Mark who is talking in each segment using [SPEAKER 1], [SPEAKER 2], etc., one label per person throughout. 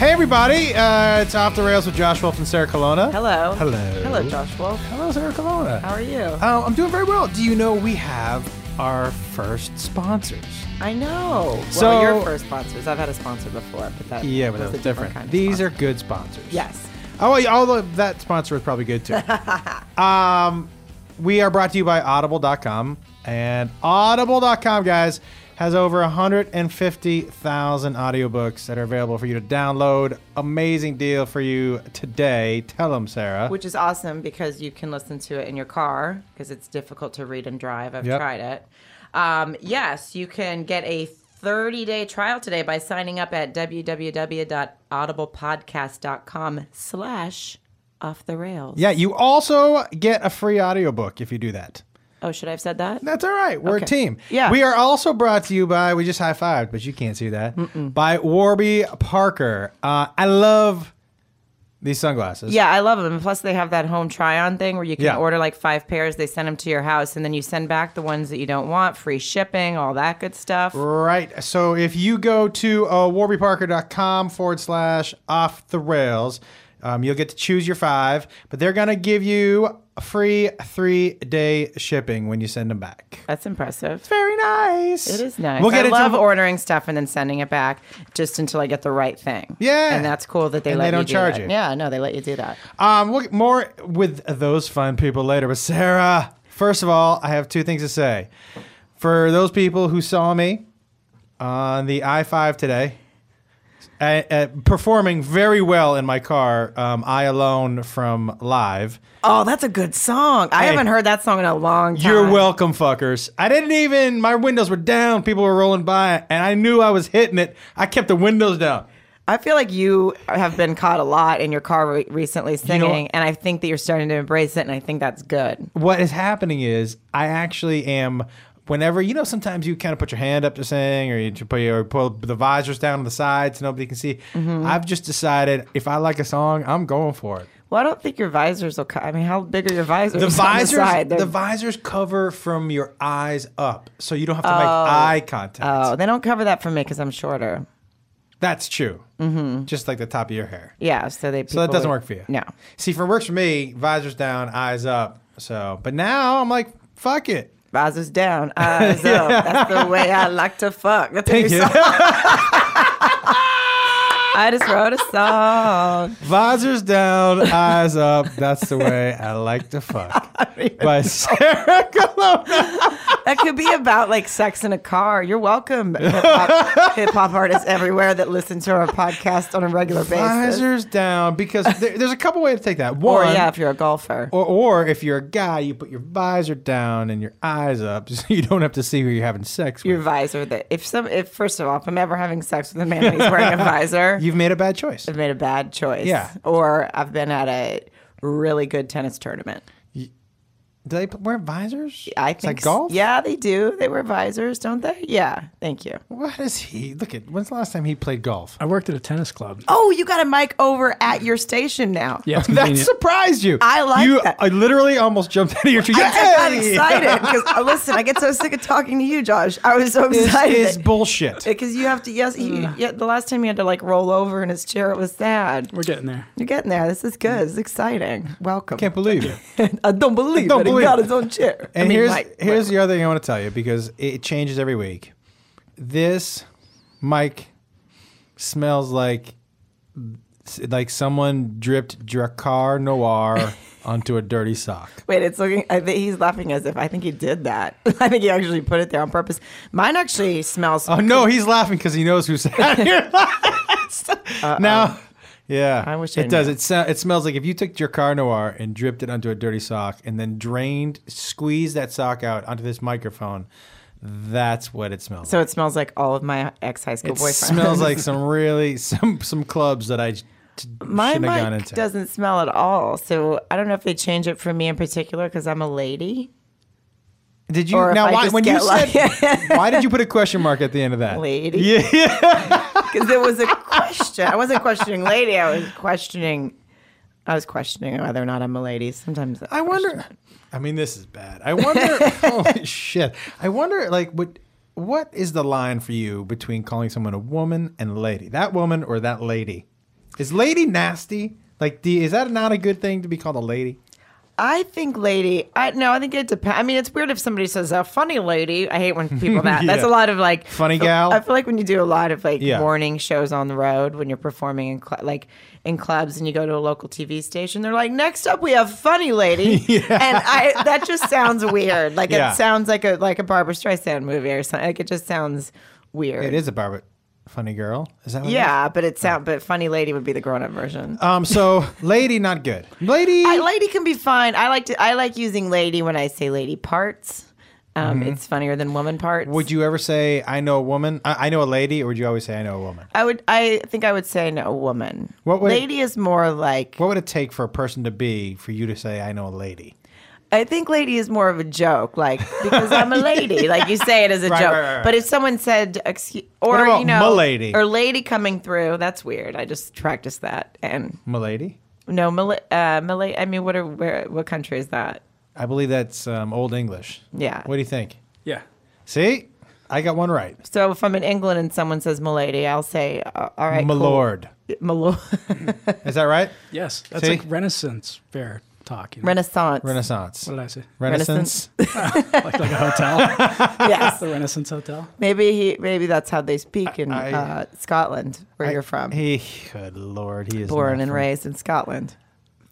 [SPEAKER 1] everybody. Uh, it's Off the Rails with Josh Wolf and Sarah Colonna.
[SPEAKER 2] Hello.
[SPEAKER 1] Hello.
[SPEAKER 2] Hello, Josh Wolf.
[SPEAKER 1] Hello, Sarah Colonna.
[SPEAKER 2] How are you?
[SPEAKER 1] Uh, I'm doing very well. Do you know we have our first sponsors?
[SPEAKER 2] I know.
[SPEAKER 1] So-
[SPEAKER 2] well, your first sponsors. I've had a sponsor before, but that
[SPEAKER 1] Yeah, but that
[SPEAKER 2] was
[SPEAKER 1] was
[SPEAKER 2] a
[SPEAKER 1] different.
[SPEAKER 2] Kind of
[SPEAKER 1] These are
[SPEAKER 2] sponsor.
[SPEAKER 1] good sponsors.
[SPEAKER 2] yes.
[SPEAKER 1] Oh, yeah, although that sponsor was probably good too. um, we are brought to you by Audible.com, and Audible.com, guys, has over 150,000 audiobooks that are available for you to download. Amazing deal for you today. Tell them, Sarah.
[SPEAKER 2] Which is awesome because you can listen to it in your car because it's difficult to read and drive. I've
[SPEAKER 1] Yep.
[SPEAKER 2] tried it. Um, yes, you can get a 30 day trial today by signing up at www.audiblepodcast.com slash off the rails.
[SPEAKER 1] yeah, you also get a free audiobook if you do that.
[SPEAKER 2] Oh, should I have said that?
[SPEAKER 1] That's all right. We're
[SPEAKER 2] Okay.
[SPEAKER 1] a team.
[SPEAKER 2] Yeah.
[SPEAKER 1] We are also brought to you by, we just high fived, but you can't see that, by Warby Parker. Uh, I love these sunglasses.
[SPEAKER 2] Yeah, I love them. Plus, they have that home try on thing where you can
[SPEAKER 1] Yeah.
[SPEAKER 2] order like five pairs. They send them to your house, and then you send back the ones that you don't want, free shipping, all that good stuff.
[SPEAKER 1] Right. So if you go to uh, warbyparker.com forward slash off the rails, um, you'll get to choose your five, but they're going to give you a free three day shipping when you send them back.
[SPEAKER 2] That's impressive.
[SPEAKER 1] Very nice.
[SPEAKER 2] It is nice.
[SPEAKER 1] We'll get
[SPEAKER 2] I
[SPEAKER 1] into
[SPEAKER 2] love ordering stuff and then sending it back just until I get the right thing.
[SPEAKER 1] Yeah.
[SPEAKER 2] and that's cool that they
[SPEAKER 1] And
[SPEAKER 2] let
[SPEAKER 1] they don't
[SPEAKER 2] you do
[SPEAKER 1] charge
[SPEAKER 2] that.
[SPEAKER 1] you.
[SPEAKER 2] Yeah, no, they let you do that.
[SPEAKER 1] Um, we'll get more with those fun people later. But Sarah, first of all, I have two things to say. For those people who saw me on the I five today, I, uh, performing very well in my car, um, I alone from live.
[SPEAKER 2] Oh, that's a good song. I
[SPEAKER 1] Hey.
[SPEAKER 2] haven't heard that song in a long time.
[SPEAKER 1] You're welcome, fuckers. I didn't even. My windows were down. People were rolling by, and I knew I was hitting it. I kept the windows down.
[SPEAKER 2] I feel like you have been caught a lot in your car re- recently
[SPEAKER 1] know-
[SPEAKER 2] singing, and I think that you're starting to embrace it, and I think that's good.
[SPEAKER 1] what is happening is I actually am. Whenever you know, sometimes you kind of put your hand up to sing, or you to put your pull the visors down on the sides so nobody can see.
[SPEAKER 2] Mm-hmm.
[SPEAKER 1] I've just decided if I like a song, I'm going for it.
[SPEAKER 2] Well, I don't think your visors will cut. I mean, how big are your visors?
[SPEAKER 1] The visors,
[SPEAKER 2] on the, side?
[SPEAKER 1] the,
[SPEAKER 2] They're-
[SPEAKER 1] visors cover from your eyes up, so you don't have to make eye contact.
[SPEAKER 2] oh, they don't cover that for me because I'm shorter. Oh.
[SPEAKER 1] That's true. Mm-hmm. Just like the top of your hair.
[SPEAKER 2] Yeah, so they.
[SPEAKER 1] So that doesn't work for you.
[SPEAKER 2] No.
[SPEAKER 1] See, for works for me, visors down, eyes up. So, but now I'm like, fuck it.
[SPEAKER 2] Visors down, eyes up. That's the way I like to fuck. That's
[SPEAKER 1] Thank
[SPEAKER 2] what
[SPEAKER 1] you.
[SPEAKER 2] your song- I just wrote a song.
[SPEAKER 1] Visors down, eyes up. That's the way I like to fuck. By Sarah Colonna.
[SPEAKER 2] That could be about like sex in a car. You're welcome, hip hop hip hop artists everywhere that listen to our podcast on a regular basis.
[SPEAKER 1] Visors down because there, there's a couple ways to take that.
[SPEAKER 2] Or
[SPEAKER 1] One,
[SPEAKER 2] yeah, if you're a golfer.
[SPEAKER 1] or, or if you're a guy, you put your visor down and your eyes up so you don't have to see who you're having sex with.
[SPEAKER 2] your visor that if some if first of all if I'm ever having sex with a man and he's wearing a visor,
[SPEAKER 1] You've made a bad choice.
[SPEAKER 2] I've made a bad choice.
[SPEAKER 1] Yeah.
[SPEAKER 2] Or I've been at a really good tennis tournament.
[SPEAKER 1] Do they put- wear visors?
[SPEAKER 2] I
[SPEAKER 1] It's
[SPEAKER 2] think
[SPEAKER 1] like golf?
[SPEAKER 2] Yeah, they do. They wear visors, don't they? Yeah. Thank you.
[SPEAKER 1] What is he? Look at when's the last time he played golf?
[SPEAKER 3] I worked at a tennis club.
[SPEAKER 2] Oh, you got a mic over at your station now.
[SPEAKER 3] Yeah, it's
[SPEAKER 1] That
[SPEAKER 3] convenient.
[SPEAKER 1] surprised you.
[SPEAKER 2] I like
[SPEAKER 1] you,
[SPEAKER 2] that.
[SPEAKER 1] I literally almost jumped out of your tree.
[SPEAKER 2] I just got
[SPEAKER 1] Yay!
[SPEAKER 2] excited because listen, I get so sick of talking to you, Josh. I was so
[SPEAKER 1] This
[SPEAKER 2] excited.
[SPEAKER 1] is bullshit.
[SPEAKER 2] because you have to, yes, he, yeah, the last time you had to like roll over in his chair, it was sad.
[SPEAKER 3] We're getting there.
[SPEAKER 2] You're getting there. This is good. It's exciting. Welcome.
[SPEAKER 1] Can't believe it.
[SPEAKER 2] I don't believe
[SPEAKER 1] don't
[SPEAKER 2] that
[SPEAKER 1] believe
[SPEAKER 2] he got
[SPEAKER 1] it.
[SPEAKER 2] his own chair.
[SPEAKER 1] And
[SPEAKER 2] I mean,
[SPEAKER 1] here's
[SPEAKER 2] Mike,
[SPEAKER 1] here's
[SPEAKER 2] Mike.
[SPEAKER 1] the other thing I want to tell you because it changes every week. This mic smells like like someone dripped Dracar Noir onto a dirty sock.
[SPEAKER 2] Wait, it's looking. I think he's laughing as if I think he did that. I think he actually put it there on purpose. Mine actually smells.
[SPEAKER 1] Oh no, he's laughing because he knows who sat here last. Now, yeah,
[SPEAKER 2] I wish I
[SPEAKER 1] it does.
[SPEAKER 2] knew.
[SPEAKER 1] It sa- it smells like if you took Dracar Noir and dripped it onto a dirty sock and then drained, squeezed that sock out onto this microphone. That's what it smells. like.
[SPEAKER 2] So it smells like all of my ex high school
[SPEAKER 1] It
[SPEAKER 2] boyfriends.
[SPEAKER 1] smells like some really some some clubs that I j- t-
[SPEAKER 2] my
[SPEAKER 1] shouldn't have
[SPEAKER 2] mic
[SPEAKER 1] gone into.
[SPEAKER 2] doesn't smell at all. So I don't know if they change it for me in particular because I'm a lady.
[SPEAKER 1] did you
[SPEAKER 2] or if
[SPEAKER 1] now?
[SPEAKER 2] I
[SPEAKER 1] Why,
[SPEAKER 2] just
[SPEAKER 1] when you
[SPEAKER 2] get
[SPEAKER 1] said why did you put a question mark at the end of that?
[SPEAKER 2] Lady.
[SPEAKER 1] Yeah, yeah.
[SPEAKER 2] Because it was a question. I wasn't questioning lady. I was questioning. I was questioning whether or not I'm a lady. Sometimes
[SPEAKER 1] I wonder. I mean, this is bad. I wonder. holy shit! I wonder like what what is the line for you between calling someone a woman and lady? That woman or that lady? Is lady nasty? Like, D, is that not a good thing to be called a lady?
[SPEAKER 2] I think lady. I no, I think it depends. I mean, it's weird if somebody says a funny lady. I hate when people that. That's
[SPEAKER 1] Yeah.
[SPEAKER 2] a lot of like
[SPEAKER 1] Funny gal?
[SPEAKER 2] I feel like when you do a lot of like
[SPEAKER 1] Yeah.
[SPEAKER 2] morning shows on the road when you're performing in cl- like in clubs and you go to a local TV station, they're like, "Next up, we have funny lady," and I that just sounds weird. Like
[SPEAKER 1] Yeah.
[SPEAKER 2] it sounds like a like a Barbara Streisand movie or something. Like it just sounds weird.
[SPEAKER 1] It is a Barbet funny girl. Is that what it
[SPEAKER 2] Yeah, but it sound but funny lady would be the grown up version.
[SPEAKER 1] is? Um, so lady, not good. Lady,
[SPEAKER 2] I, lady can be fine. I like to. I like using lady when I say lady parts. Um, It's funnier than woman parts.
[SPEAKER 1] Mm-hmm. would you ever say I know a woman? I, I know a lady, or would you always say I know a woman?
[SPEAKER 2] I would. I think I would say no woman.
[SPEAKER 1] What would-
[SPEAKER 2] lady is more like.
[SPEAKER 1] What would it take for a person to be for you to say I know a lady?
[SPEAKER 2] I think lady is more of a joke, like because I'm a lady. Like you say it as a
[SPEAKER 1] Right,
[SPEAKER 2] joke.
[SPEAKER 1] right, right, right.
[SPEAKER 2] But if someone said excuse or
[SPEAKER 1] about
[SPEAKER 2] you know
[SPEAKER 1] my lady?
[SPEAKER 2] or lady coming through, that's weird. I just practiced that and
[SPEAKER 1] Milady?
[SPEAKER 2] no Malay. Uh, Malay. I mean, what are where? What country is that?
[SPEAKER 1] I believe that's um, Old English.
[SPEAKER 2] Yeah.
[SPEAKER 1] What do you think?
[SPEAKER 3] Yeah.
[SPEAKER 1] See, I got one right.
[SPEAKER 2] So if I'm in England and someone says "milady," I'll say, uh, "All right,
[SPEAKER 1] My lord,
[SPEAKER 2] cool. my lord."
[SPEAKER 1] is that right?
[SPEAKER 3] Yes. That's
[SPEAKER 1] See?
[SPEAKER 3] like Renaissance fair talk. You know?
[SPEAKER 2] Renaissance.
[SPEAKER 1] Renaissance.
[SPEAKER 3] what did I say?
[SPEAKER 1] Renaissance.
[SPEAKER 3] like, like a hotel,
[SPEAKER 2] yes,
[SPEAKER 3] the Renaissance Hotel.
[SPEAKER 2] maybe he, maybe that's how they speak in
[SPEAKER 1] I-
[SPEAKER 2] uh, Scotland, where you're from.
[SPEAKER 1] He, good lord, he is
[SPEAKER 2] Born
[SPEAKER 1] not
[SPEAKER 2] and
[SPEAKER 1] from-
[SPEAKER 2] raised in Scotland.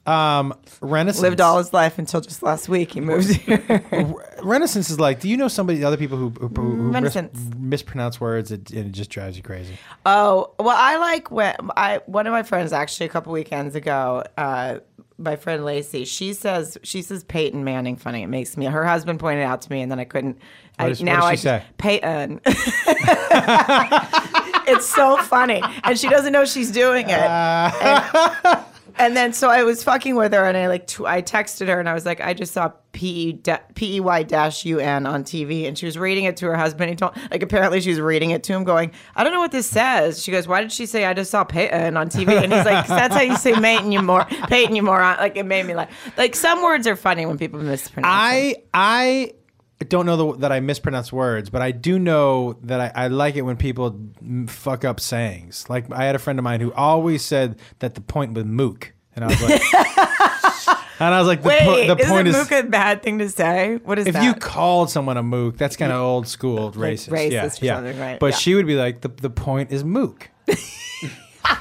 [SPEAKER 1] Um, Renaissance.
[SPEAKER 2] Lived all his life until just last week he moved here.
[SPEAKER 1] Renaissance is like. Do you know somebody? Other people who who, who mis-
[SPEAKER 2] Renaissance.
[SPEAKER 1] mispronounce words, it, it just drives you crazy.
[SPEAKER 2] Oh well, I like when I one of my friends actually a couple weekends ago. Uh, my friend Lacey, she says she says Peyton Manning funny. It makes me. Her husband pointed out to me, and then I couldn't. I,
[SPEAKER 1] does- what
[SPEAKER 2] now
[SPEAKER 1] does she
[SPEAKER 2] I
[SPEAKER 1] say?
[SPEAKER 2] Peyton. it's so funny, and she doesn't know she's doing it. And then so I was fucking with her, and I like t- I texted her, and I was like, I just saw P E da- P E Y dash U N on TV, and she was reading it to her husband. He told like apparently she was reading it to him, going, I don't know what this says. She goes, Why did she say I just saw Peyton on TV? And he's like, 'Cause That's how you say Peyton, you more Peyton, you moron. Like it made me laugh. Like some words are funny when people mispronounce. them.
[SPEAKER 1] I I don't know the, that I mispronounce words, but I do know that I, I like it when people m- fuck up sayings. Like I had a friend of mine who always said that the point was mook, and I was like, and I was like, the,
[SPEAKER 2] Wait,
[SPEAKER 1] po- the
[SPEAKER 2] isn't
[SPEAKER 1] point is.
[SPEAKER 2] mook a bad thing to say? What is
[SPEAKER 1] if
[SPEAKER 2] that?
[SPEAKER 1] you called someone a mook, that's kind of old school racist.
[SPEAKER 2] racist
[SPEAKER 1] yeah,
[SPEAKER 2] or
[SPEAKER 1] yeah.
[SPEAKER 2] something, right?
[SPEAKER 1] But
[SPEAKER 2] Yeah.
[SPEAKER 1] she would be like, the, the point is mook.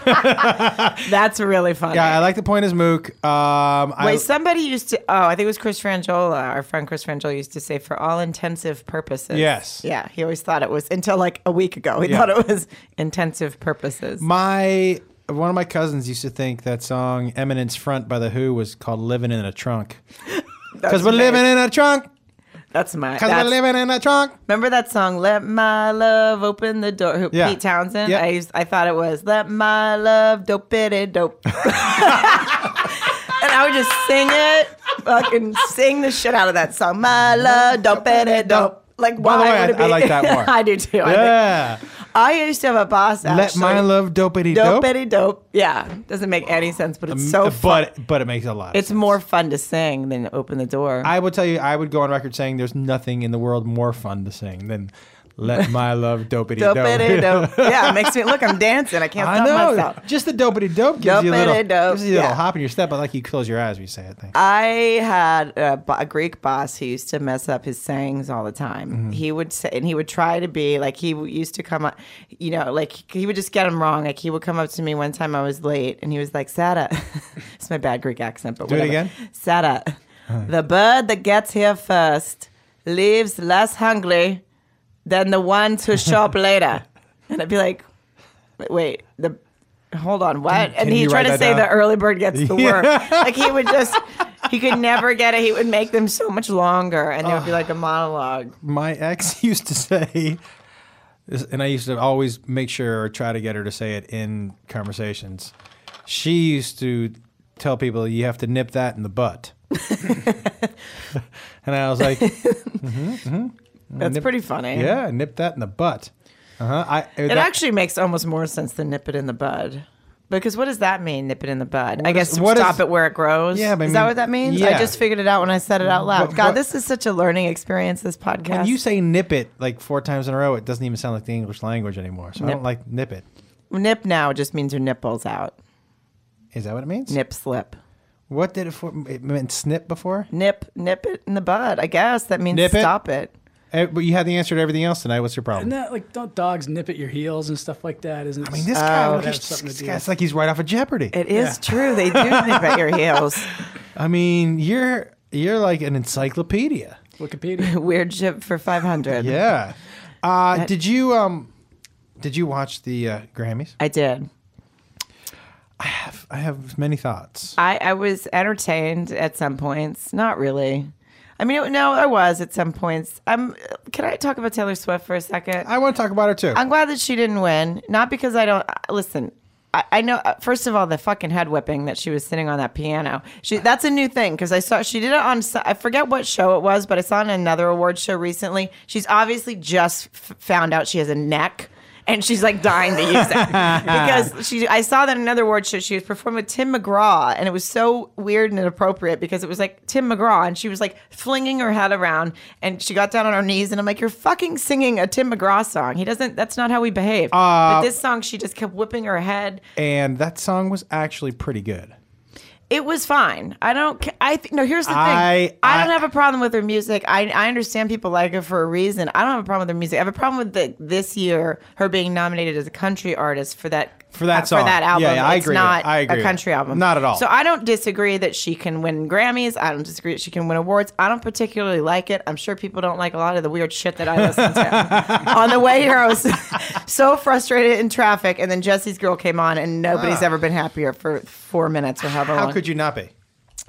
[SPEAKER 2] That's really funny.
[SPEAKER 1] Yeah, I like the point is mook. Um, I,
[SPEAKER 2] Wait, somebody used to. Oh, I think it was Chris Frangiola. Our friend Chris Frangiola used to say, "For all intensive purposes."
[SPEAKER 1] Yes.
[SPEAKER 2] Yeah, he always thought it was until like a week ago. He
[SPEAKER 1] Yeah.
[SPEAKER 2] thought it was intensive purposes.
[SPEAKER 1] My one of my cousins used to think that song "Eminence Front" by the Who was called "Living in a Trunk" because we're living in a trunk.
[SPEAKER 2] That's my.
[SPEAKER 1] Because
[SPEAKER 2] that's-
[SPEAKER 1] we're living in a trunk.
[SPEAKER 2] remember that song? Let my love open the door. Who,
[SPEAKER 1] Yeah.
[SPEAKER 2] Pete Townsend.
[SPEAKER 1] Yeah.
[SPEAKER 2] I used. I thought it was let my love dope it dope. and I would just sing it, fucking sing the shit out of that song. My love dope it dope. Like
[SPEAKER 1] By the
[SPEAKER 2] why
[SPEAKER 1] way,
[SPEAKER 2] would it
[SPEAKER 1] I- I
[SPEAKER 2] be-
[SPEAKER 1] like that more.
[SPEAKER 2] I do too. I think-
[SPEAKER 1] Yeah.
[SPEAKER 2] I used to have a boss. Actually.
[SPEAKER 1] Let my love dopey
[SPEAKER 2] dope,
[SPEAKER 1] dope. Um,
[SPEAKER 2] dope. dope. Yeah, doesn't make any sense, but it's so fun.
[SPEAKER 1] but but it makes a lot. Of
[SPEAKER 2] It's
[SPEAKER 1] sense.
[SPEAKER 2] more fun to sing than open the door.
[SPEAKER 1] I will tell you. I would go on record saying there's nothing in the world more fun to sing than "Let My Love Dopey
[SPEAKER 2] dope,
[SPEAKER 1] Dope."
[SPEAKER 2] dope. dope. yeah, it makes me look. I'm dancing. I can't
[SPEAKER 1] I
[SPEAKER 2] stop
[SPEAKER 1] know.
[SPEAKER 2] myself.
[SPEAKER 1] Just the dopey dope gives you a little,
[SPEAKER 2] Dopey-dope,
[SPEAKER 1] gives you a little
[SPEAKER 2] yeah.
[SPEAKER 1] hop in your step. I like you close your eyes when you say it. Thing.
[SPEAKER 2] I had a, bo- a Greek boss who used to mess up his sayings all the time.
[SPEAKER 1] Mm-hmm.
[SPEAKER 2] He would say, and he would try to be like he w- used to come up, you know, like he would just get him wrong. Like he would come up to me one time I was late, and he was like, "Sada," it's my bad Greek accent, but
[SPEAKER 1] Do it
[SPEAKER 2] whatever.
[SPEAKER 1] again?
[SPEAKER 2] Sada, the bird that gets here first leaves less hungry than the one to shop later. And I'd be like, wait, wait the hold on, what?
[SPEAKER 1] can
[SPEAKER 2] and he
[SPEAKER 1] you write
[SPEAKER 2] tried to
[SPEAKER 1] that
[SPEAKER 2] say
[SPEAKER 1] down?
[SPEAKER 2] the early bird gets the
[SPEAKER 1] Yeah.
[SPEAKER 2] worm. like he would just, he could never get it. He would make them so much longer, and it would be like a monologue.
[SPEAKER 1] my ex used to say this- and i used to always make sure or try to get her to say it in conversations she used to tell people you have to nip that in the butt and i was like
[SPEAKER 2] That's pretty funny.
[SPEAKER 1] yeah nip that in the butt uh-huh i
[SPEAKER 2] It actually makes almost more sense than nip it in the bud. Because what does that mean, nip it in the bud? I guess
[SPEAKER 1] is- what
[SPEAKER 2] stop
[SPEAKER 1] is-
[SPEAKER 2] it where it grows.
[SPEAKER 1] Yeah, but I
[SPEAKER 2] is that
[SPEAKER 1] mean-
[SPEAKER 2] what that means? I
[SPEAKER 1] yeah.
[SPEAKER 2] just figured it out when I said it out loud.
[SPEAKER 1] But-
[SPEAKER 2] God,
[SPEAKER 1] but-
[SPEAKER 2] this is such a learning experience, this podcast.
[SPEAKER 1] when you say nip it like four times in a row it doesn't even sound like the english language anymore so i
[SPEAKER 2] Nip.
[SPEAKER 1] don't like nip it
[SPEAKER 2] Nip now just means your nipples out.
[SPEAKER 1] Is that what it means?
[SPEAKER 2] Nip slip.
[SPEAKER 1] What did it for? It meant snip before.
[SPEAKER 2] Nip, nip it in the bud. I guess that means
[SPEAKER 1] Nip it?
[SPEAKER 2] stop it.
[SPEAKER 1] Eh, But you had the answer to everything else tonight. What's your problem?
[SPEAKER 3] Isn't that like don't dogs nip at your heels and stuff like that? Isn't
[SPEAKER 1] I mean, this guy.
[SPEAKER 3] would
[SPEAKER 1] look,
[SPEAKER 3] have
[SPEAKER 1] he's-
[SPEAKER 3] something to
[SPEAKER 1] this
[SPEAKER 3] do.
[SPEAKER 1] guy's like he's right off of Jeopardy.
[SPEAKER 2] Oh, It is true. They do nip at your heels.
[SPEAKER 1] I mean, you're you're like an encyclopedia.
[SPEAKER 3] Wikipedia?
[SPEAKER 2] Weird ship for five hundred.
[SPEAKER 1] Yeah. Uh, did you um, did you watch the uh, Grammys?
[SPEAKER 2] I did.
[SPEAKER 1] I have many thoughts.
[SPEAKER 2] I, I was entertained at some points. Not really. I mean, no, I was at some points. Um, can I talk about Taylor Swift for a second?
[SPEAKER 1] I want to talk about her too.
[SPEAKER 2] I'm glad that she didn't win. Not because I don't I- listen. I, I know. uh, First of all, the fucking head whipping that she was sitting on that piano. She that's a new thing because I saw she did it on. so- I forget what show it was, but I saw it in another award show recently. She's obviously just f- found out she has a neck. And she's like dying to use it because she. I saw that in another award show. She was performing with Tim McGraw, and it was so weird and inappropriate because it was like Tim McGraw, and she was like flinging her head around, and she got down on her knees, and I'm like, "You're fucking singing a Tim McGraw song. He doesn't. That's not how we behave." but this song, she just kept whipping her head.
[SPEAKER 1] and that song was actually pretty good.
[SPEAKER 2] It was fine. I don't. ca- I th- no. Here's the thing.
[SPEAKER 1] I-
[SPEAKER 2] I,
[SPEAKER 1] I-
[SPEAKER 2] don't have a problem with her music. I I understand people like her for a reason. I don't have a problem with her music. I have a problem with the, this year her being nominated as a country artist for that
[SPEAKER 1] For that
[SPEAKER 2] uh,
[SPEAKER 1] song.
[SPEAKER 2] for that
[SPEAKER 1] Yeah,
[SPEAKER 2] album.
[SPEAKER 1] yeah, I
[SPEAKER 2] it's
[SPEAKER 1] agree with-
[SPEAKER 2] Not
[SPEAKER 1] I agree
[SPEAKER 2] a
[SPEAKER 1] with-
[SPEAKER 2] country album.
[SPEAKER 1] not at all.
[SPEAKER 2] So I don't disagree that she can win Grammys. I don't disagree that she can win awards. I don't particularly like it. I'm sure people don't like a lot of the weird shit that I listen to. On the way here, I was so frustrated in traffic, and then Jesse's Girl came on, and nobody's ever been happier for four minutes or however
[SPEAKER 1] Ah. How
[SPEAKER 2] long
[SPEAKER 1] could you not be?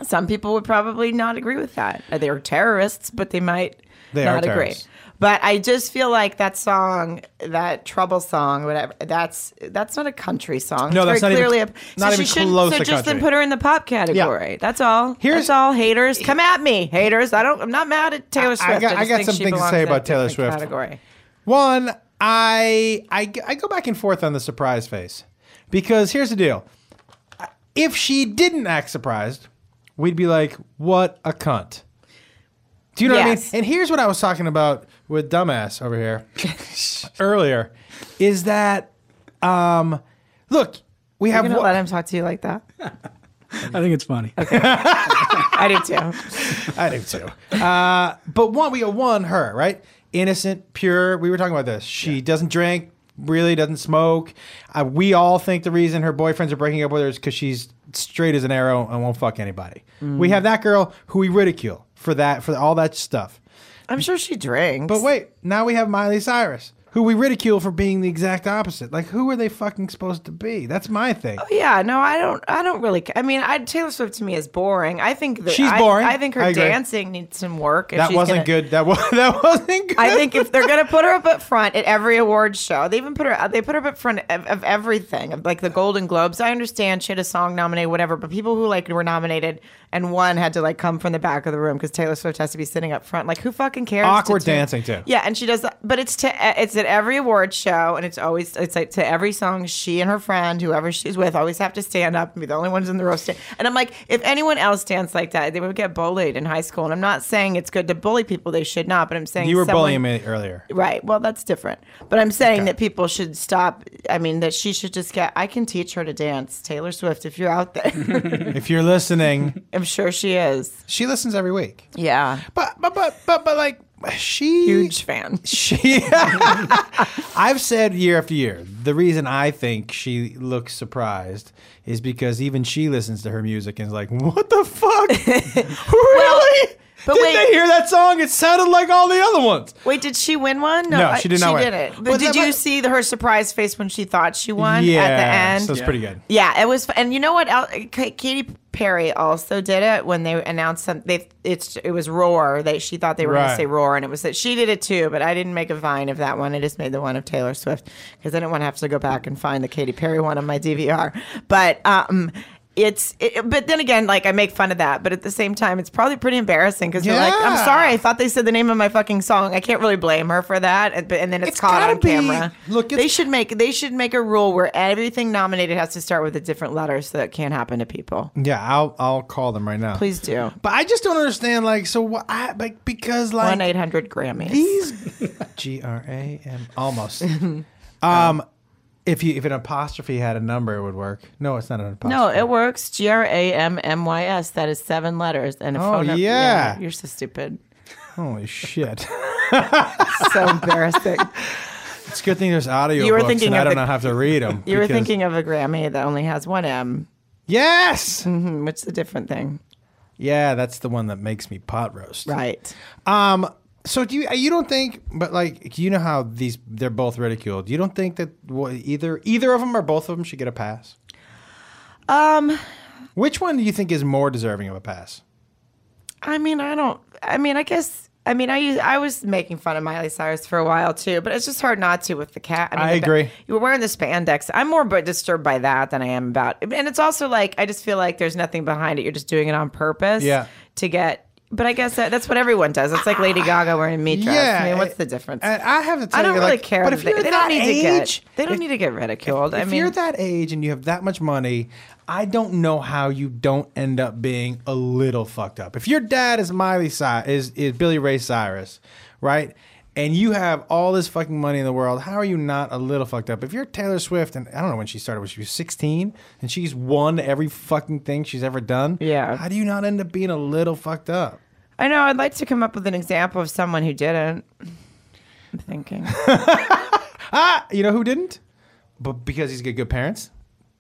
[SPEAKER 2] some people would probably not agree with that. They are terrorists, but they might
[SPEAKER 1] They are
[SPEAKER 2] not agree.
[SPEAKER 1] terrorists.
[SPEAKER 2] But I just feel like that song, that trouble song, whatever. That's that's not a country song.
[SPEAKER 1] No,
[SPEAKER 2] It's
[SPEAKER 1] that's not even-
[SPEAKER 2] clearly a,
[SPEAKER 1] not
[SPEAKER 2] so she
[SPEAKER 1] even
[SPEAKER 2] shouldn't-
[SPEAKER 1] close
[SPEAKER 2] So
[SPEAKER 1] to
[SPEAKER 2] just then
[SPEAKER 1] country.
[SPEAKER 2] put her in the pop category. That's all.
[SPEAKER 1] Here's-
[SPEAKER 2] that's all. Haters, come at me, haters. I don't. I'm not mad at Taylor Swift.
[SPEAKER 1] got- I
[SPEAKER 2] just
[SPEAKER 1] got
[SPEAKER 2] think
[SPEAKER 1] some
[SPEAKER 2] she
[SPEAKER 1] things to
[SPEAKER 2] belongs
[SPEAKER 1] say
[SPEAKER 2] in a
[SPEAKER 1] about Taylor
[SPEAKER 2] different
[SPEAKER 1] Swift.
[SPEAKER 2] Category.
[SPEAKER 1] One, I, I I go back and forth on the surprise face because here's the deal: if she didn't act surprised, we'd be like, "What a cunt." Do you know what I mean?
[SPEAKER 2] Yes.
[SPEAKER 1] And here's what I was talking about with dumbass over here earlier, is that, um, look, we
[SPEAKER 2] I'm
[SPEAKER 1] have
[SPEAKER 2] gonna
[SPEAKER 1] one-
[SPEAKER 2] let him talk to you like that.
[SPEAKER 3] I think it's funny.
[SPEAKER 2] I do too.
[SPEAKER 1] I do too. Uh, but one, we got one her, right? Innocent, pure. We were talking about this. She doesn't drink, really doesn't smoke. Uh, we all think the reason her boyfriends are breaking up with her is because she's straight as an arrow and won't fuck anybody.
[SPEAKER 2] Mm.
[SPEAKER 1] We have that girl who we ridicule for that, for all that stuff.
[SPEAKER 2] I'm sure she drinks.
[SPEAKER 1] But wait, now we have Miley Cyrus, who we ridicule for being the exact opposite. Like, who are they fucking supposed to be? That's my thing.
[SPEAKER 2] Yeah, no, I don't. I don't really. ca- I mean, I, Taylor Swift to me is boring. I think that
[SPEAKER 1] She's
[SPEAKER 2] I-
[SPEAKER 1] boring.
[SPEAKER 2] I, think her
[SPEAKER 1] I agree.
[SPEAKER 2] dancing needs some work. if
[SPEAKER 1] That
[SPEAKER 2] she's
[SPEAKER 1] wasn't
[SPEAKER 2] gonna-
[SPEAKER 1] good. That was that wasn't good.
[SPEAKER 2] I think if they're gonna put her up at front at every award show, they even put her. They put her up at front of, of everything, of, like the Golden Globes. I understand she had a song nominated, whatever, but people who like were nominated and one had to like come from the back of the room because Taylor Swift has to be sitting up front. Like, who fucking cares? to
[SPEAKER 1] Awkward
[SPEAKER 2] do-
[SPEAKER 1] dancing, too.
[SPEAKER 2] Yeah, and she does. that- But it's to eh, it's at every award show, and it's always it's like to every song. She and her friend, whoever she's with, always have to stand up and be the only ones in the row. Stand. And I'm like, if anyone else danced like that, they would get bullied in high school. And I'm not saying it's good to bully people; they should not. But I'm saying
[SPEAKER 1] you were
[SPEAKER 2] someone-
[SPEAKER 1] bullying me earlier.
[SPEAKER 2] Right. Well, that's different. But I'm saying that people should stop. I mean, that she should just get. I can teach her to dance, Taylor Swift. If you're out there,
[SPEAKER 1] If you're listening,
[SPEAKER 2] I'm sure she is.
[SPEAKER 1] she listens every week.
[SPEAKER 2] Yeah,
[SPEAKER 1] But but but but but like she
[SPEAKER 2] huge fan.
[SPEAKER 1] she I've said year after year, the reason I think she looks surprised is because even she listens to her music and is like, What the fuck? really?
[SPEAKER 2] but
[SPEAKER 1] Did
[SPEAKER 2] wait.
[SPEAKER 1] they hear that song? It sounded like all the other ones.
[SPEAKER 2] Wait, did she win one?
[SPEAKER 1] No,
[SPEAKER 2] I-
[SPEAKER 1] she did not win.
[SPEAKER 2] didn't. But
[SPEAKER 1] Well,
[SPEAKER 2] did
[SPEAKER 1] that
[SPEAKER 2] you
[SPEAKER 1] might-
[SPEAKER 2] see the, her surprise face when she thought she won at the end?
[SPEAKER 1] So it's pretty good.
[SPEAKER 2] Yeah, it was, and you know what? El- K- Katy Perry also did it when they announced some. They it's it was Roar. They she thought they were going
[SPEAKER 1] Right.
[SPEAKER 2] to say Roar, and it was that she did it too. But I didn't make a vine of that one. I just made the one of Taylor Swift because I didn't want to have to go back and find the Katy Perry one on my DVR. But um. It's, it, but then again, like I make fun of that, but at the same time, it's probably pretty embarrassing because you're like,
[SPEAKER 1] Yeah.
[SPEAKER 2] I'm sorry, I thought they said the name of my fucking song. I can't really blame her for that, and, but- and then it's,
[SPEAKER 1] It's
[SPEAKER 2] caught
[SPEAKER 1] gotta
[SPEAKER 2] on
[SPEAKER 1] be-
[SPEAKER 2] camera.
[SPEAKER 1] look, it's
[SPEAKER 2] they should make they should make a rule where everything nominated has to start with a different letter so that can't happen to people.
[SPEAKER 1] Yeah, I'll I'll call them right now.
[SPEAKER 2] Please do.
[SPEAKER 1] But I just don't understand like so what I like because like
[SPEAKER 2] One eight hundred Grammys.
[SPEAKER 1] These G R A M almost. Um, If you if an apostrophe had a number, it would work. No, it's not an apostrophe.
[SPEAKER 2] No, it works. G R A M M Y S. That is seven letters and a
[SPEAKER 1] Oh,
[SPEAKER 2] phone number.
[SPEAKER 1] yeah.
[SPEAKER 2] You're so stupid.
[SPEAKER 1] Holy shit!
[SPEAKER 2] So embarrassing.
[SPEAKER 1] It's a good thing there's audio.
[SPEAKER 2] You were
[SPEAKER 1] books and
[SPEAKER 2] thinking
[SPEAKER 1] I
[SPEAKER 2] of
[SPEAKER 1] don't
[SPEAKER 2] the-
[SPEAKER 1] have to read them.
[SPEAKER 2] You were thinking of a Grammy that only has one M,
[SPEAKER 1] Yes.
[SPEAKER 2] hmm, which is a different thing.
[SPEAKER 1] Yeah, that's the one that makes me pot roast.
[SPEAKER 2] Right.
[SPEAKER 1] Um. So do you? You don't think? But like, you know how these they're both ridiculed. You don't think that wha- either either of them or both of them should get a pass?
[SPEAKER 2] Um,
[SPEAKER 1] Which one do you think is more deserving of a pass?
[SPEAKER 2] I mean, I don't. I mean, I guess. I mean, I use, I was making fun of Miley Cyrus for a while too, but it's just hard not to with the cat. mean,
[SPEAKER 1] I
[SPEAKER 2] the ba-
[SPEAKER 1] agree.
[SPEAKER 2] you were wearing the spandex. I'm more but disturbed by that than I am about. And it's also like I just feel like there's nothing behind it. You're just doing it on purpose.
[SPEAKER 1] Yeah.
[SPEAKER 2] To get. But I guess that, that's what everyone does. It's like Lady Gaga wearing a meat dress. I mean, what's
[SPEAKER 1] I-
[SPEAKER 2] the difference?
[SPEAKER 1] I, I have to tell
[SPEAKER 2] I don't
[SPEAKER 1] you,
[SPEAKER 2] really
[SPEAKER 1] like,
[SPEAKER 2] care.
[SPEAKER 1] But
[SPEAKER 2] that
[SPEAKER 1] if
[SPEAKER 2] they,
[SPEAKER 1] you're
[SPEAKER 2] they
[SPEAKER 1] that
[SPEAKER 2] don't need
[SPEAKER 1] age,
[SPEAKER 2] to get they don't need to get ridiculed. I
[SPEAKER 1] if
[SPEAKER 2] mean,
[SPEAKER 1] you're that age and you have that much money, I don't know how you don't end up being a little fucked up. If your dad is Miley Cyrus, is, is Billy Ray Cyrus, right? And you have all this fucking money in the world, how are you not a little fucked up? If you're Taylor Swift, and I don't know when she started, when she was 16, and she's won every fucking thing she's ever done,
[SPEAKER 2] Yeah.
[SPEAKER 1] how do you not end up being a little fucked up?
[SPEAKER 2] I know. I'd like to come up with an example of someone who didn't. I'm thinking.
[SPEAKER 1] Ah, you know who didn't? But because he's got good parents?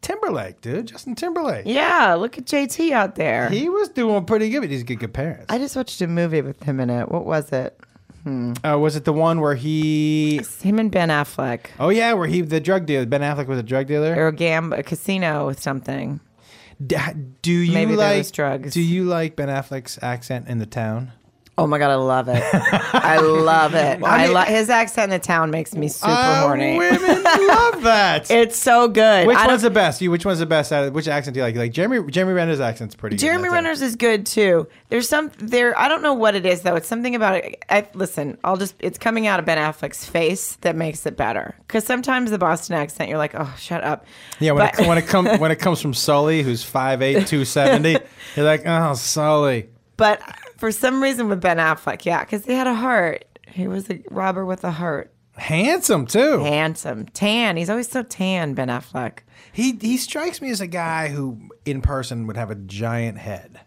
[SPEAKER 1] Timberlake, dude. Justin Timberlake.
[SPEAKER 2] Yeah, look at JT out there.
[SPEAKER 1] He was doing pretty good, but he's got good parents.
[SPEAKER 2] I just watched a movie with him in it. What was it?
[SPEAKER 1] Uh, was it the one where he?
[SPEAKER 2] It's him and Ben Affleck.
[SPEAKER 1] Oh yeah, where he the drug dealer. Ben Affleck was a drug dealer.
[SPEAKER 2] Or a gam a casino with something.
[SPEAKER 1] D- do you
[SPEAKER 2] Maybe there
[SPEAKER 1] like
[SPEAKER 2] was drugs.
[SPEAKER 1] Do you like Ben Affleck's accent in the town?
[SPEAKER 2] Oh my god, I love it. I love it. I,
[SPEAKER 1] mean-
[SPEAKER 2] love his accent in the town makes me super
[SPEAKER 1] Uh,
[SPEAKER 2] horny.
[SPEAKER 1] Women love that.
[SPEAKER 2] It's so good.
[SPEAKER 1] which
[SPEAKER 2] I don't-
[SPEAKER 1] one's the best? You which one's the best? Out of, which accent do you like? You like Jeremy Jeremy Renner's accent's pretty. good,
[SPEAKER 2] Jeremy
[SPEAKER 1] that's
[SPEAKER 2] Renner's is good too. There's some there. I don't know what it is though. It's something about it. I, listen, I'll just. It's coming out of Ben Affleck's face that makes it better. Because sometimes the Boston accent, you're like, oh, shut up.
[SPEAKER 1] it. Yeah, when,
[SPEAKER 2] But-
[SPEAKER 1] it, when it comes when it comes from Sully, who's 5'8", 270, you're like, oh Sully.
[SPEAKER 2] But for some reason with Ben Affleck, yeah, because he had a heart. He was a robber with a heart.
[SPEAKER 1] Handsome too.
[SPEAKER 2] Handsome, tan. He's always so tan, Ben Affleck.
[SPEAKER 1] He he strikes me as a guy who in person would have a giant head.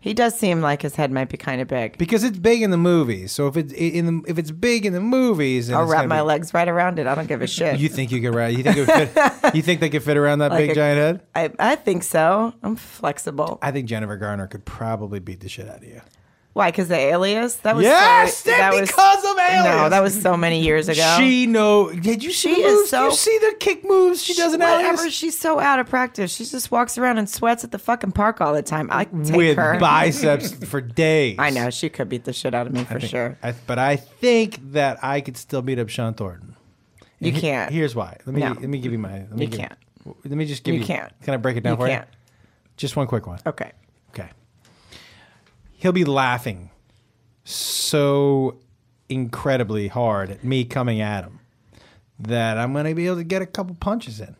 [SPEAKER 2] He does seem like his head might be kind of big.
[SPEAKER 1] because it's big in the movies. So if it's in the if it's big in the movies, then
[SPEAKER 2] I'll
[SPEAKER 1] it's
[SPEAKER 2] wrap
[SPEAKER 1] gonna
[SPEAKER 2] my
[SPEAKER 1] be-
[SPEAKER 2] legs right around it. I don't give a shit.
[SPEAKER 1] You think you could wrap? You think it would fit, you think they could fit around that big
[SPEAKER 2] a-
[SPEAKER 1] giant head?
[SPEAKER 2] I, I think so. I'm flexible.
[SPEAKER 1] I think Jennifer Garner could probably beat the shit out of you.
[SPEAKER 2] Why? Because the alias? That was
[SPEAKER 1] Yes,
[SPEAKER 2] so,
[SPEAKER 1] that
[SPEAKER 2] was-
[SPEAKER 1] because of Alias.
[SPEAKER 2] No, that was so many years ago.
[SPEAKER 1] She know. Did you see
[SPEAKER 2] She
[SPEAKER 1] the
[SPEAKER 2] is
[SPEAKER 1] moves?
[SPEAKER 2] so-
[SPEAKER 1] you see the kick moves she does in
[SPEAKER 2] Whatever.
[SPEAKER 1] Alias
[SPEAKER 2] She's so out of practice. She just walks around in sweats at the fucking park all the time. I can take
[SPEAKER 1] with
[SPEAKER 2] her.
[SPEAKER 1] biceps for days.
[SPEAKER 2] I know she could beat the shit out of me for sure.
[SPEAKER 1] I- but I think that I could still beat up Sean Thornton.
[SPEAKER 2] You
[SPEAKER 1] he-
[SPEAKER 2] can't.
[SPEAKER 1] Here's why. Let me
[SPEAKER 2] No.
[SPEAKER 1] let me give you my. Let me
[SPEAKER 2] You
[SPEAKER 1] give-
[SPEAKER 2] can't.
[SPEAKER 1] Let me just give you.
[SPEAKER 2] You can't.
[SPEAKER 1] Can I break it down
[SPEAKER 2] You
[SPEAKER 1] for
[SPEAKER 2] can't. Oh.
[SPEAKER 1] you? Just one quick one.
[SPEAKER 2] Okay.
[SPEAKER 1] Okay. He'll be laughing so incredibly hard at me coming at him that I'm going to be able to get a couple punches in.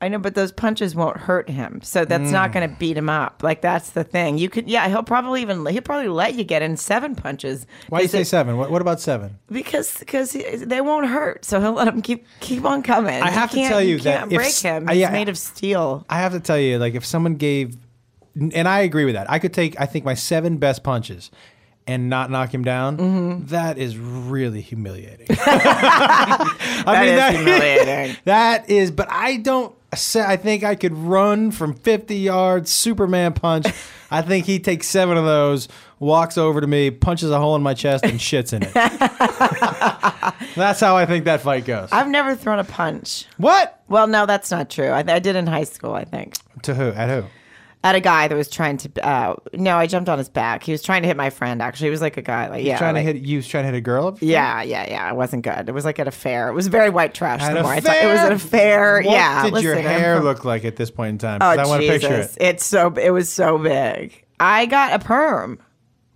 [SPEAKER 2] I know, but those punches won't hurt him, so that's not going to
[SPEAKER 1] Mm.
[SPEAKER 2] beat him up. Like that's the thing. You could, yeah, he'll probably even he'll probably let you get in seven punches.
[SPEAKER 1] Why do you
[SPEAKER 2] 'Cause
[SPEAKER 1] say
[SPEAKER 2] it-
[SPEAKER 1] seven? What, what about seven?
[SPEAKER 2] Because because he- they won't hurt, so he'll let them keep keep on coming.
[SPEAKER 1] I have to
[SPEAKER 2] can't-
[SPEAKER 1] tell you that
[SPEAKER 2] can't
[SPEAKER 1] if
[SPEAKER 2] break
[SPEAKER 1] s-
[SPEAKER 2] him.
[SPEAKER 1] I-
[SPEAKER 2] He's
[SPEAKER 1] yeah.
[SPEAKER 2] made of steel.
[SPEAKER 1] I have to tell you, like, if someone gave, and I agree with that, I could take, I think, my seven best punches and not knock him down.
[SPEAKER 2] Mm-hmm.
[SPEAKER 1] That is really humiliating. I
[SPEAKER 2] That is
[SPEAKER 1] that-
[SPEAKER 2] humiliating.
[SPEAKER 1] That is, but I don't. say- I think I could run from 50 yards, Superman punch. I think he takes seven of those, walks over to me, punches a hole in my chest, and shits in it. That's how I think that fight goes.
[SPEAKER 2] I've never thrown a punch.
[SPEAKER 1] what?
[SPEAKER 2] Well, no, that's not true. I, I did in high school, I think,
[SPEAKER 1] To who? At who?
[SPEAKER 2] at a guy that was trying to. Uh, no, I jumped on his back. He was trying to hit my friend. Actually, he was like a guy. Like yeah,
[SPEAKER 1] Trying
[SPEAKER 2] like-
[SPEAKER 1] to hit you? was Trying to hit a girl?
[SPEAKER 2] Yeah, yeah, yeah. It wasn't good. It was like at a fair. It was very white trash.
[SPEAKER 1] At
[SPEAKER 2] the
[SPEAKER 1] a
[SPEAKER 2] more I thought it was at a fair.
[SPEAKER 1] What
[SPEAKER 2] yeah.
[SPEAKER 1] did your
[SPEAKER 2] listen, I'm
[SPEAKER 1] hair
[SPEAKER 2] from-
[SPEAKER 1] look like at this point in time?
[SPEAKER 2] Oh
[SPEAKER 1] 'Cause I want to
[SPEAKER 2] Jesus!
[SPEAKER 1] picture it.
[SPEAKER 2] It's so it was so big. I got a perm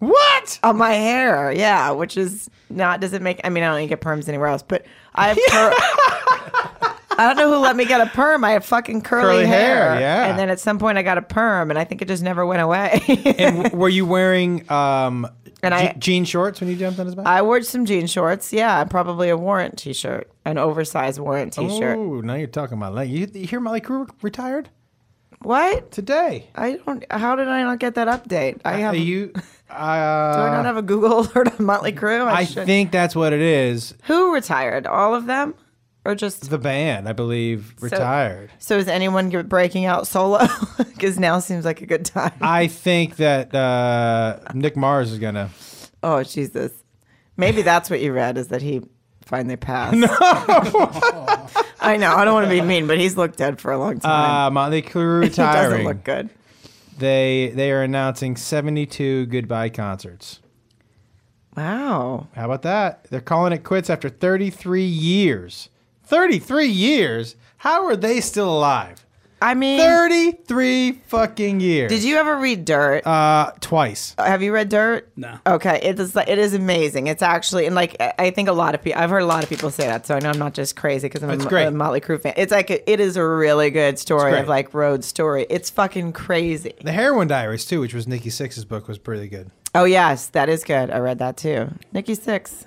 [SPEAKER 1] What?
[SPEAKER 2] on my hair. Yeah, which is not doesn't make. I mean, I don't even get perms anywhere else, but I have. Per- I don't know who let me get a perm. I have fucking curly,
[SPEAKER 1] Curly hair, yeah.
[SPEAKER 2] And then at some point, I got a perm, and I think it just never went away.
[SPEAKER 1] and w- were you wearing um,
[SPEAKER 2] And I,
[SPEAKER 1] Je- jean shorts when you jumped on his back.
[SPEAKER 2] I wore some jean shorts. Yeah, and probably a warrant T-shirt, an oversized warrant T-shirt.
[SPEAKER 1] Oh, now you're talking about Lenny. You, you hear Molly Crew retired
[SPEAKER 2] What?
[SPEAKER 1] today?
[SPEAKER 2] I don't. How did I not get that update? I have.
[SPEAKER 1] Are Uh, you?
[SPEAKER 2] do I not
[SPEAKER 1] Uh,
[SPEAKER 2] have a Google alert on Motley Crue?
[SPEAKER 1] I
[SPEAKER 2] should-
[SPEAKER 1] think that's what it is.
[SPEAKER 2] Who retired? All of them, or just?
[SPEAKER 1] The band, I believe, retired.
[SPEAKER 2] So is anyone g- breaking out solo? Because now seems like a good time.
[SPEAKER 1] I think that uh, Nick Mars is gonna.
[SPEAKER 2] oh Jesus! Maybe that's what you read is that he finally passed. No. I know. I don't want to be mean, but he's looked dead for a long time.
[SPEAKER 1] Uh, Motley Crue
[SPEAKER 2] he doesn't
[SPEAKER 1] retiring.
[SPEAKER 2] look good.
[SPEAKER 1] They they are announcing 72 goodbye concerts.
[SPEAKER 2] Wow.
[SPEAKER 1] How about that? They're calling it quits after 33 years. 33 years? How are they still alive?
[SPEAKER 2] I mean,
[SPEAKER 1] 33 fucking years.
[SPEAKER 2] did you ever read Dirt?
[SPEAKER 1] Uh, twice.
[SPEAKER 2] Have you read Dirt?
[SPEAKER 3] No.
[SPEAKER 2] Okay, it is. It is amazing. It's actually, and like I I think a lot of people. I've heard a lot of people say that, so I know I'm not just crazy because I'm a
[SPEAKER 1] It's
[SPEAKER 2] Mo-
[SPEAKER 1] great.
[SPEAKER 2] a Motley Crue fan. It's like a, it is a really good story
[SPEAKER 1] It's
[SPEAKER 2] of
[SPEAKER 1] great.
[SPEAKER 2] like Rhodes' story. It's fucking crazy.
[SPEAKER 1] The Heroin Diaries too, which was Nikki Sixx's book, was pretty good.
[SPEAKER 2] Oh yes, that is good. I read that too. Nikki Six,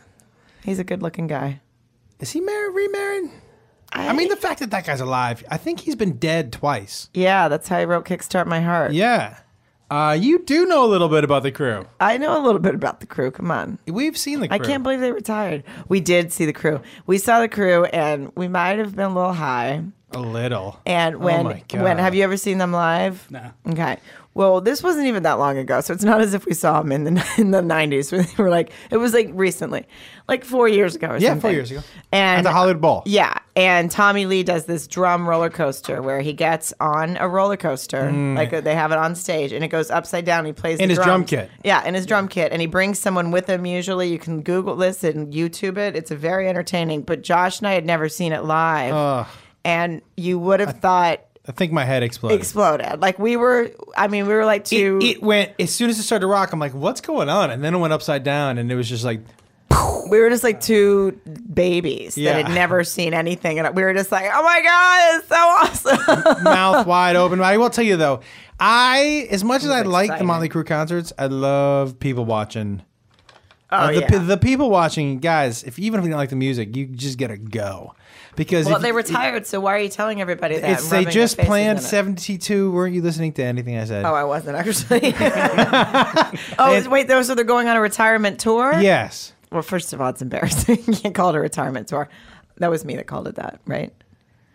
[SPEAKER 2] he's a good-looking guy.
[SPEAKER 1] Is he married? Remarried? I mean, the fact that that guy's alive, I think he's been dead twice.
[SPEAKER 2] Yeah, that's how he wrote "Kickstart My Heart."
[SPEAKER 1] Yeah. Uh, you do know a little bit about the crew.
[SPEAKER 2] I know a little bit about the crew. Come on.
[SPEAKER 1] We've seen the crew.
[SPEAKER 2] I can't believe they retired. We did see the crew. We saw the crew, and we might have been a little high.
[SPEAKER 1] a little.
[SPEAKER 2] And when
[SPEAKER 1] Oh my God.
[SPEAKER 2] when have you ever seen them live?
[SPEAKER 3] No.
[SPEAKER 2] Okay. Well, this wasn't even that long ago, so it's not as if we saw them in the in the nineties. We were like, it was like recently, like four years ago or
[SPEAKER 1] Yeah,
[SPEAKER 2] something.
[SPEAKER 1] four years ago.
[SPEAKER 2] And
[SPEAKER 1] At the Hollywood Bowl.
[SPEAKER 2] yeah, and Tommy Lee does this drum roller coaster where he gets on a roller coaster, like uh, they have it on stage, and it goes upside down. He plays
[SPEAKER 1] Mm. In
[SPEAKER 2] the
[SPEAKER 1] his drum
[SPEAKER 2] drums.
[SPEAKER 1] kit.
[SPEAKER 2] Yeah, in his drum kit, and he brings someone with him. Usually, you can Google this and YouTube it. It's a very entertaining. But Josh and I had never seen it live, and you would have thought
[SPEAKER 1] I think my head exploded.
[SPEAKER 2] exploded. Like we were, I mean, we were like two.
[SPEAKER 1] it, it went as soon as it started to rock. I'm like, what's going on? And then it went upside down, and it was just like,
[SPEAKER 2] we were just like two babies
[SPEAKER 1] Yeah.
[SPEAKER 2] that had never seen anything, and we were just like, "Oh my god, it's so awesome!"
[SPEAKER 1] mouth wide open. I will tell you though, I as much as I like the
[SPEAKER 2] exciting.
[SPEAKER 1] Motley Crue concerts, I love people watching.
[SPEAKER 2] Oh
[SPEAKER 1] Uh, the,
[SPEAKER 2] yeah.
[SPEAKER 1] pe- the people watching guys, if even if you don't like the music, you just gotta go because
[SPEAKER 2] well,
[SPEAKER 1] if
[SPEAKER 2] they
[SPEAKER 1] you-
[SPEAKER 2] retired, so why are you telling everybody that?
[SPEAKER 1] It's
[SPEAKER 2] and
[SPEAKER 1] they
[SPEAKER 2] rubbing their
[SPEAKER 1] just
[SPEAKER 2] faces
[SPEAKER 1] planned
[SPEAKER 2] in it?
[SPEAKER 1] 72. Weren't you listening to anything I said?
[SPEAKER 2] Oh, I wasn't actually. oh wait, those are they're going on a retirement tour.
[SPEAKER 1] yes.
[SPEAKER 2] Well, first of all, it's embarrassing. you can't call it a retirement tour. That was me that called it that, right?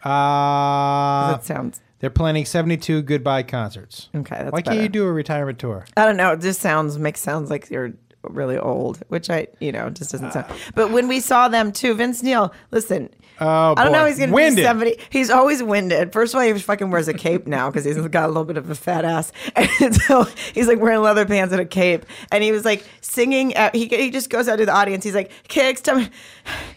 [SPEAKER 1] Uh,
[SPEAKER 2] that sounds
[SPEAKER 1] they're planning 72 goodbye concerts.
[SPEAKER 2] okay. That's
[SPEAKER 1] Why
[SPEAKER 2] better.
[SPEAKER 1] can't you do a retirement tour?
[SPEAKER 2] I don't know. It just sounds makes sounds like you're really old, which I you know just doesn't sound. But when we saw them too, Vince Neil, listen.
[SPEAKER 1] Oh,
[SPEAKER 2] I don't
[SPEAKER 1] boy.
[SPEAKER 2] know. He's gonna be
[SPEAKER 1] Winded.
[SPEAKER 2] somebody. He's always winded. First of all, he fucking wears a cape now because he's got a little bit of a fat ass, and so he's like wearing leather pants and a cape. And he was like singing. At, he he just goes out to the audience. He's like kicks. Tum-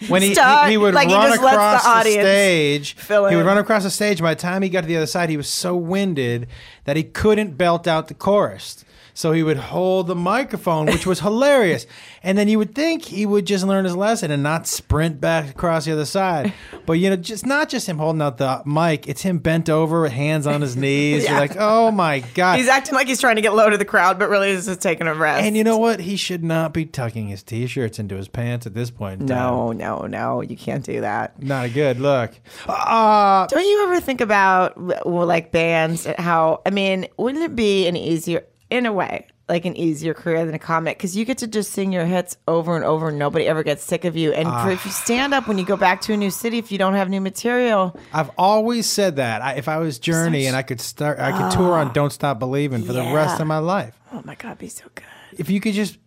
[SPEAKER 1] when he,
[SPEAKER 2] Stop.
[SPEAKER 1] he, he would
[SPEAKER 2] Like, he
[SPEAKER 1] run
[SPEAKER 2] just lets the
[SPEAKER 1] across the,
[SPEAKER 2] audience
[SPEAKER 1] stage.
[SPEAKER 2] fill
[SPEAKER 1] He would
[SPEAKER 2] in.
[SPEAKER 1] run across the stage. By the time he got to the other side, he was so winded that he couldn't belt out the chorus. So he would hold the microphone, which was hilarious. And then you would think he would just learn his lesson and not sprint back across the other side. But you know, just not just him holding out the mic; it's him bent over with hands on his knees. You're
[SPEAKER 2] Yeah.
[SPEAKER 1] like, oh my god!
[SPEAKER 2] he's acting like he's trying to get low to the crowd, but really he's just taking a rest.
[SPEAKER 1] and you know what? He should not be tucking his t-shirts into his pants at this point. in time.
[SPEAKER 2] no, no, no, you can't do that.
[SPEAKER 1] not a good look. Uh,
[SPEAKER 2] Don't you ever think about well, like bands? How I mean, wouldn't it be an easier, in a way, like an easier career than a comic? Because you get to just sing your hits over and over, and nobody ever gets sick of you. And for, if you
[SPEAKER 1] Ah.
[SPEAKER 2] stand up when you go back to a new city, if you don't have new material,
[SPEAKER 1] I've always said that. I, if I was Journey and I could start, I could tour on "Don't Stop Believing" for the
[SPEAKER 2] Ah. yeah.
[SPEAKER 1] rest of my life.
[SPEAKER 2] oh my god, be so good.
[SPEAKER 1] If you could just,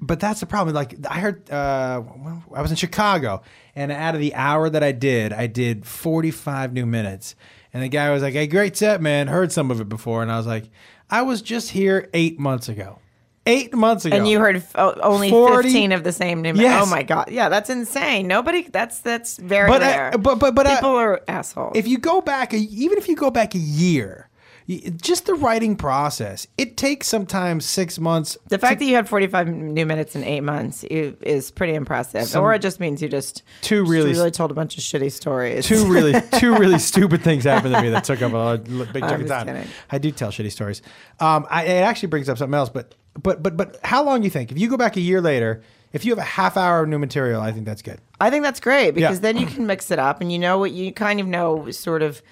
[SPEAKER 1] but that's the problem. Like I heard, uh, when- I was in Chicago, and out of the hour that I did, I did forty-five new minutes, and the guy was like, "Hey, great set, man. Heard some of it before," and I was like, "I was just here eight months ago, eight months ago."
[SPEAKER 2] And you heard f- oh, only
[SPEAKER 1] 40
[SPEAKER 2] fifteen of the same name.
[SPEAKER 1] Yes.
[SPEAKER 2] Oh my god, yeah, that's insane. Nobody, that's that's very
[SPEAKER 1] but
[SPEAKER 2] rare.
[SPEAKER 1] I, but but uh, but I-
[SPEAKER 2] people are assholes.
[SPEAKER 1] if you go back, a, even if you go back a year, y- just the writing process, it takes sometimes six months
[SPEAKER 2] The fact that you had 45 new minutes in eight months i- is pretty impressive. or it just means you just
[SPEAKER 1] Two
[SPEAKER 2] just
[SPEAKER 1] really-
[SPEAKER 2] really told a bunch of shitty stories.
[SPEAKER 1] two really two really stupid things happened to me that took up a lot- big chunk
[SPEAKER 2] I'm
[SPEAKER 1] of
[SPEAKER 2] just
[SPEAKER 1] time.
[SPEAKER 2] kidding.
[SPEAKER 1] I do tell shitty stories. Um, I, it actually brings up something else, but But but but how long you think? If you go back a year later, if you have a half hour of new material, I think that's good.
[SPEAKER 2] I think that's great because
[SPEAKER 1] Yeah.
[SPEAKER 2] then you can mix it up and you know what you kind of know sort of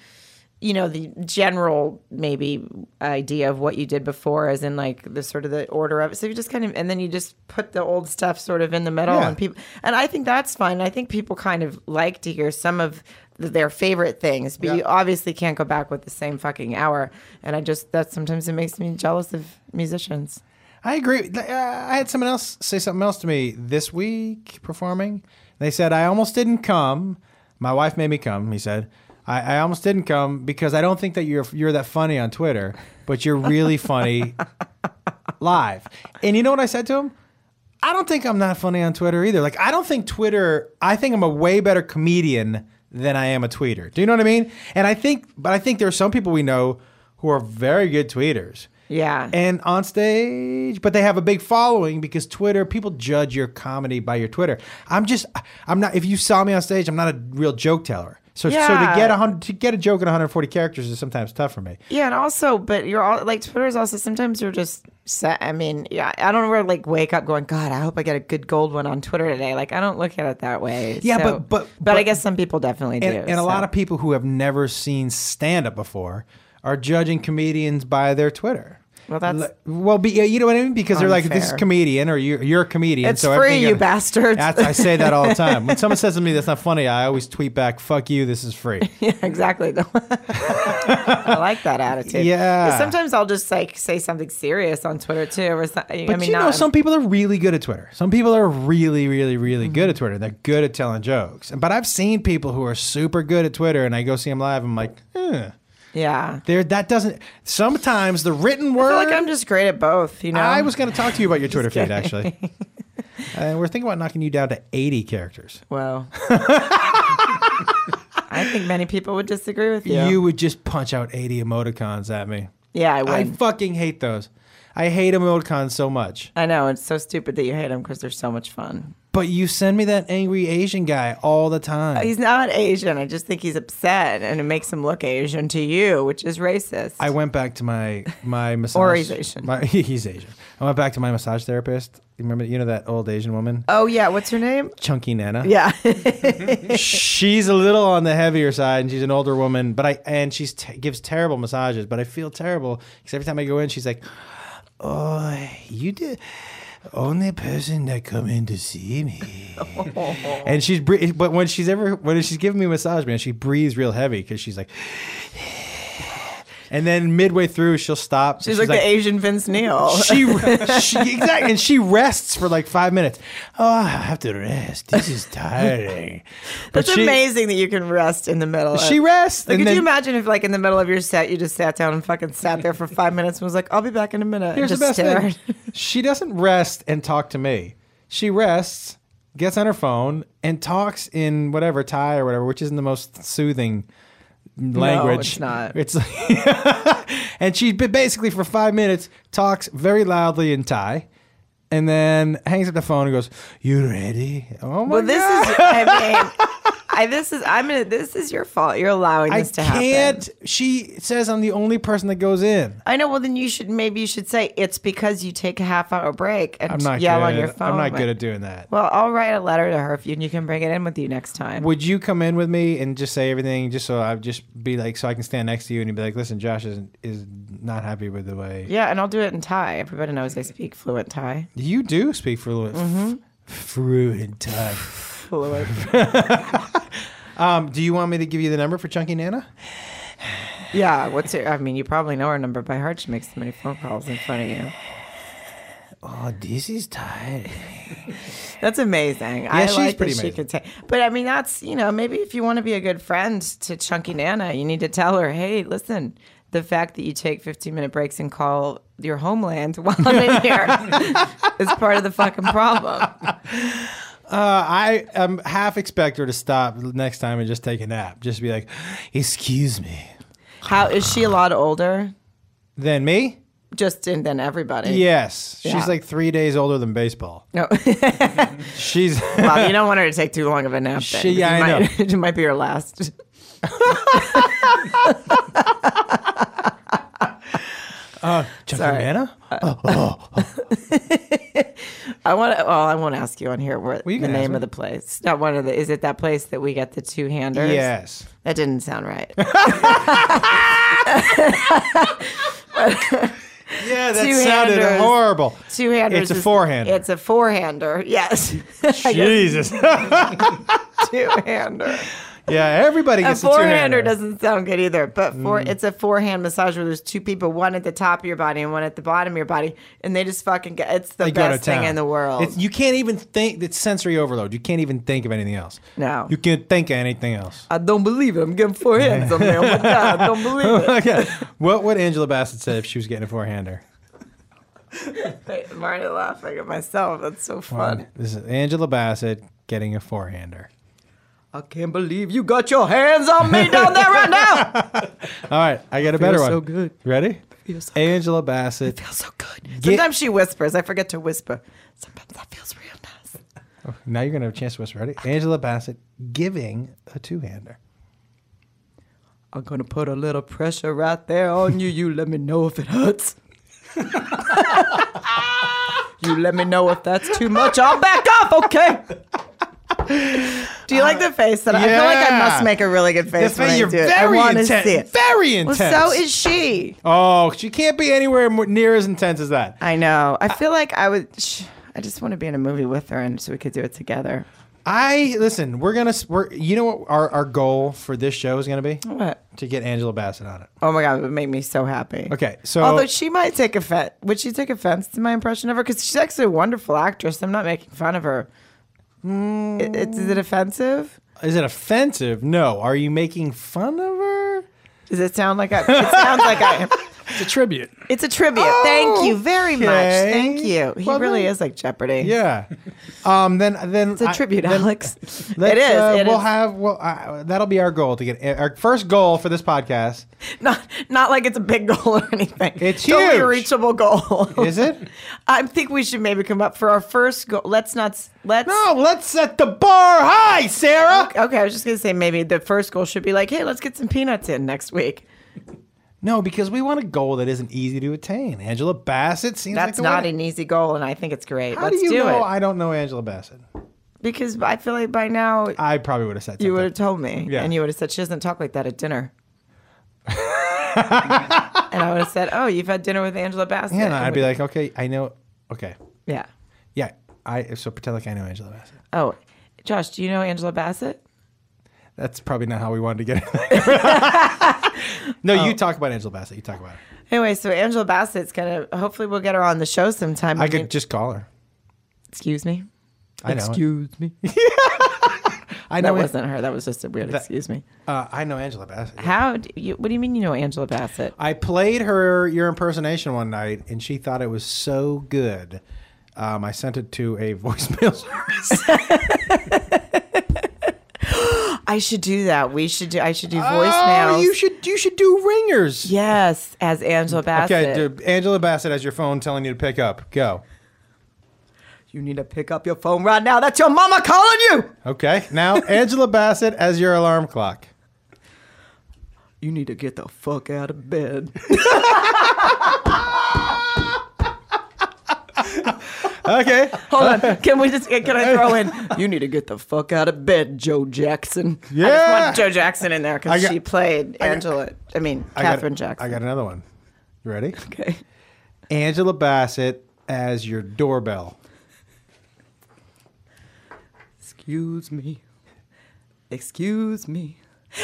[SPEAKER 2] you know the general maybe idea of what you did before as in like the sort of the order of it so you just kind of and then you just put the old stuff sort of in the middle
[SPEAKER 1] Yeah.
[SPEAKER 2] and people and i think that's fun i think people kind of like to hear some of th- their favorite things but you
[SPEAKER 1] Yeah.
[SPEAKER 2] obviously can't go back with the same fucking hour and i just that sometimes it makes me jealous of musicians
[SPEAKER 1] I agree. Th- uh, I had someone else say something else to me this week performing. They said, I almost didn't come. My wife made me come, he said. I, I almost didn't come because I don't think that you're you're that funny on Twitter, but you're really funny live. And you know what I said to him? I don't think I'm that funny on Twitter either. Like I don't think Twitter. I think I'm a way better comedian than I am a tweeter. Do you know what I mean? And I think, but I think there are some people we know who are very good tweeters.
[SPEAKER 2] Yeah.
[SPEAKER 1] And on stage, but they have a big following because Twitter people judge your comedy by your Twitter. I'm just, I'm not. If you saw me on stage, I'm not a real joke teller. So, so to
[SPEAKER 2] Yeah.
[SPEAKER 1] get a hundred, to get a joke in 140 characters is sometimes tough for me.
[SPEAKER 2] Yeah, and also, but you're all like Twitter is also sometimes you're just set. I mean, yeah, I don't ever like wake up going, God, I hope I get a good gold one on Twitter today. Like, I don't look at it that way.
[SPEAKER 1] Yeah,
[SPEAKER 2] So-
[SPEAKER 1] but- but-
[SPEAKER 2] but I
[SPEAKER 1] but-
[SPEAKER 2] guess some people definitely do.
[SPEAKER 1] and, and a
[SPEAKER 2] so.
[SPEAKER 1] lot of people who have never seen stand up before are judging comedians by their Twitter.
[SPEAKER 2] Well, that's-
[SPEAKER 1] Like, well, be, you know what I mean? Because they're like, this is
[SPEAKER 2] Unfair.
[SPEAKER 1] comedian, or you're, you're a comedian.
[SPEAKER 2] It's
[SPEAKER 1] so
[SPEAKER 2] free,
[SPEAKER 1] everything-
[SPEAKER 2] you bastards.
[SPEAKER 1] That's- I say that all the time. When someone says to me that's not funny, I always tweet back, "Fuck you, this is free."
[SPEAKER 2] yeah, exactly. I like that attitude.
[SPEAKER 1] Yeah.
[SPEAKER 2] 'Cause Sometimes I'll just like say something serious on Twitter too. Or so, I
[SPEAKER 1] But
[SPEAKER 2] mean,
[SPEAKER 1] you know,
[SPEAKER 2] not-
[SPEAKER 1] some people are really good at Twitter. Some people are really, really, really good
[SPEAKER 2] Mm-hmm.
[SPEAKER 1] at Twitter. They're good at telling jokes. And But I've seen people who are super good at Twitter, and I go see them live. I'm like, eh.
[SPEAKER 2] yeah.
[SPEAKER 1] there. That doesn't. Sometimes the written
[SPEAKER 2] I
[SPEAKER 1] word.
[SPEAKER 2] feel like I'm just great at both. You know,
[SPEAKER 1] I was going to talk to you about your Twitter feed, actually. And we're thinking about knocking you down to 80 characters.
[SPEAKER 2] Well, I think many people would disagree with you.
[SPEAKER 1] You would just punch out 80 emoticons at me.
[SPEAKER 2] yeah, I would.
[SPEAKER 1] I fucking hate those. I hate emoticons so much.
[SPEAKER 2] I know it's so stupid that you hate him because they're so much fun.
[SPEAKER 1] But you send me that angry Asian guy all the time.
[SPEAKER 2] He's not Asian. I just think he's upset, and it makes him look Asian to you, which is racist.
[SPEAKER 1] I went back to my my massage.
[SPEAKER 2] Or he's Asian.
[SPEAKER 1] my- he's Asian. I went back to my massage therapist. You remember, you know that old Asian woman,
[SPEAKER 2] oh yeah, what's her name?
[SPEAKER 1] Chunky Nana.
[SPEAKER 2] Yeah,
[SPEAKER 1] she's a little on the heavier side, and she's an older woman. But I and she's te- gives terrible massages. But I feel terrible because every time I go in, she's like, "Oh, you did." Only person that come in to see me, and she's bre- but when she's ever when she's giving me a massage, man, she breathes real heavy because she's like, and then midway through she'll stop.
[SPEAKER 2] she's like, the Asian Vince Neil.
[SPEAKER 1] she, she exactly, and she rests for like five minutes. Oh, I have to rest. This is tiring. But
[SPEAKER 2] It's
[SPEAKER 1] she-
[SPEAKER 2] amazing that you can rest in the middle. of-
[SPEAKER 1] She rests,
[SPEAKER 2] Like,
[SPEAKER 1] and
[SPEAKER 2] could
[SPEAKER 1] then-
[SPEAKER 2] you imagine if, like, in the middle of your set, you just sat down and fucking sat there for five minutes and was like, "I'll be back in a minute."
[SPEAKER 1] Here's the
[SPEAKER 2] and
[SPEAKER 1] best
[SPEAKER 2] just stared.
[SPEAKER 1] thing. Oh She doesn't rest and talk to me. She rests, gets on her phone, and talks in whatever Thai or whatever, which isn't the most soothing language.
[SPEAKER 2] it's not.
[SPEAKER 1] It's like- and she ba- basically for five minutes talks very loudly in Thai. And then hangs up the phone and goes, "You ready? Oh my
[SPEAKER 2] Well, this
[SPEAKER 1] god!
[SPEAKER 2] is. I mean, I, this is. I'm. Gonna, this is your fault. You're allowing
[SPEAKER 1] I
[SPEAKER 2] this to happen.
[SPEAKER 1] can't." She says, "I'm the only person that goes in."
[SPEAKER 2] I know. Well, then you should maybe you should say it's because you take a half hour break and
[SPEAKER 1] I'm not
[SPEAKER 2] yell
[SPEAKER 1] good.
[SPEAKER 2] on your phone.
[SPEAKER 1] I'm not good at doing that.
[SPEAKER 2] Well, I'll write a letter to her if you, and you can bring it in with you next time.
[SPEAKER 1] Would you come in with me and just say everything, just so I just be like, so I can stand next to you and you'd be like, listen, Josh is is not happy with the way
[SPEAKER 2] yeah, and I'll do it in Thai. Everybody knows I speak fluent Thai.
[SPEAKER 1] you do speak fluent,
[SPEAKER 2] Mm-hmm.
[SPEAKER 1] f- fluent Thai.
[SPEAKER 2] Fluent.
[SPEAKER 1] Um, do you want me to give you the number for Chunky Nana?
[SPEAKER 2] yeah. What's your? I mean, you probably know her number by heart. She makes so many phone calls in front of you.
[SPEAKER 1] Oh, this is tight.
[SPEAKER 2] That's amazing.
[SPEAKER 1] Yeah,
[SPEAKER 2] I
[SPEAKER 1] she's
[SPEAKER 2] like
[SPEAKER 1] pretty
[SPEAKER 2] that she
[SPEAKER 1] amazing.
[SPEAKER 2] could take. But I mean, that's you know, maybe if you want to be a good friend to Chunky Nana, you need to tell her, hey, listen, the fact that you take 15 minute breaks and call your homeland while I'm in here is part of the fucking problem.
[SPEAKER 1] Uh, I um half expect her to stop next time and just take a nap. Just be like, excuse me.
[SPEAKER 2] How is she a lot older?
[SPEAKER 1] Then me?
[SPEAKER 2] Just in than everybody.
[SPEAKER 1] Yes.
[SPEAKER 2] Yeah.
[SPEAKER 1] She's like three days older than baseball.
[SPEAKER 2] No,
[SPEAKER 1] She's
[SPEAKER 2] Bob, you don't want her to take too long of a nap.
[SPEAKER 1] She-
[SPEAKER 2] then, 'cause
[SPEAKER 1] yeah,
[SPEAKER 2] it
[SPEAKER 1] I
[SPEAKER 2] might, it might be her last.
[SPEAKER 1] Chuck
[SPEAKER 2] Sorry.
[SPEAKER 1] Banana?
[SPEAKER 2] Uh, Oh, I want to. Well, I won't ask you on here what
[SPEAKER 1] you
[SPEAKER 2] the
[SPEAKER 1] can ask
[SPEAKER 2] name
[SPEAKER 1] me.
[SPEAKER 2] of the place. Not one of the. Is it that place that we got the two handers?
[SPEAKER 1] Yes.
[SPEAKER 2] That didn't sound right.
[SPEAKER 1] Yeah, that
[SPEAKER 2] Two
[SPEAKER 1] sounded
[SPEAKER 2] handers.
[SPEAKER 1] horrible.
[SPEAKER 2] Two handers.
[SPEAKER 1] It's a
[SPEAKER 2] is-
[SPEAKER 1] four-hander.
[SPEAKER 2] It's a four hander. Yes.
[SPEAKER 1] Jesus.
[SPEAKER 2] two hander.
[SPEAKER 1] yeah, everybody
[SPEAKER 2] A
[SPEAKER 1] gets
[SPEAKER 2] four
[SPEAKER 1] two-hander.
[SPEAKER 2] hander doesn't sound good either, but four
[SPEAKER 1] Mm.
[SPEAKER 2] it's a four hand massage where there's two people, one at the top of your body and one at the bottom of your body, and they just fucking get it's the
[SPEAKER 1] They go to
[SPEAKER 2] best thing
[SPEAKER 1] town.
[SPEAKER 2] in the world.
[SPEAKER 1] It's, you can't even think. It's sensory overload. You can't even think of anything else.
[SPEAKER 2] No.
[SPEAKER 1] You can't think of anything else.
[SPEAKER 2] I don't believe it. I'm getting four hands on there. Oh my god, I don't believe it.
[SPEAKER 1] Okay. what would Angela Bassett say if she was getting a four-hander?
[SPEAKER 2] Wait, I'm already laughing at myself. That's so fun.
[SPEAKER 1] Um, This is Angela Bassett getting a four-hander.
[SPEAKER 2] I can't believe you got your hands on me down there right now.
[SPEAKER 1] All right, I got a better one.
[SPEAKER 2] so good.
[SPEAKER 1] Ready?
[SPEAKER 2] Feels so
[SPEAKER 1] Angela Bassett.
[SPEAKER 2] Feels so good. Sometimes she whispers. I forget to whisper. Sometimes that feels real nice.
[SPEAKER 1] Now you're gonna have a chance to whisper. Ready? Angela Bassett giving a two-hander.
[SPEAKER 2] I'm gonna put a little pressure right there on you. You let me know if it hurts. you let me know if that's too much. I'll back off, okay? Do you like the face that I feel like I
[SPEAKER 1] yeah.
[SPEAKER 2] must make a really good face
[SPEAKER 1] The
[SPEAKER 2] when
[SPEAKER 1] fa-
[SPEAKER 2] I
[SPEAKER 1] you're
[SPEAKER 2] do it. I
[SPEAKER 1] very
[SPEAKER 2] want to see
[SPEAKER 1] intense.
[SPEAKER 2] it.
[SPEAKER 1] Very
[SPEAKER 2] Well,
[SPEAKER 1] intense.
[SPEAKER 2] so is she.
[SPEAKER 1] Oh, she can't be anywhere mo- near as intense as that.
[SPEAKER 2] I know. I feel like I would. Sh- I just want to be in a movie with her, and so we could do it together.
[SPEAKER 1] I listen. We're gonna. s- We're. You know what our our goal for this show is gonna be
[SPEAKER 2] What?
[SPEAKER 1] to get Angela Bassett on it.
[SPEAKER 2] Oh my god, it would make me so happy.
[SPEAKER 1] Okay, so
[SPEAKER 2] Although she might take offense, would she take offense to my impression of her? Because she's actually a wonderful actress. I'm not making fun of her. I- it's- is it offensive?
[SPEAKER 1] is it offensive? No. Are you making fun of her?
[SPEAKER 2] Does it sound like I? It sounds like I am.
[SPEAKER 3] It's a tribute.
[SPEAKER 2] It's a tribute. Thank you very much.
[SPEAKER 1] Oh, Okay.
[SPEAKER 2] Thank you. He
[SPEAKER 1] Well,
[SPEAKER 2] really
[SPEAKER 1] then-
[SPEAKER 2] is like Jeopardy.
[SPEAKER 1] Yeah. Um. Then then
[SPEAKER 2] It's a tribute, Alex.
[SPEAKER 1] Let's,
[SPEAKER 2] it is.
[SPEAKER 1] uh,
[SPEAKER 2] it
[SPEAKER 1] we'll
[SPEAKER 2] is.
[SPEAKER 1] have. Well, uh, that'll be our goal to get our first goal for this podcast.
[SPEAKER 2] not not like it's a big goal or anything.
[SPEAKER 1] It's
[SPEAKER 2] totally
[SPEAKER 1] huge.
[SPEAKER 2] a reachable goal.
[SPEAKER 1] Is it?
[SPEAKER 2] I think we should maybe come up for our first goal. Let's not. s- Let's
[SPEAKER 1] No. Oh, Let's set the bar high, Sarah.
[SPEAKER 2] Okay, I was just gonna say maybe the first goal should be like, hey, let's get some peanuts in next week.
[SPEAKER 1] No, because we want a goal that isn't easy to attain. Angela Bassett seems like
[SPEAKER 2] That's
[SPEAKER 1] the
[SPEAKER 2] not
[SPEAKER 1] one.
[SPEAKER 2] an easy goal, and I think it's great.
[SPEAKER 1] How
[SPEAKER 2] let's
[SPEAKER 1] do you know
[SPEAKER 2] it
[SPEAKER 1] I don't know Angela Bassett?
[SPEAKER 2] because I feel like by now
[SPEAKER 1] I probably would have said something.
[SPEAKER 2] you would have told me,
[SPEAKER 1] Yeah.
[SPEAKER 2] and you would have said she doesn't talk like that at dinner. and I would have said, "Oh, you've had dinner with Angela Bassett."
[SPEAKER 1] Yeah, and I'd
[SPEAKER 2] And
[SPEAKER 1] be
[SPEAKER 2] we-
[SPEAKER 1] like, okay, I know. Okay,
[SPEAKER 2] "Yeah."
[SPEAKER 1] yeah, I so pretend like I know Angela Bassett.
[SPEAKER 2] Oh, Josh, do you know Angela Bassett?
[SPEAKER 1] That's probably not how we wanted to get it. no,
[SPEAKER 2] Oh.
[SPEAKER 1] you talk about Angela Bassett. You talk about her.
[SPEAKER 2] Anyway, so Angela Bassett's gonna. Hopefully, we'll get her on the show sometime.
[SPEAKER 1] I
[SPEAKER 2] mean-
[SPEAKER 1] could just call her.
[SPEAKER 2] excuse me.
[SPEAKER 1] I know. it.
[SPEAKER 2] Excuse me.
[SPEAKER 1] I
[SPEAKER 2] That
[SPEAKER 1] know. it.
[SPEAKER 2] wasn't her. That was just a weird. excuse me.
[SPEAKER 1] Uh, I know Angela Bassett.
[SPEAKER 2] How? Do you, what do you mean you know Angela Bassett?
[SPEAKER 1] I played her your impersonation one night, and she thought it was so good. Um, I sent it to a voicemail service.
[SPEAKER 2] I should do that. We should do. I should do voicemails.
[SPEAKER 1] Oh, you should you should do ringers.
[SPEAKER 2] Yes, as Angela Bassett.
[SPEAKER 1] Okay, dude, Angela Bassett has your phone telling you to pick up. Go.
[SPEAKER 2] You need to pick up your phone right now. That's your mama calling you.
[SPEAKER 1] Okay. Now Angela Bassett as your alarm clock.
[SPEAKER 2] You need to get the fuck out of bed.
[SPEAKER 1] Okay.
[SPEAKER 2] Hold on. Can we just? Can I throw in? You need to get the fuck out of bed, Joe Jackson. I
[SPEAKER 1] Yeah.
[SPEAKER 2] just want Joe Jackson in there
[SPEAKER 1] I
[SPEAKER 2] because
[SPEAKER 1] got-
[SPEAKER 2] she played
[SPEAKER 1] got-
[SPEAKER 2] Angela. I mean,
[SPEAKER 1] I got-
[SPEAKER 2] Catherine Jackson.
[SPEAKER 1] I got another one. You ready?
[SPEAKER 2] okay.
[SPEAKER 1] Angela Bassett as your doorbell.
[SPEAKER 2] Excuse me. Excuse me.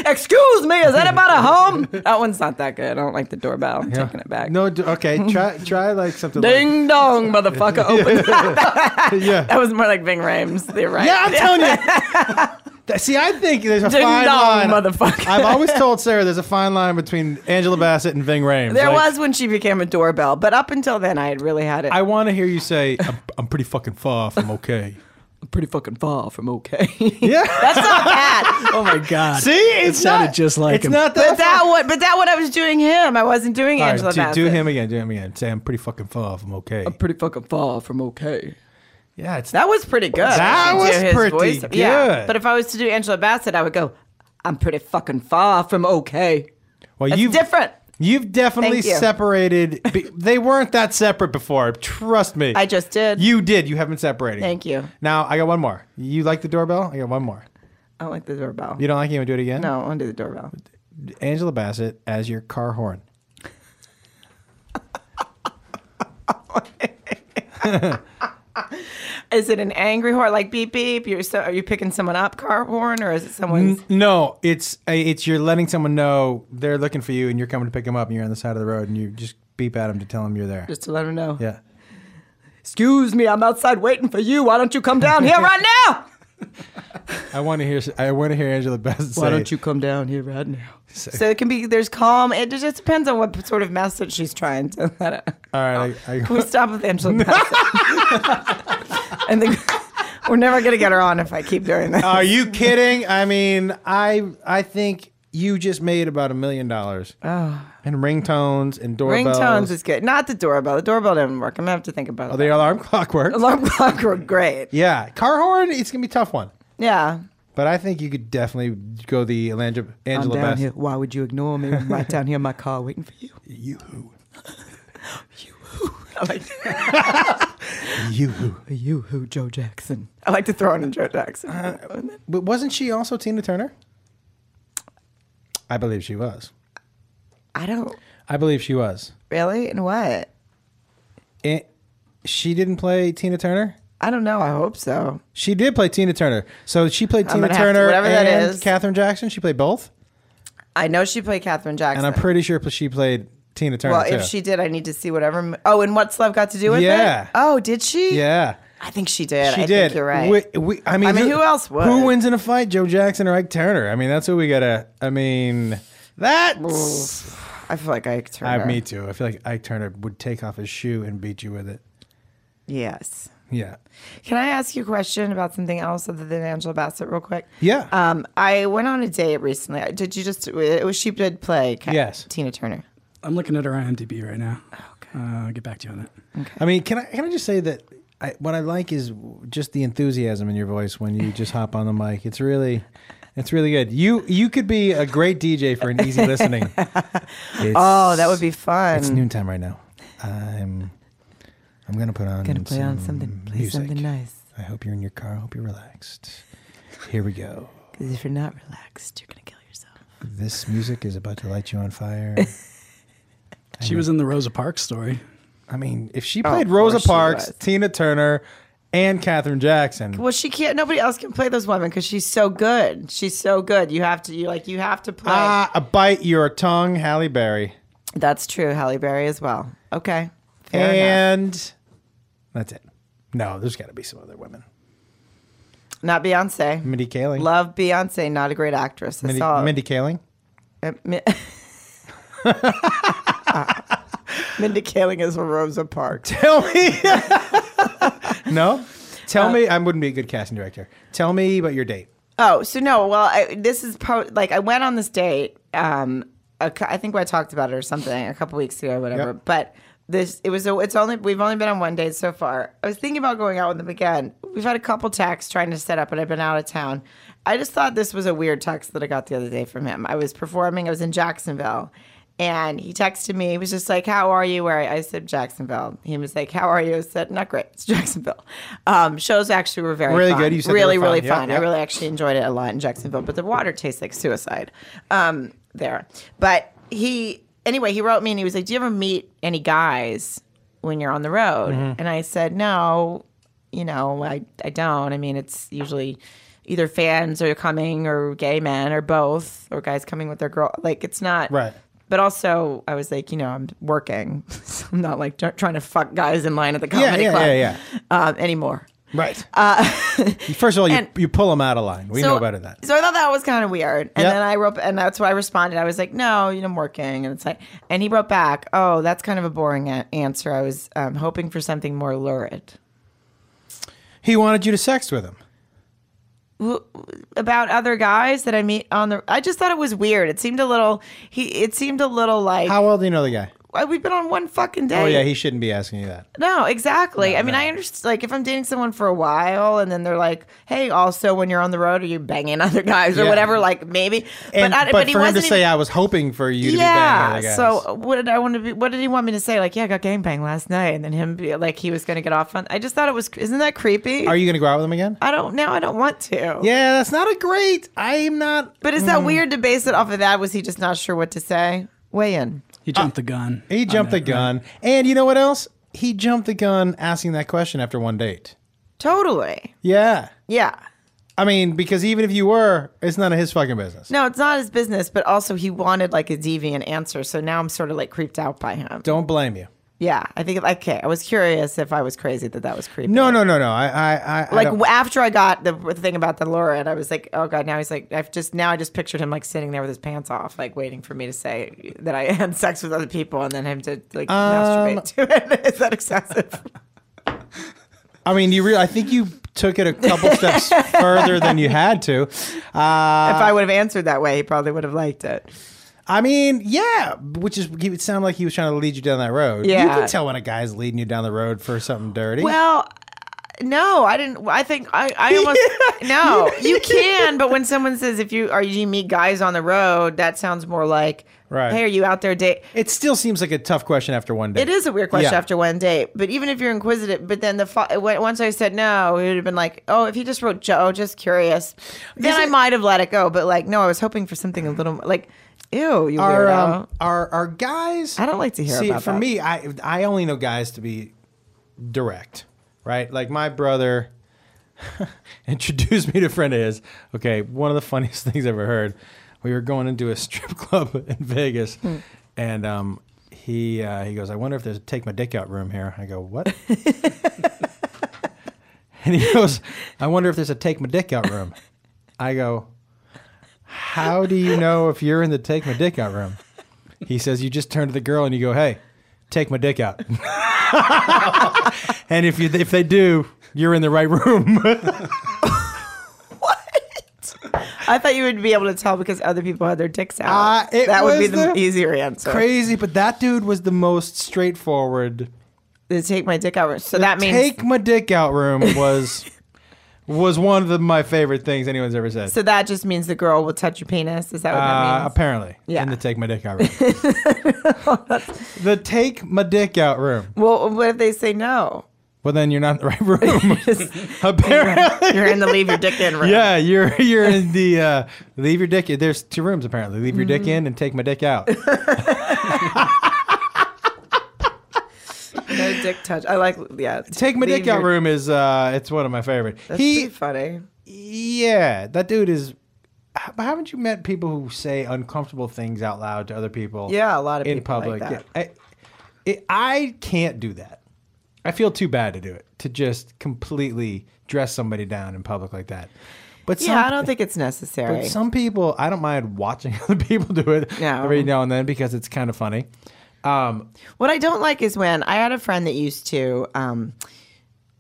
[SPEAKER 2] Excuse me. Is anybody home? That one's not that good. I don't like the doorbell. I'm taking it back.
[SPEAKER 1] No. do- Okay. Try try like something.
[SPEAKER 2] Ding dong, motherfucker. Open.
[SPEAKER 1] Like, yeah.
[SPEAKER 2] that was more like Ving Rhames. You're right.
[SPEAKER 1] Yeah, I'm telling you. Th- See, I think there's a
[SPEAKER 2] Ding
[SPEAKER 1] fine
[SPEAKER 2] dong,
[SPEAKER 1] line.
[SPEAKER 2] motherfucker.
[SPEAKER 1] I've always told Sarah there's a fine line between Angela Bassett and Ving Rhames.
[SPEAKER 2] there
[SPEAKER 1] Like,
[SPEAKER 2] was when she became a doorbell, but up until then, I had really had it.
[SPEAKER 1] I want to hear you say, "I'm, I'm pretty fucking far from okay."
[SPEAKER 2] I'm pretty fucking far from okay.
[SPEAKER 1] Yeah.
[SPEAKER 2] That's not bad.
[SPEAKER 3] Oh my God.
[SPEAKER 1] See, it's
[SPEAKER 3] it sounded
[SPEAKER 1] not
[SPEAKER 3] just like
[SPEAKER 1] it's
[SPEAKER 3] him.
[SPEAKER 1] not that.
[SPEAKER 2] But that one, but that one, I was doing him. I wasn't doing
[SPEAKER 1] All right,
[SPEAKER 2] Angela
[SPEAKER 1] do- do,
[SPEAKER 2] Bassett.
[SPEAKER 1] him again. Do him again. Say I'm pretty fucking far off. I'm okay. Uh,
[SPEAKER 2] Pretty fucking far from okay.
[SPEAKER 1] yeah, it's
[SPEAKER 2] That was pretty good.
[SPEAKER 1] That
[SPEAKER 2] I should do
[SPEAKER 1] was pretty
[SPEAKER 2] Yeah.
[SPEAKER 1] good.
[SPEAKER 2] But if I was to do Angela Bassett, I would go, I'm pretty fucking far from okay.
[SPEAKER 1] well.
[SPEAKER 2] That's
[SPEAKER 1] You've
[SPEAKER 2] different.
[SPEAKER 1] You've definitely
[SPEAKER 2] Thank you.
[SPEAKER 1] separated. be- they weren't that separate before. Trust me.
[SPEAKER 2] I just did.
[SPEAKER 1] You did. You have been separating.
[SPEAKER 2] Thank you.
[SPEAKER 1] Now I got one more. You like the doorbell? I got one more.
[SPEAKER 2] I like the doorbell.
[SPEAKER 1] You don't like it? You want to do it again?
[SPEAKER 2] No, undo the doorbell.
[SPEAKER 1] Angela Bassett as your car horn.
[SPEAKER 2] Is it an angry horn like beep beep? You're so are you picking someone up car horn or is it someone's?
[SPEAKER 1] No, it's a- it's you're letting someone know they're looking for you and you're coming to pick them up and you're on the side of the road and you just beep at them to tell them you're there.
[SPEAKER 2] Just to let her know.
[SPEAKER 1] yeah.
[SPEAKER 2] Excuse me, I'm outside waiting for you. Why don't you come down here right now?
[SPEAKER 1] I want to hear I want to hear Angela Bassett say
[SPEAKER 2] come down here right now? So it can be there's calm. It just depends on what sort of message she's trying to let out.
[SPEAKER 1] All right. I, I,
[SPEAKER 2] Can we stop with Angela Bassett? I think we're never gonna get her on if I keep doing that.
[SPEAKER 1] Are you kidding? I mean, I I think you just made about a million dollars. Oh. And ringtones and doorbells.
[SPEAKER 2] Ah. Ringtones is good. Not the doorbell. The doorbell didn't work. I'm gonna have to think about
[SPEAKER 1] Oh,
[SPEAKER 2] it.
[SPEAKER 1] the alarm clock works.
[SPEAKER 2] Alarm clock were great.
[SPEAKER 1] Yeah. Car horn, it's going to be a tough one.
[SPEAKER 2] Yeah.
[SPEAKER 1] But I think you could definitely go the Angela, Angela Bassett.
[SPEAKER 2] Why would you ignore me? I'm right down here in my car waiting for you.
[SPEAKER 1] You who?
[SPEAKER 2] I like,
[SPEAKER 1] You who?
[SPEAKER 2] you who, Joe Jackson. I like to throw in a Joe Jackson.
[SPEAKER 1] But wasn't she also Tina Turner? I believe she was.
[SPEAKER 2] I don't
[SPEAKER 1] I believe she was.
[SPEAKER 2] really. And what?
[SPEAKER 1] It, she didn't play Tina Turner?
[SPEAKER 2] I don't know. I hope so.
[SPEAKER 1] She did play Tina Turner. So she played Tina
[SPEAKER 2] gonna have to-
[SPEAKER 1] Turner
[SPEAKER 2] whatever that
[SPEAKER 1] and
[SPEAKER 2] is.
[SPEAKER 1] Catherine Jackson. She played both.
[SPEAKER 2] I know she played Catherine Jackson.
[SPEAKER 1] And I'm pretty sure she played Tina Turner
[SPEAKER 2] well,
[SPEAKER 1] too.
[SPEAKER 2] if she did, I need to see whatever. m- Oh, and what's love got to do with
[SPEAKER 1] Yeah.
[SPEAKER 2] it? Oh, did she?
[SPEAKER 1] yeah,
[SPEAKER 2] I think she did.
[SPEAKER 1] she
[SPEAKER 2] I
[SPEAKER 1] did.
[SPEAKER 2] Think you're right.
[SPEAKER 1] We- we- I mean,
[SPEAKER 2] I mean, who else would?
[SPEAKER 1] Who wins in a fight, Joe Jackson or Ike Turner? I mean, that's what we gotta. I mean, that's.
[SPEAKER 2] I feel like I turned.
[SPEAKER 1] I, me too. I feel like Ike Turner would take off his shoe and beat you with it.
[SPEAKER 2] Yes.
[SPEAKER 1] Yeah.
[SPEAKER 2] Can I ask you a question about something else other than Angela Bassett, real quick?
[SPEAKER 1] Yeah.
[SPEAKER 2] Um, I went on a date recently. Did you just? uh, It was she did play? Ca-
[SPEAKER 1] Yes.
[SPEAKER 2] Tina Turner.
[SPEAKER 3] I'm looking at her IMDb right now. Okay. Uh, I'll get back to you on that.
[SPEAKER 1] I mean, can I can I just say that I, what I like is just the enthusiasm in your voice when you just hop on the mic. It's really, it's really good. You you could be a great DJ for an easy listening.
[SPEAKER 2] Oh, that would be fun.
[SPEAKER 1] It's noontime right now. I'm I'm gonna put on
[SPEAKER 2] Gonna play on
[SPEAKER 1] some
[SPEAKER 2] something. Play
[SPEAKER 1] music.
[SPEAKER 2] something nice.
[SPEAKER 1] I hope you're in your car. I hope you're relaxed. Here we go.
[SPEAKER 2] Because if you're not relaxed, you're gonna kill yourself.
[SPEAKER 1] This music is about to light you on fire.
[SPEAKER 3] She was in the Rosa Parks story.
[SPEAKER 1] I mean, if she
[SPEAKER 2] Oh,
[SPEAKER 1] played
[SPEAKER 2] of
[SPEAKER 1] Rosa
[SPEAKER 2] course she
[SPEAKER 1] Parks,
[SPEAKER 2] was.
[SPEAKER 1] Tina Turner, and Katherine Jackson,
[SPEAKER 2] Well, she can't. Nobody else can play those women because she's so good. She's so good. You have to. You like. You have to play.
[SPEAKER 1] ah, a bite your tongue, Halle Berry,
[SPEAKER 2] That's true. Halle Berry as well. Okay. Fair enough.
[SPEAKER 1] and that's it. No, there's got to be some other women.
[SPEAKER 2] Not Beyonce.
[SPEAKER 1] Mindy Kaling.
[SPEAKER 2] Love Beyonce. Not a great actress. I
[SPEAKER 1] Mindy,
[SPEAKER 2] saw.
[SPEAKER 1] Mindy Kaling.
[SPEAKER 2] Uh, Mi- Uh, Mindy Kaling is Rosa Parks.
[SPEAKER 1] Tell me. no? Tell me. I wouldn't be a good casting director. Tell me about your date.
[SPEAKER 2] Oh, so no. Well, I, this is pro- like I went on this date. Um, a cou- I think I talked about it or something a couple weeks ago, or whatever.
[SPEAKER 1] Yep.
[SPEAKER 2] But this, it was. A, it's only we've only been on one date so far. I was thinking about going out with them again. We've had a couple texts trying to set up, and I've been out of town. I just thought this was a weird text that I got the other day from him. I was performing. I was in Jacksonville. And he texted me. He was just like, "How are you?" Where I I said Jacksonville. He was like, "How are you?" I said, "Not great. It's Jacksonville." Um, shows actually were very
[SPEAKER 1] Really
[SPEAKER 2] fun.
[SPEAKER 1] good. You said they
[SPEAKER 2] really,
[SPEAKER 1] were fun.
[SPEAKER 2] really
[SPEAKER 1] Yeah,
[SPEAKER 2] fun. I
[SPEAKER 1] yeah.
[SPEAKER 2] really actually enjoyed it a lot in Jacksonville, but the water tastes like suicide um, there. But he, anyway, he wrote me and he was like, Do you ever meet any guys when you're on the road?
[SPEAKER 1] Mm-hmm.
[SPEAKER 2] And I said, No, you know, I, I don't. I mean, it's usually either fans are coming or gay men or both or guys coming with their girl. Like, it's not.
[SPEAKER 1] Right.
[SPEAKER 2] But also, I was like, you know, I'm working. So I'm not like tr- trying to fuck guys in line at the comedy
[SPEAKER 1] yeah,
[SPEAKER 2] club
[SPEAKER 1] yeah,
[SPEAKER 2] Um, anymore.
[SPEAKER 1] Right. Uh, First of all, you,
[SPEAKER 2] and-
[SPEAKER 1] you pull them out of line. We know better than that.
[SPEAKER 2] So I thought that was kind of weird. And
[SPEAKER 1] Yep.
[SPEAKER 2] then I wrote, and that's why I responded. I was like, no, you know, I'm working. And it's like, and he wrote back, oh, that's kind of a boring a- answer. I was um, hoping for something more lurid.
[SPEAKER 1] He wanted you to sext with him.
[SPEAKER 2] W- About other guys that I meet on the, I just thought it was weird. It seemed a little, he, it seemed a little like,
[SPEAKER 1] How well do you know the guy?
[SPEAKER 2] I- we've been on one fucking day.
[SPEAKER 1] Oh yeah, he shouldn't be asking you that.
[SPEAKER 2] No, exactly. I mean, I understand. Like, if I'm dating someone for a while, and then they're like, "Hey, also, when you're on the road, are you banging other guys or
[SPEAKER 1] Yeah.
[SPEAKER 2] whatever?" Like, maybe.
[SPEAKER 1] And, but,
[SPEAKER 2] I-
[SPEAKER 1] for him to
[SPEAKER 2] even-
[SPEAKER 1] say, "I was hoping for you to
[SPEAKER 2] yeah.
[SPEAKER 1] be banging other guys."
[SPEAKER 2] So what did I want to be? What did he want me to say? Like, yeah, I got gang banged last night, and then him be like, he was going to get off on. I just thought it was. Isn't that creepy?
[SPEAKER 1] are you going to go out with him again?
[SPEAKER 2] I don't now. I don't want to.
[SPEAKER 1] Yeah, mm-hmm. that's not a great. I'm not.
[SPEAKER 2] But is that weird to base it off of that? Was he just not sure what to say? Weigh in.
[SPEAKER 3] He jumped the gun.
[SPEAKER 1] Ah. He
[SPEAKER 3] on
[SPEAKER 1] jumped the
[SPEAKER 3] that,
[SPEAKER 1] gun,
[SPEAKER 3] right?
[SPEAKER 1] and you know what else? He jumped the gun asking that question after one date.
[SPEAKER 2] Totally.
[SPEAKER 1] Yeah,
[SPEAKER 2] Yeah.
[SPEAKER 1] I mean, because even if you were, it's none of his fucking business.
[SPEAKER 2] No, it's not his business, but also he wanted like a deviant answer. So now I'm sort of like creeped out by him.
[SPEAKER 1] Don't blame you.
[SPEAKER 2] Yeah, I think okay. I was curious if I was crazy that that was creepy.
[SPEAKER 1] No, no, no, no. I, I, I I
[SPEAKER 2] Like
[SPEAKER 1] don't-
[SPEAKER 2] w after I got the thing about the Laura, and I was like, oh god, now he's like, I've just now I just pictured him like sitting there with his pants off, like waiting for me to say that I had sex with other people, and then him to like masturbate to it. Is that excessive?
[SPEAKER 1] I mean, you. Re- I think you took it a couple steps further than you had to. Uh,
[SPEAKER 2] if I would have answered that way, he probably would have liked it.
[SPEAKER 1] I mean, yeah, which is it sounded like he was trying to lead you down that road. you
[SPEAKER 2] Yeah.
[SPEAKER 1] can tell when a guy's leading you down the road for something dirty.
[SPEAKER 2] Well, no, I didn't. I think I, I almost no. You can, but when someone says if you are you meet guys on the road, that sounds more like
[SPEAKER 1] Right.
[SPEAKER 2] Hey, are you out there date?
[SPEAKER 1] it still seems like a tough question after one day.
[SPEAKER 2] It is a weird question
[SPEAKER 1] Yeah.
[SPEAKER 2] after one date, but even if you're inquisitive, but then the fo- w- once I said no, it would have been like, oh, if he just wrote Joe, just curious, then
[SPEAKER 1] Is
[SPEAKER 2] I
[SPEAKER 1] it-
[SPEAKER 2] might have let it go. But like, no, I was hoping for something a little like, ew, you
[SPEAKER 1] Are
[SPEAKER 2] weirdo.
[SPEAKER 1] um, are are guys?
[SPEAKER 2] I don't like to hear
[SPEAKER 1] See,
[SPEAKER 2] about
[SPEAKER 1] for
[SPEAKER 2] that.
[SPEAKER 1] me, I I only know guys to be direct, right? Like my brother introduced me to a friend of his. Okay, one of the funniest things I ever heard. We were going into a strip club in Vegas,
[SPEAKER 2] Hmm.
[SPEAKER 1] and um, he uh, he goes, "I wonder if there's a take my dick out room here." I go, "What?" and he goes, "I wonder if there's a take my dick out room." I go, "How do you know if you're in the take my dick out room?" He says, "You just turn to the girl and you go, hey, take my dick out.'" and if you if they do, you're in the right room.
[SPEAKER 2] I thought you would be able to tell because other people had their dicks out.
[SPEAKER 1] Uh, it
[SPEAKER 2] that would be
[SPEAKER 1] was
[SPEAKER 2] the,
[SPEAKER 1] the
[SPEAKER 2] easier answer.
[SPEAKER 1] Crazy, but that dude was the most straightforward.
[SPEAKER 2] They take my dick out. So that means
[SPEAKER 1] Take my dick out room was was one of the, my favorite things anyone's ever said.
[SPEAKER 2] so that just means the girl will touch your penis. Is that what
[SPEAKER 1] Uh,
[SPEAKER 2] that means?
[SPEAKER 1] apparently,
[SPEAKER 2] Yeah.
[SPEAKER 1] in the take my dick out room. the take my dick out room.
[SPEAKER 2] Well, what if they say no?
[SPEAKER 1] Well, then you're not in the right room. apparently,
[SPEAKER 2] You're in the leave your dick in room.
[SPEAKER 1] yeah, you're you're in the uh, leave your dick. There's two rooms apparently. Leave your
[SPEAKER 2] Mm-hmm.
[SPEAKER 1] dick in and take my dick out.
[SPEAKER 2] No dick touch. I like yeah.
[SPEAKER 1] Take my
[SPEAKER 2] leave
[SPEAKER 1] dick out
[SPEAKER 2] your-
[SPEAKER 1] room is uh, it's one of my favorite.
[SPEAKER 2] That's
[SPEAKER 1] he
[SPEAKER 2] pretty funny.
[SPEAKER 1] yeah, that dude is. h- Haven't you met people who say uncomfortable things out loud to other people?
[SPEAKER 2] Yeah, a lot of
[SPEAKER 1] in
[SPEAKER 2] people
[SPEAKER 1] public.
[SPEAKER 2] like that.
[SPEAKER 1] Yeah, I, it, I can't do that. I feel too bad to do it. To just completely dress somebody down in public like that. But some,
[SPEAKER 2] Yeah, I don't think it's necessary.
[SPEAKER 1] but some people, I don't mind watching other people do it
[SPEAKER 2] No.
[SPEAKER 1] every now and then because it's kind of funny. Um,
[SPEAKER 2] What I don't like is when I had a friend that used to, um,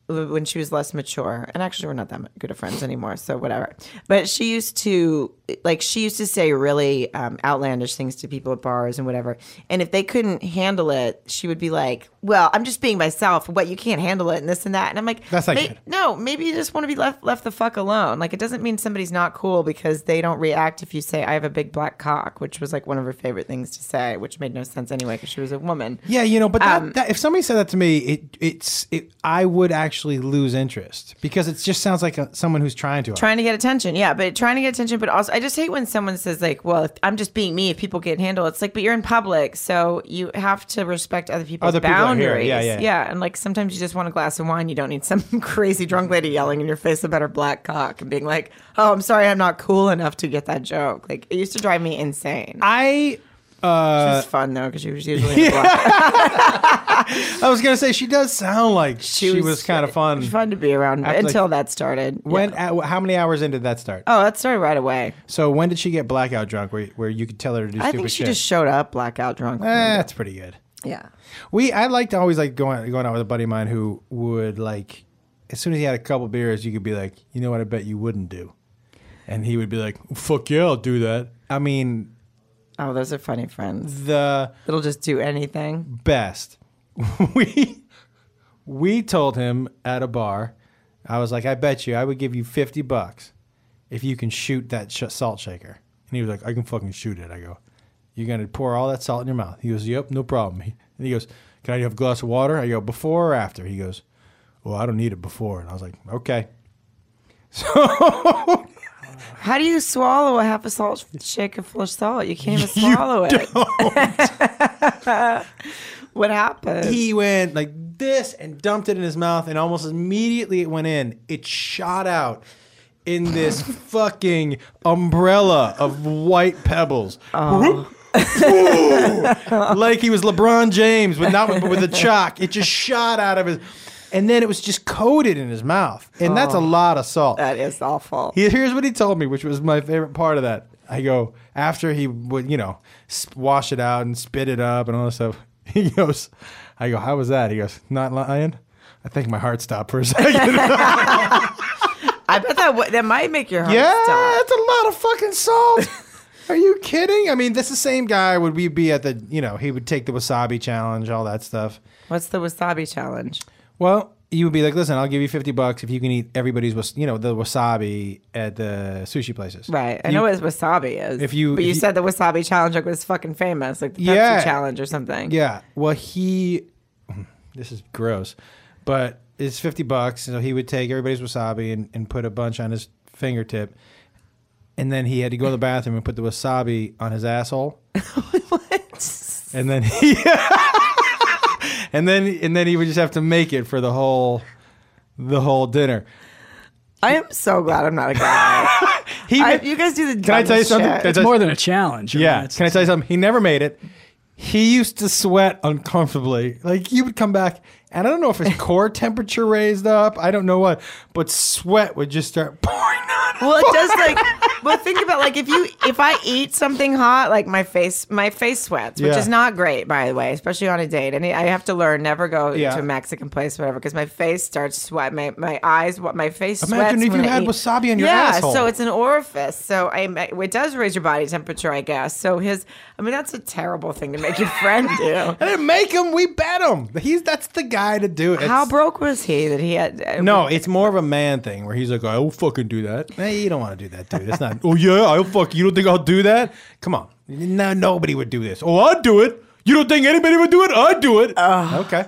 [SPEAKER 2] w- when she was less mature, and actually we're not that good of friends anymore, so whatever. But she used to, like, she used to say really um, outlandish things to people at bars and whatever. And if they couldn't handle it, she would be like, "Well, I'm just being myself. What you can't handle it, and this and that." And I'm like,
[SPEAKER 1] That's not
[SPEAKER 2] "Ma-
[SPEAKER 1] good.
[SPEAKER 2] No, maybe you just want to be left left the fuck alone. Like, it doesn't mean somebody's not cool because they don't react if you say, "I have a big black cock," which was like one of her favorite things to say, which made no sense anyway because she was a woman.
[SPEAKER 1] yeah, you know, but that,
[SPEAKER 2] Um,
[SPEAKER 1] that, if somebody said that to me, it, it's it, I would actually lose interest because it just sounds like a, someone who's trying to.
[SPEAKER 2] trying to get attention yeah but trying to get attention but also i just hate when someone says like well if i'm just being me if people can't handle it it's like but you're in public so you have to respect other people's
[SPEAKER 1] Other people are
[SPEAKER 2] boundaries
[SPEAKER 1] here. Yeah, yeah.
[SPEAKER 2] and like sometimes you just want a glass of wine you don't need some crazy drunk lady yelling in your face about her black cock and being like oh i'm sorry i'm not cool enough to get that joke like it used to drive me
[SPEAKER 1] Uh,
[SPEAKER 2] insane
[SPEAKER 1] I
[SPEAKER 2] it
[SPEAKER 1] uh,
[SPEAKER 2] was fun though because she was usually in black.
[SPEAKER 1] I was gonna say she does sound like she,
[SPEAKER 2] She
[SPEAKER 1] was,
[SPEAKER 2] was-
[SPEAKER 1] kind of fun.
[SPEAKER 2] fun to be around
[SPEAKER 1] Act like-
[SPEAKER 2] until that started Yeah.
[SPEAKER 1] When at, how many hours in did that start?
[SPEAKER 2] oh that started right away
[SPEAKER 1] So when did she get blackout drunk where, where you could tell her to do
[SPEAKER 2] i
[SPEAKER 1] stupid
[SPEAKER 2] think she
[SPEAKER 1] shit?
[SPEAKER 2] just showed up blackout drunk
[SPEAKER 1] Eh, that's pretty good.
[SPEAKER 2] yeah
[SPEAKER 1] We I liked always like going going out with a buddy of mine who would like as soon as he had a couple beers, you could be like, you know what, I bet you wouldn't do, and he would be like, fuck yeah, I'll do that. I mean,
[SPEAKER 2] Oh, those are funny
[SPEAKER 1] Mm-hmm.
[SPEAKER 2] friends.
[SPEAKER 1] the
[SPEAKER 2] It'll just do anything.
[SPEAKER 1] best. we we told him at a bar, I was like, I bet you I would give you fifty bucks if you can shoot that sh- salt shaker. And he was like, I can fucking shoot it. I go, you're gonna pour all that salt in your mouth. He goes, Yep, no problem. He, and he goes, Can I have a glass of water? I go, Before or after? He goes, Well, I don't need it before. And I was like, Okay. So
[SPEAKER 2] How do you swallow a half a salt shaker full of salt? You can't even swallow it. what happened?
[SPEAKER 1] he went like this and dumped it in his mouth, and almost immediately it went in. It shot out in this fucking umbrella of white pebbles.
[SPEAKER 2] Uh-huh. Oh,
[SPEAKER 1] Whoop. like he was LeBron James, but not with, but with a chalk. It just shot out of his, and then it was just coated in his mouth, and that's a lot of salt.
[SPEAKER 2] that is awful.
[SPEAKER 1] He- Here's what he told me, which was my favorite part of that. I go after he would, you know, s- wash it out and spit it up and all this stuff. He goes, I go, how was that? He goes, not lying. I think my heart stopped for a second.
[SPEAKER 2] I bet that w- that might make your heart
[SPEAKER 1] yeah,
[SPEAKER 2] stop.
[SPEAKER 1] that's a lot of fucking salt. Are you kidding? I mean, this is the same guy would we be at the, you know, he would take the wasabi challenge, all that stuff.
[SPEAKER 2] What's the wasabi challenge?
[SPEAKER 1] Well, you would be like, listen, I'll give you 50 bucks if you can eat everybody's, was- you know, the wasabi at the sushi places.
[SPEAKER 2] Right. I
[SPEAKER 1] You-
[SPEAKER 2] know what wasabi is.
[SPEAKER 1] If you-
[SPEAKER 2] but
[SPEAKER 1] if
[SPEAKER 2] you,
[SPEAKER 1] you-
[SPEAKER 2] said the wasabi challenge like, was fucking famous, like the Pepsi
[SPEAKER 1] Yeah.
[SPEAKER 2] challenge or something.
[SPEAKER 1] Yeah. Well, he. This is gross, but it's fifty bucks. So he would take everybody's wasabi and, and put a bunch on his fingertip, and then he had to go to the bathroom and put the wasabi on his asshole, and then he. and then and then he would just have to make it for the whole, the whole dinner.
[SPEAKER 2] I am so glad I'm not a guy.
[SPEAKER 1] He.
[SPEAKER 2] I,
[SPEAKER 1] ma-
[SPEAKER 2] you guys do the
[SPEAKER 1] can I tell you
[SPEAKER 2] dumbest
[SPEAKER 1] something?
[SPEAKER 2] shit.
[SPEAKER 1] Can I
[SPEAKER 3] It's
[SPEAKER 1] tell-
[SPEAKER 3] more than a challenge. I mean,
[SPEAKER 1] Yeah.
[SPEAKER 3] it's-
[SPEAKER 1] Can I tell you something? He never made it. He used to sweat uncomfortably. Like he would come back, and I don't know if his core temperature raised up. I don't know what, but sweat would just start pouring out.
[SPEAKER 2] Well, it does like. well, think about like if you if I eat something hot, like my face my face sweats, which
[SPEAKER 1] Yeah.
[SPEAKER 2] is not great, by the way, especially on a date. And I have to learn never go
[SPEAKER 1] Yeah.
[SPEAKER 2] to a Mexican place, whatever, because my face starts sweat. My my eyes, what my face.
[SPEAKER 1] Imagine
[SPEAKER 2] sweats
[SPEAKER 1] if
[SPEAKER 2] when
[SPEAKER 1] you
[SPEAKER 2] I
[SPEAKER 1] had
[SPEAKER 2] eat.
[SPEAKER 1] wasabi on your
[SPEAKER 2] yeah,
[SPEAKER 1] asshole.
[SPEAKER 2] so it's an orifice. So I it does raise your body temperature, I guess. So his, I mean, that's a terrible thing to make your friend do.
[SPEAKER 1] I didn't make him. We bet him. He's that's the guy to do it.
[SPEAKER 2] How
[SPEAKER 1] It's-
[SPEAKER 2] broke was he that he had? uh,
[SPEAKER 1] No, it's more of a man thing where he's like, "I'll fucking do that." Hey, you don't want to do that, dude. It's not. oh yeah, I'll fuck. You don't think I'll do that? Come on. No, nobody would do this. Oh, I'd do it. You don't think anybody would do it? I'd do it. okay.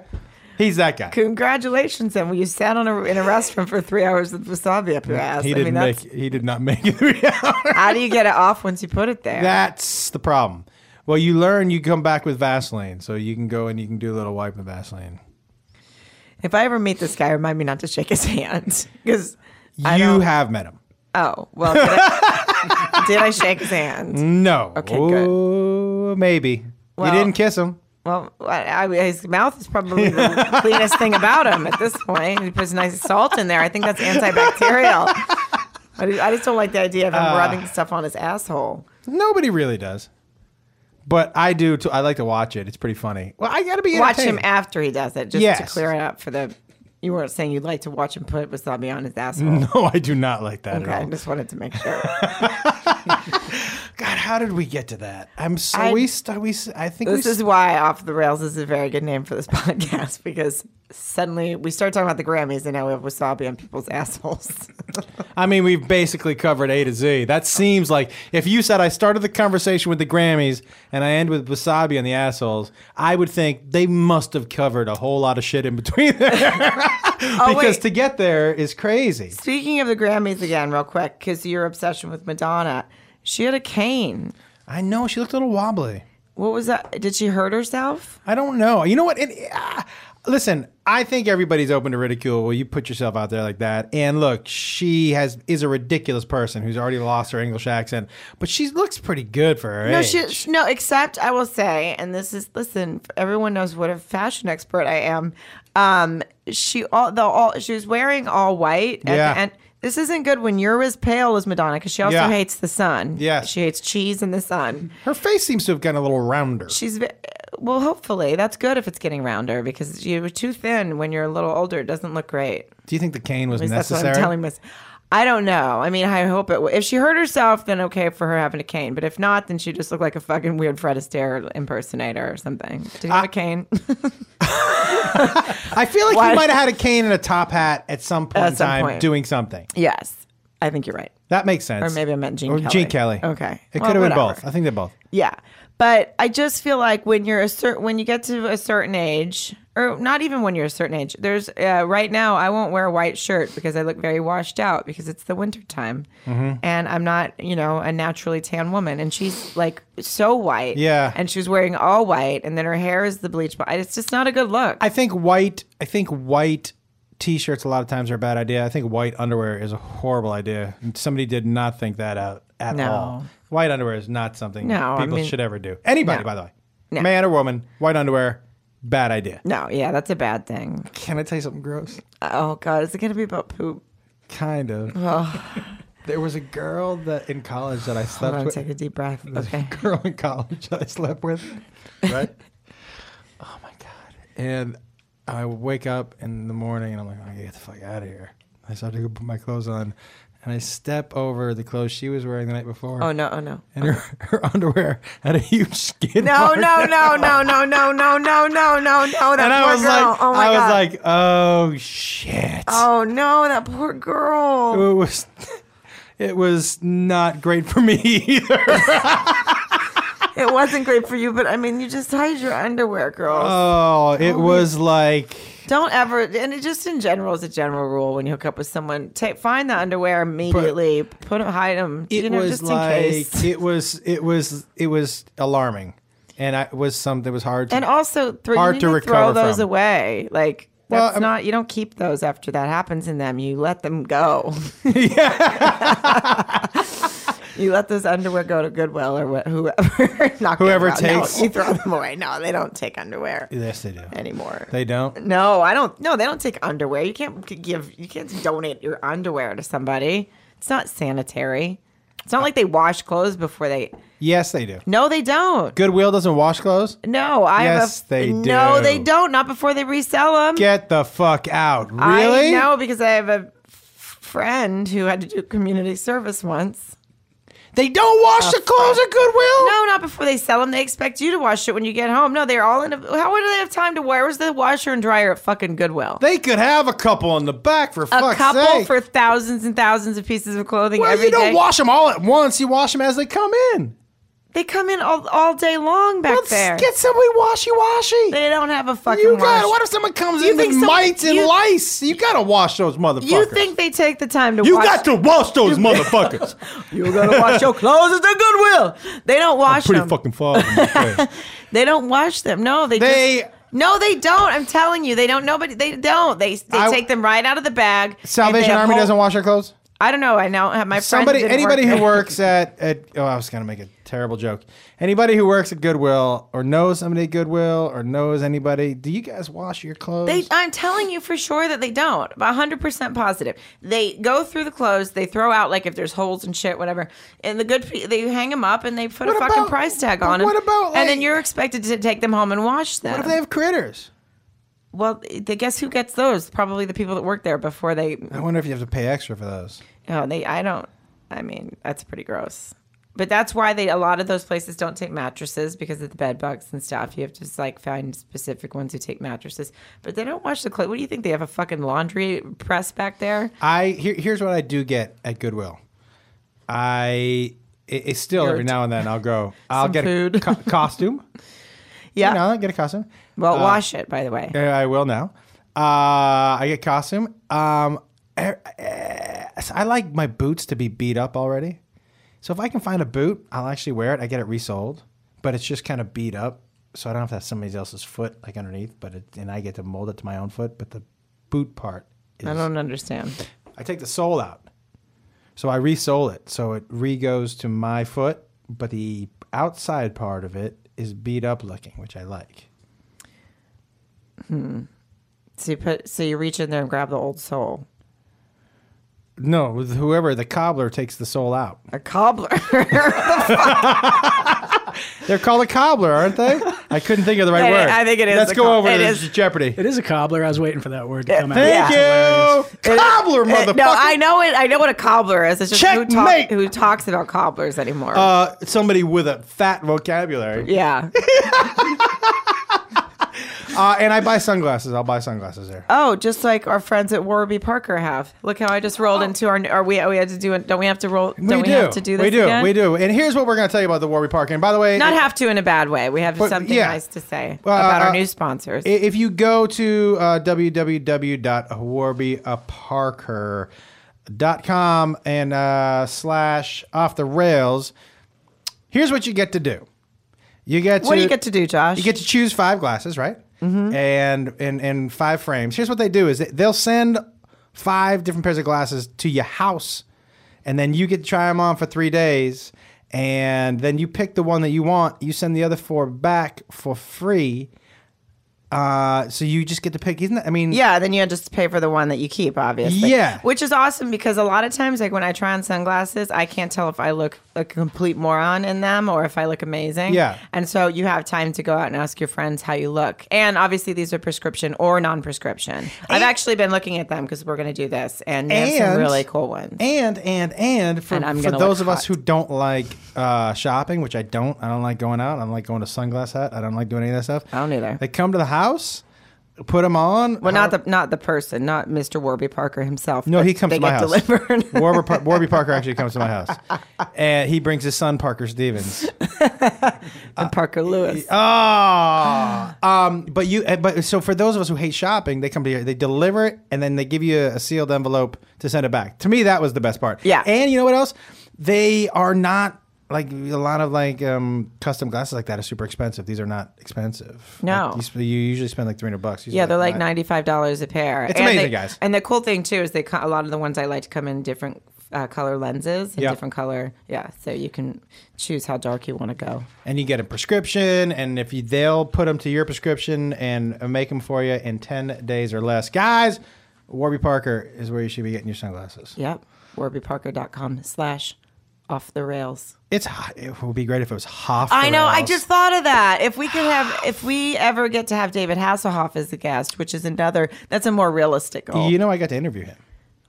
[SPEAKER 1] He's that guy.
[SPEAKER 2] Congratulations, then. Well, you sat on a, in a restaurant for three hours with wasabi up your ass.
[SPEAKER 1] He
[SPEAKER 2] I mean,
[SPEAKER 1] didn't
[SPEAKER 2] that's
[SPEAKER 1] make. He did not make it three hours.
[SPEAKER 2] How do you get it off once you put it there?
[SPEAKER 1] That's the problem. Well, you learn. You come back with Vaseline, so you can go and you can do a little wipe with Vaseline.
[SPEAKER 2] if I ever meet this guy, remind me not to shake his hand because I
[SPEAKER 1] You
[SPEAKER 2] don't-
[SPEAKER 1] have met him.
[SPEAKER 2] Oh well, did I, did I shake his hand?
[SPEAKER 1] No.
[SPEAKER 2] Okay, good.
[SPEAKER 1] Ooh, Maybe
[SPEAKER 2] Well-
[SPEAKER 1] you didn't kiss him.
[SPEAKER 2] Well, I, I, his mouth is probably the cleanest thing about him at this point. He puts nice salt in there. I think that's antibacterial. I just, I just don't like the idea of him
[SPEAKER 1] Ah.
[SPEAKER 2] rubbing stuff on his asshole.
[SPEAKER 1] Nobody really does. But I do. Too. I like to watch it. It's pretty funny. Well, I got to be
[SPEAKER 2] Watch him
[SPEAKER 1] entertained.
[SPEAKER 2] after he does it, just to
[SPEAKER 1] Yes.
[SPEAKER 2] clear it up for the. You weren't saying you'd like to watch him put wasabi on his asshole.
[SPEAKER 1] No, I do not like that
[SPEAKER 2] Okay,
[SPEAKER 1] at
[SPEAKER 2] I
[SPEAKER 1] all.
[SPEAKER 2] just wanted to make sure.
[SPEAKER 1] God, how did we get to that? I'm so
[SPEAKER 2] I-
[SPEAKER 1] we. St- we. s- I think
[SPEAKER 2] This
[SPEAKER 1] we.
[SPEAKER 2] is why Off the Rails is a very good name for this podcast because suddenly we start talking about the Grammys and now we have wasabi on people's assholes.
[SPEAKER 1] I mean, we've basically covered A to Z. That seems like if you said I started the conversation with the Grammys and I end with wasabi on the assholes, I would think they must have covered a whole lot of shit in between there.
[SPEAKER 2] Oh,
[SPEAKER 1] because
[SPEAKER 2] wait.
[SPEAKER 1] to get there is crazy.
[SPEAKER 2] Speaking of the Grammys again, real quick, because your obsession with Madonna, she had a cane.
[SPEAKER 1] I know she looked a little wobbly.
[SPEAKER 2] What was that? Did she hurt herself?
[SPEAKER 1] I don't know. You know what? And, ah, listen, I think everybody's open to ridicule. Well, you put yourself out there like that. And look, she has is a ridiculous person who's already lost her English accent, but she looks pretty good for her.
[SPEAKER 2] No,
[SPEAKER 1] age.
[SPEAKER 2] she, she- no. Except I will say, and this is listen. Everyone knows what a fashion expert I am. Um, she all the all she was wearing all white. at the
[SPEAKER 1] Yeah.
[SPEAKER 2] end. this isn't good when you're as pale as Madonna because she also
[SPEAKER 1] Yeah.
[SPEAKER 2] hates the sun.
[SPEAKER 1] Yes.
[SPEAKER 2] she hates cheese and the sun.
[SPEAKER 1] her face seems to have gotten a little rounder.
[SPEAKER 2] She's ve- well, hopefully that's good if it's getting rounder because you were too thin when you're a little older. It doesn't look great.
[SPEAKER 1] Do you think the cane was
[SPEAKER 2] At least that's what
[SPEAKER 1] necessary?
[SPEAKER 2] I'm telling myself. I don't know. I mean, I hope it. W- if she hurt herself, then okay for her having a cane. But if not, then she just looked like a fucking weird Fred Astaire impersonator or something. Did
[SPEAKER 1] Ah.
[SPEAKER 2] he have a cane?
[SPEAKER 1] I feel like
[SPEAKER 2] Why-
[SPEAKER 1] he might have had a cane and a top hat at some point
[SPEAKER 2] At
[SPEAKER 1] in
[SPEAKER 2] some
[SPEAKER 1] time
[SPEAKER 2] point.
[SPEAKER 1] doing something.
[SPEAKER 2] yes, I think you're right.
[SPEAKER 1] That makes sense.
[SPEAKER 2] Or maybe I meant Gene
[SPEAKER 1] Or
[SPEAKER 2] Kelly.
[SPEAKER 1] Gene Kelly.
[SPEAKER 2] Okay.
[SPEAKER 1] It
[SPEAKER 2] Well,
[SPEAKER 1] could have been
[SPEAKER 2] whatever.
[SPEAKER 1] both. I think they're both.
[SPEAKER 2] Yeah. But I just feel like when you're a certain, when you get to a certain age, or not even when you're a certain age, there's uh, right now I won't wear a white shirt because I look very washed out because it's the winter time,
[SPEAKER 1] Mm-hmm.
[SPEAKER 2] and I'm not, you know, a naturally tan woman. And she's like so white,
[SPEAKER 1] Yeah.
[SPEAKER 2] And she was wearing all white, and then her hair is the bleach, but it's just not a good look.
[SPEAKER 1] I think white. I think white t-shirts a lot of times are a bad idea. I think white underwear is a horrible idea. And Somebody did not think that out at
[SPEAKER 2] No.
[SPEAKER 1] all. White underwear is not something
[SPEAKER 2] No, I
[SPEAKER 1] people
[SPEAKER 2] mean-
[SPEAKER 1] should ever do. Anybody,
[SPEAKER 2] No.
[SPEAKER 1] by the way,
[SPEAKER 2] No.
[SPEAKER 1] man or woman, white underwear, bad idea.
[SPEAKER 2] no, yeah, that's a bad thing.
[SPEAKER 1] Can I tell you something gross?
[SPEAKER 2] Oh God, is it gonna be about poop?
[SPEAKER 1] Kind of. There was a girl that in college that I
[SPEAKER 2] Hold
[SPEAKER 1] slept
[SPEAKER 2] on,
[SPEAKER 1] with.
[SPEAKER 2] take a deep breath. Okay.
[SPEAKER 1] girl in college that I slept with, right? oh my god! And I would wake up in the morning and I'm like, I gotta get the fuck out of here. I start to go put my clothes on, and I step over the clothes she was wearing the night before,
[SPEAKER 2] Oh no! Oh no!
[SPEAKER 1] and her, her underwear had a huge skin.
[SPEAKER 2] No,
[SPEAKER 1] mark.
[SPEAKER 2] no, no, no, no, no, no, no, no, no, no. That
[SPEAKER 1] And I
[SPEAKER 2] poor
[SPEAKER 1] was
[SPEAKER 2] girl.
[SPEAKER 1] like,
[SPEAKER 2] oh my
[SPEAKER 1] I was
[SPEAKER 2] God.
[SPEAKER 1] like, oh shit!
[SPEAKER 2] oh no, that poor girl.
[SPEAKER 1] It was, it was not great for me either.
[SPEAKER 2] It wasn't great for you, but I mean, you just hide your underwear, girl.
[SPEAKER 1] Oh, it was like.
[SPEAKER 2] Don't ever, and it just in general is a general rule when you hook up with someone, take find the underwear immediately, put them, hide them,
[SPEAKER 1] it
[SPEAKER 2] you know,
[SPEAKER 1] was
[SPEAKER 2] just
[SPEAKER 1] like
[SPEAKER 2] in case.
[SPEAKER 1] it was it was it was alarming and I, it was something that was hard to,
[SPEAKER 2] And also, throw,
[SPEAKER 1] Hard
[SPEAKER 2] you
[SPEAKER 1] to
[SPEAKER 2] need to, throw
[SPEAKER 1] recover
[SPEAKER 2] those
[SPEAKER 1] from.
[SPEAKER 2] away. Like
[SPEAKER 1] Well,
[SPEAKER 2] that's
[SPEAKER 1] I'm-
[SPEAKER 2] not you don't keep those after that happens in them. You let them go. you let those underwear go to Goodwill or wh- whoever. not
[SPEAKER 1] Whoever
[SPEAKER 2] Goodwill. No,
[SPEAKER 1] takes-
[SPEAKER 2] you throw them away. No, they don't take underwear
[SPEAKER 1] yes they do
[SPEAKER 2] anymore.
[SPEAKER 1] they don't
[SPEAKER 2] no, I don't. No, they don't take underwear. You can't g- give. You can't donate your underwear to somebody. It's not sanitary. It's not like they wash clothes before they.
[SPEAKER 1] yes they do
[SPEAKER 2] No, they don't.
[SPEAKER 1] goodwill doesn't wash clothes
[SPEAKER 2] No, I
[SPEAKER 1] Yes,
[SPEAKER 2] have a,
[SPEAKER 1] they
[SPEAKER 2] No,
[SPEAKER 1] do.
[SPEAKER 2] they don't. Not before they resell them.
[SPEAKER 1] get the fuck out
[SPEAKER 2] I
[SPEAKER 1] really
[SPEAKER 2] know because I have a f- friend who had to do community service once.
[SPEAKER 1] they don't wash the clothes at goodwill
[SPEAKER 2] No, not before they sell them. They expect you to wash it when you get home. No, they're all in. A, how would they have time to? Where was the washer and dryer at fucking Goodwill?
[SPEAKER 1] they could have a couple in the back for
[SPEAKER 2] A
[SPEAKER 1] fuck's
[SPEAKER 2] couple
[SPEAKER 1] sake
[SPEAKER 2] for thousands and thousands of pieces of clothing
[SPEAKER 1] well,
[SPEAKER 2] every
[SPEAKER 1] you don't
[SPEAKER 2] day.
[SPEAKER 1] wash them all at once you wash them as they come in
[SPEAKER 2] they come in all, all day long back
[SPEAKER 1] Let's
[SPEAKER 2] there.
[SPEAKER 1] get somebody washy washy
[SPEAKER 2] they don't have a fucking.
[SPEAKER 1] you got
[SPEAKER 2] wash.
[SPEAKER 1] what if someone comes
[SPEAKER 2] You
[SPEAKER 1] in with
[SPEAKER 2] think someone-
[SPEAKER 1] mites and
[SPEAKER 2] you-
[SPEAKER 1] lice you gotta wash those motherfuckers
[SPEAKER 2] You think they take the time to?
[SPEAKER 1] you
[SPEAKER 2] wash
[SPEAKER 1] got to wash those motherfuckers
[SPEAKER 2] You gotta wash your clothes at the Goodwill. They don't wash
[SPEAKER 1] pretty
[SPEAKER 2] them.
[SPEAKER 1] fucking far. from the place.
[SPEAKER 2] They don't wash them. No, they
[SPEAKER 1] They-
[SPEAKER 2] just, no, they don't. I'm telling you, they don't. Nobody, they don't. They they
[SPEAKER 1] I-
[SPEAKER 2] take them right out of the bag. and
[SPEAKER 1] Salvation
[SPEAKER 2] they have
[SPEAKER 1] Army
[SPEAKER 2] whole-
[SPEAKER 1] doesn't wash their clothes.
[SPEAKER 2] I don't know. I know. My friend
[SPEAKER 1] Somebody,
[SPEAKER 2] didn't
[SPEAKER 1] anybody
[SPEAKER 2] work
[SPEAKER 1] who
[SPEAKER 2] there.
[SPEAKER 1] works at, at oh, I was gonna make a terrible joke. Anybody who works at Goodwill or knows somebody at Goodwill or knows anybody, do you guys wash your clothes?
[SPEAKER 2] They, I'm telling you for sure that they don't. 100% positive. They go through the clothes. They throw out like if there's holes and shit, whatever. And the good, pe- they hang them up and they put a
[SPEAKER 1] What
[SPEAKER 2] fucking
[SPEAKER 1] about-
[SPEAKER 2] price tag
[SPEAKER 1] but
[SPEAKER 2] on them.
[SPEAKER 1] what about, like-
[SPEAKER 2] and then you're expected to take them home and wash them.
[SPEAKER 1] what if they have critters?
[SPEAKER 2] well, they, guess who gets those? Probably the people that work there before they
[SPEAKER 1] I wonder if you have to pay extra for those.
[SPEAKER 2] Oh, they. I don't. I mean, that's pretty gross. But that's why they a lot of those places don't take mattresses because of the bed bugs and stuff. You have to just like find specific ones who take mattresses. But they don't wash the clothes. What do you think? They have a fucking laundry press back there.
[SPEAKER 1] I here, here's what I do get at Goodwill. I it, it's still
[SPEAKER 2] You're
[SPEAKER 1] every
[SPEAKER 2] a-
[SPEAKER 1] now and then I'll go. I'll
[SPEAKER 2] Some
[SPEAKER 1] get a
[SPEAKER 2] food.
[SPEAKER 1] co- costume.
[SPEAKER 2] Yeah.
[SPEAKER 1] You know, I get a costume.
[SPEAKER 2] well, wash it by the way.
[SPEAKER 1] Yeah, I will now. Uh, I get costume. Um, eh, eh, I like my boots to be beat up already. So if I can find a boot, I'll actually wear it. I get it resold, but it's just kind of beat up, so I don't have to have somebody else's foot like underneath. But it, and I get to mold it to my own foot. But the boot part is
[SPEAKER 2] I don't understand.
[SPEAKER 1] I take the sole out. So I resole it. So it re goes to my foot, but the outside part of it is beat up looking, which I like.
[SPEAKER 2] So you put. So you reach in there and grab the old sole.
[SPEAKER 1] No, with whoever the cobbler takes the sole out.
[SPEAKER 2] A cobbler.
[SPEAKER 1] They're called a cobbler, aren't they? I couldn't think of the right
[SPEAKER 2] I-
[SPEAKER 1] word.
[SPEAKER 2] I think it is
[SPEAKER 1] Let's
[SPEAKER 2] the
[SPEAKER 1] go
[SPEAKER 2] co-
[SPEAKER 1] over
[SPEAKER 2] it
[SPEAKER 1] to
[SPEAKER 2] is-
[SPEAKER 1] Jeopardy.
[SPEAKER 3] It is a cobbler. I was waiting for that word to come out.
[SPEAKER 1] Thank
[SPEAKER 3] Hilarious.
[SPEAKER 1] you, cobbler,
[SPEAKER 2] Uh,
[SPEAKER 1] motherfucker.
[SPEAKER 2] no, I know it. I know what a cobbler is. It's just who, talk,
[SPEAKER 1] Checkmate.
[SPEAKER 2] who talks about cobblers anymore.
[SPEAKER 1] Uh, somebody with a fat vocabulary.
[SPEAKER 2] yeah.
[SPEAKER 1] Uh, and I buy sunglasses. I'll buy sunglasses there.
[SPEAKER 2] Oh, just like our friends at Warby Parker have. Look how I just rolled into our. Are we? We had to do it. Don't we have to roll? Don't we, have to do this
[SPEAKER 1] Oh. we do.
[SPEAKER 2] again?
[SPEAKER 1] We do. And here's what we're going to tell you about the Warby Park. And by the way,
[SPEAKER 2] Not
[SPEAKER 1] if-
[SPEAKER 2] have to in a bad way. We have
[SPEAKER 1] But,
[SPEAKER 2] something
[SPEAKER 1] yeah.
[SPEAKER 2] nice to say
[SPEAKER 1] Well,
[SPEAKER 2] about
[SPEAKER 1] uh,
[SPEAKER 2] our new sponsors.
[SPEAKER 1] I- If you go to uh, www.warbyparker.com and uh, slash off the rails, here's what you get to do. You get
[SPEAKER 2] what do you get to do, Josh?
[SPEAKER 1] You get to choose five glasses, right? And and and five frames. Here's what they do: is they- they'll send five different pairs of glasses to your house, and then you get to try them on for three days. And then you pick the one that you want. You send the other four back for free. Uh, so you just get to pick, isn't that? I mean,
[SPEAKER 2] yeah, then you had to pay for the one that you keep, obviously.
[SPEAKER 1] Yeah.
[SPEAKER 2] Which is awesome because a lot of times, like when I try on sunglasses, I can't tell if I look a complete moron in them or if I look amazing.
[SPEAKER 1] Yeah.
[SPEAKER 2] And so you have time to go out and ask your friends how you look. And obviously, these are prescription or non prescription. I've actually been looking at them because we're going to do this and, they have some
[SPEAKER 1] And-
[SPEAKER 2] really cool ones.
[SPEAKER 1] And and and for,
[SPEAKER 2] And I'm
[SPEAKER 1] for
[SPEAKER 2] gonna
[SPEAKER 1] those
[SPEAKER 2] look
[SPEAKER 1] of us
[SPEAKER 2] hot.
[SPEAKER 1] who don't like uh, shopping, which I don't, I don't like going out. I don't like going to sunglass hut. I don't like doing any of that stuff.
[SPEAKER 2] I don't either.
[SPEAKER 1] They come to the house, put them on.
[SPEAKER 2] well, not the not the person, not Mr. Warby Parker himself.
[SPEAKER 1] No,
[SPEAKER 2] but
[SPEAKER 1] he comes
[SPEAKER 2] they
[SPEAKER 1] to my
[SPEAKER 2] get
[SPEAKER 1] house.
[SPEAKER 2] Delivered.
[SPEAKER 1] Warby, Par- Warby Parker actually comes to my house, and he brings his son Parker Stevens.
[SPEAKER 2] and Parker Lewis. Ah.
[SPEAKER 1] Oh, um, but you, eh, but so for those of us who hate shopping, they come to you, they deliver it, and then they give you a, a sealed envelope to send it back. To me, that was the best part.
[SPEAKER 2] Yeah.
[SPEAKER 1] and you know what else? They are not like a lot of like um, custom glasses like that are super expensive. These are not expensive.
[SPEAKER 2] No.
[SPEAKER 1] Like, you, sp- you usually spend like three hundred bucks. These
[SPEAKER 2] Yeah,
[SPEAKER 1] are,
[SPEAKER 2] they're like
[SPEAKER 1] nine-
[SPEAKER 2] ninety five dollars a pair.
[SPEAKER 1] It's
[SPEAKER 2] and
[SPEAKER 1] amazing,
[SPEAKER 2] they-
[SPEAKER 1] guys.
[SPEAKER 2] And the cool thing too is they co- a lot of the ones I like to come in different uh, color lenses and
[SPEAKER 1] Yeah.
[SPEAKER 2] different color. Yeah, so you can choose how dark you want to go.
[SPEAKER 1] and you get a prescription and if you they'll put them to your prescription and make them for you in 10 days or less guys warby parker is where you should be getting your sunglasses
[SPEAKER 2] Yep, warbyparker.com slash off the rails.
[SPEAKER 1] it's hot it would be great if it was half
[SPEAKER 2] I know. I just thought of that. If we could have, if we ever get to have David Hasselhoff as a guest, which is another, that's a more realistic goal.
[SPEAKER 1] you know i got to interview him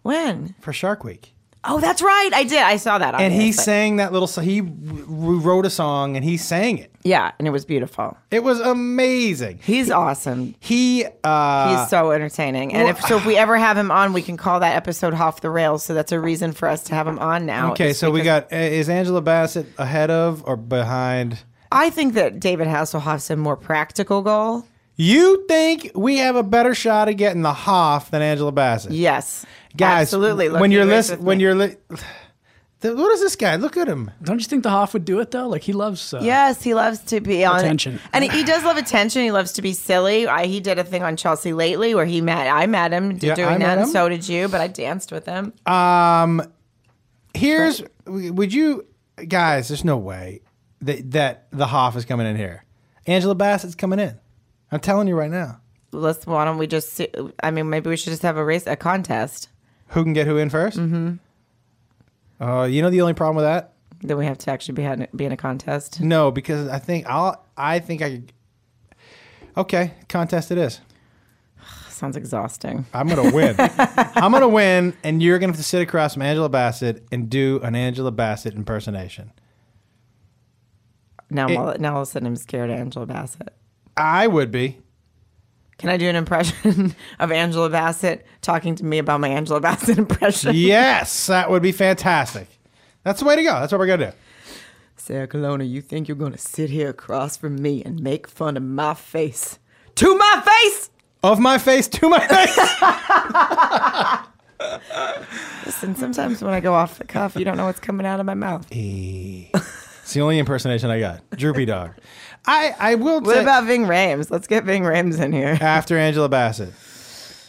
[SPEAKER 2] when?
[SPEAKER 1] for shark week
[SPEAKER 2] Oh, that's right. I did. I saw that.
[SPEAKER 1] and he
[SPEAKER 2] obviously.
[SPEAKER 1] sang that little so he w- wrote a song and he sang it
[SPEAKER 2] yeah, and it was beautiful.
[SPEAKER 1] it was amazing
[SPEAKER 2] He's awesome.
[SPEAKER 1] he uh
[SPEAKER 2] He's so entertaining, and if so, if we ever have him on, we can call that episode "Off the Rails." So that's a reason for us to have him on now.
[SPEAKER 1] okay
[SPEAKER 2] is
[SPEAKER 1] so we
[SPEAKER 2] because
[SPEAKER 1] got uh, is angela bassett ahead of or behind
[SPEAKER 2] I think that David Hasselhoff's a more practical goal.
[SPEAKER 1] you think we have a better shot of getting the Hoff than Angela Bassett?
[SPEAKER 2] Yes,
[SPEAKER 1] guys.
[SPEAKER 2] absolutely. Look,
[SPEAKER 1] when
[SPEAKER 2] he
[SPEAKER 1] you're
[SPEAKER 2] agrees
[SPEAKER 1] listening,
[SPEAKER 2] with
[SPEAKER 1] when
[SPEAKER 2] me.
[SPEAKER 1] you're li- Th- what is this guy? Look at him.
[SPEAKER 3] Don't you think the Hoff would do it though? Like he loves. Uh,
[SPEAKER 2] Yes, he loves to be on
[SPEAKER 3] Attention.
[SPEAKER 2] and he does love attention. He loves to be silly. I, he did a thing on Chelsea lately where he met. I met him d-
[SPEAKER 1] Yeah,
[SPEAKER 2] doing
[SPEAKER 1] I met
[SPEAKER 2] that, and
[SPEAKER 1] him.
[SPEAKER 2] so did you. But I danced with him.
[SPEAKER 1] Here's would you guys? There's no way that that the Hoff is coming in here. Angela Bassett's coming in. I'm telling you right now.
[SPEAKER 2] Let's. Why don't we just? See, I mean, maybe we should just have a race, a contest.
[SPEAKER 1] Who can get who in 1st Mm-hmm. Uh, you know the only problem with that?
[SPEAKER 2] Then we have to actually be had, be in a contest.
[SPEAKER 1] No, because I think I'll. I think I. could- Okay, contest it is.
[SPEAKER 2] Sounds exhausting.
[SPEAKER 1] I'm gonna win. I'm gonna win, and you're gonna have to sit across from Angela Bassett and do an Angela Bassett impersonation.
[SPEAKER 2] Now, I'm
[SPEAKER 1] It-
[SPEAKER 2] all, now all of a sudden, I'm scared of Angela Bassett.
[SPEAKER 1] I would be.
[SPEAKER 2] Can I do an impression of Angela Bassett talking to me about my Angela Bassett impression?
[SPEAKER 1] Yes, that would be fantastic. That's the way to go. That's what we're gonna do.
[SPEAKER 2] Sarah Colonna, you think you're going to sit here across from me and make fun of my face? To my face!
[SPEAKER 1] Of my face to my face.
[SPEAKER 2] Listen, sometimes when I go off the cuff, you don't know what's coming out of my mouth.
[SPEAKER 1] it's the only impersonation I got. Droopy dog. I I will.
[SPEAKER 2] What
[SPEAKER 1] say-
[SPEAKER 2] about Ving Rames? Let's get Ving Rames in here.
[SPEAKER 1] after Angela Bassett?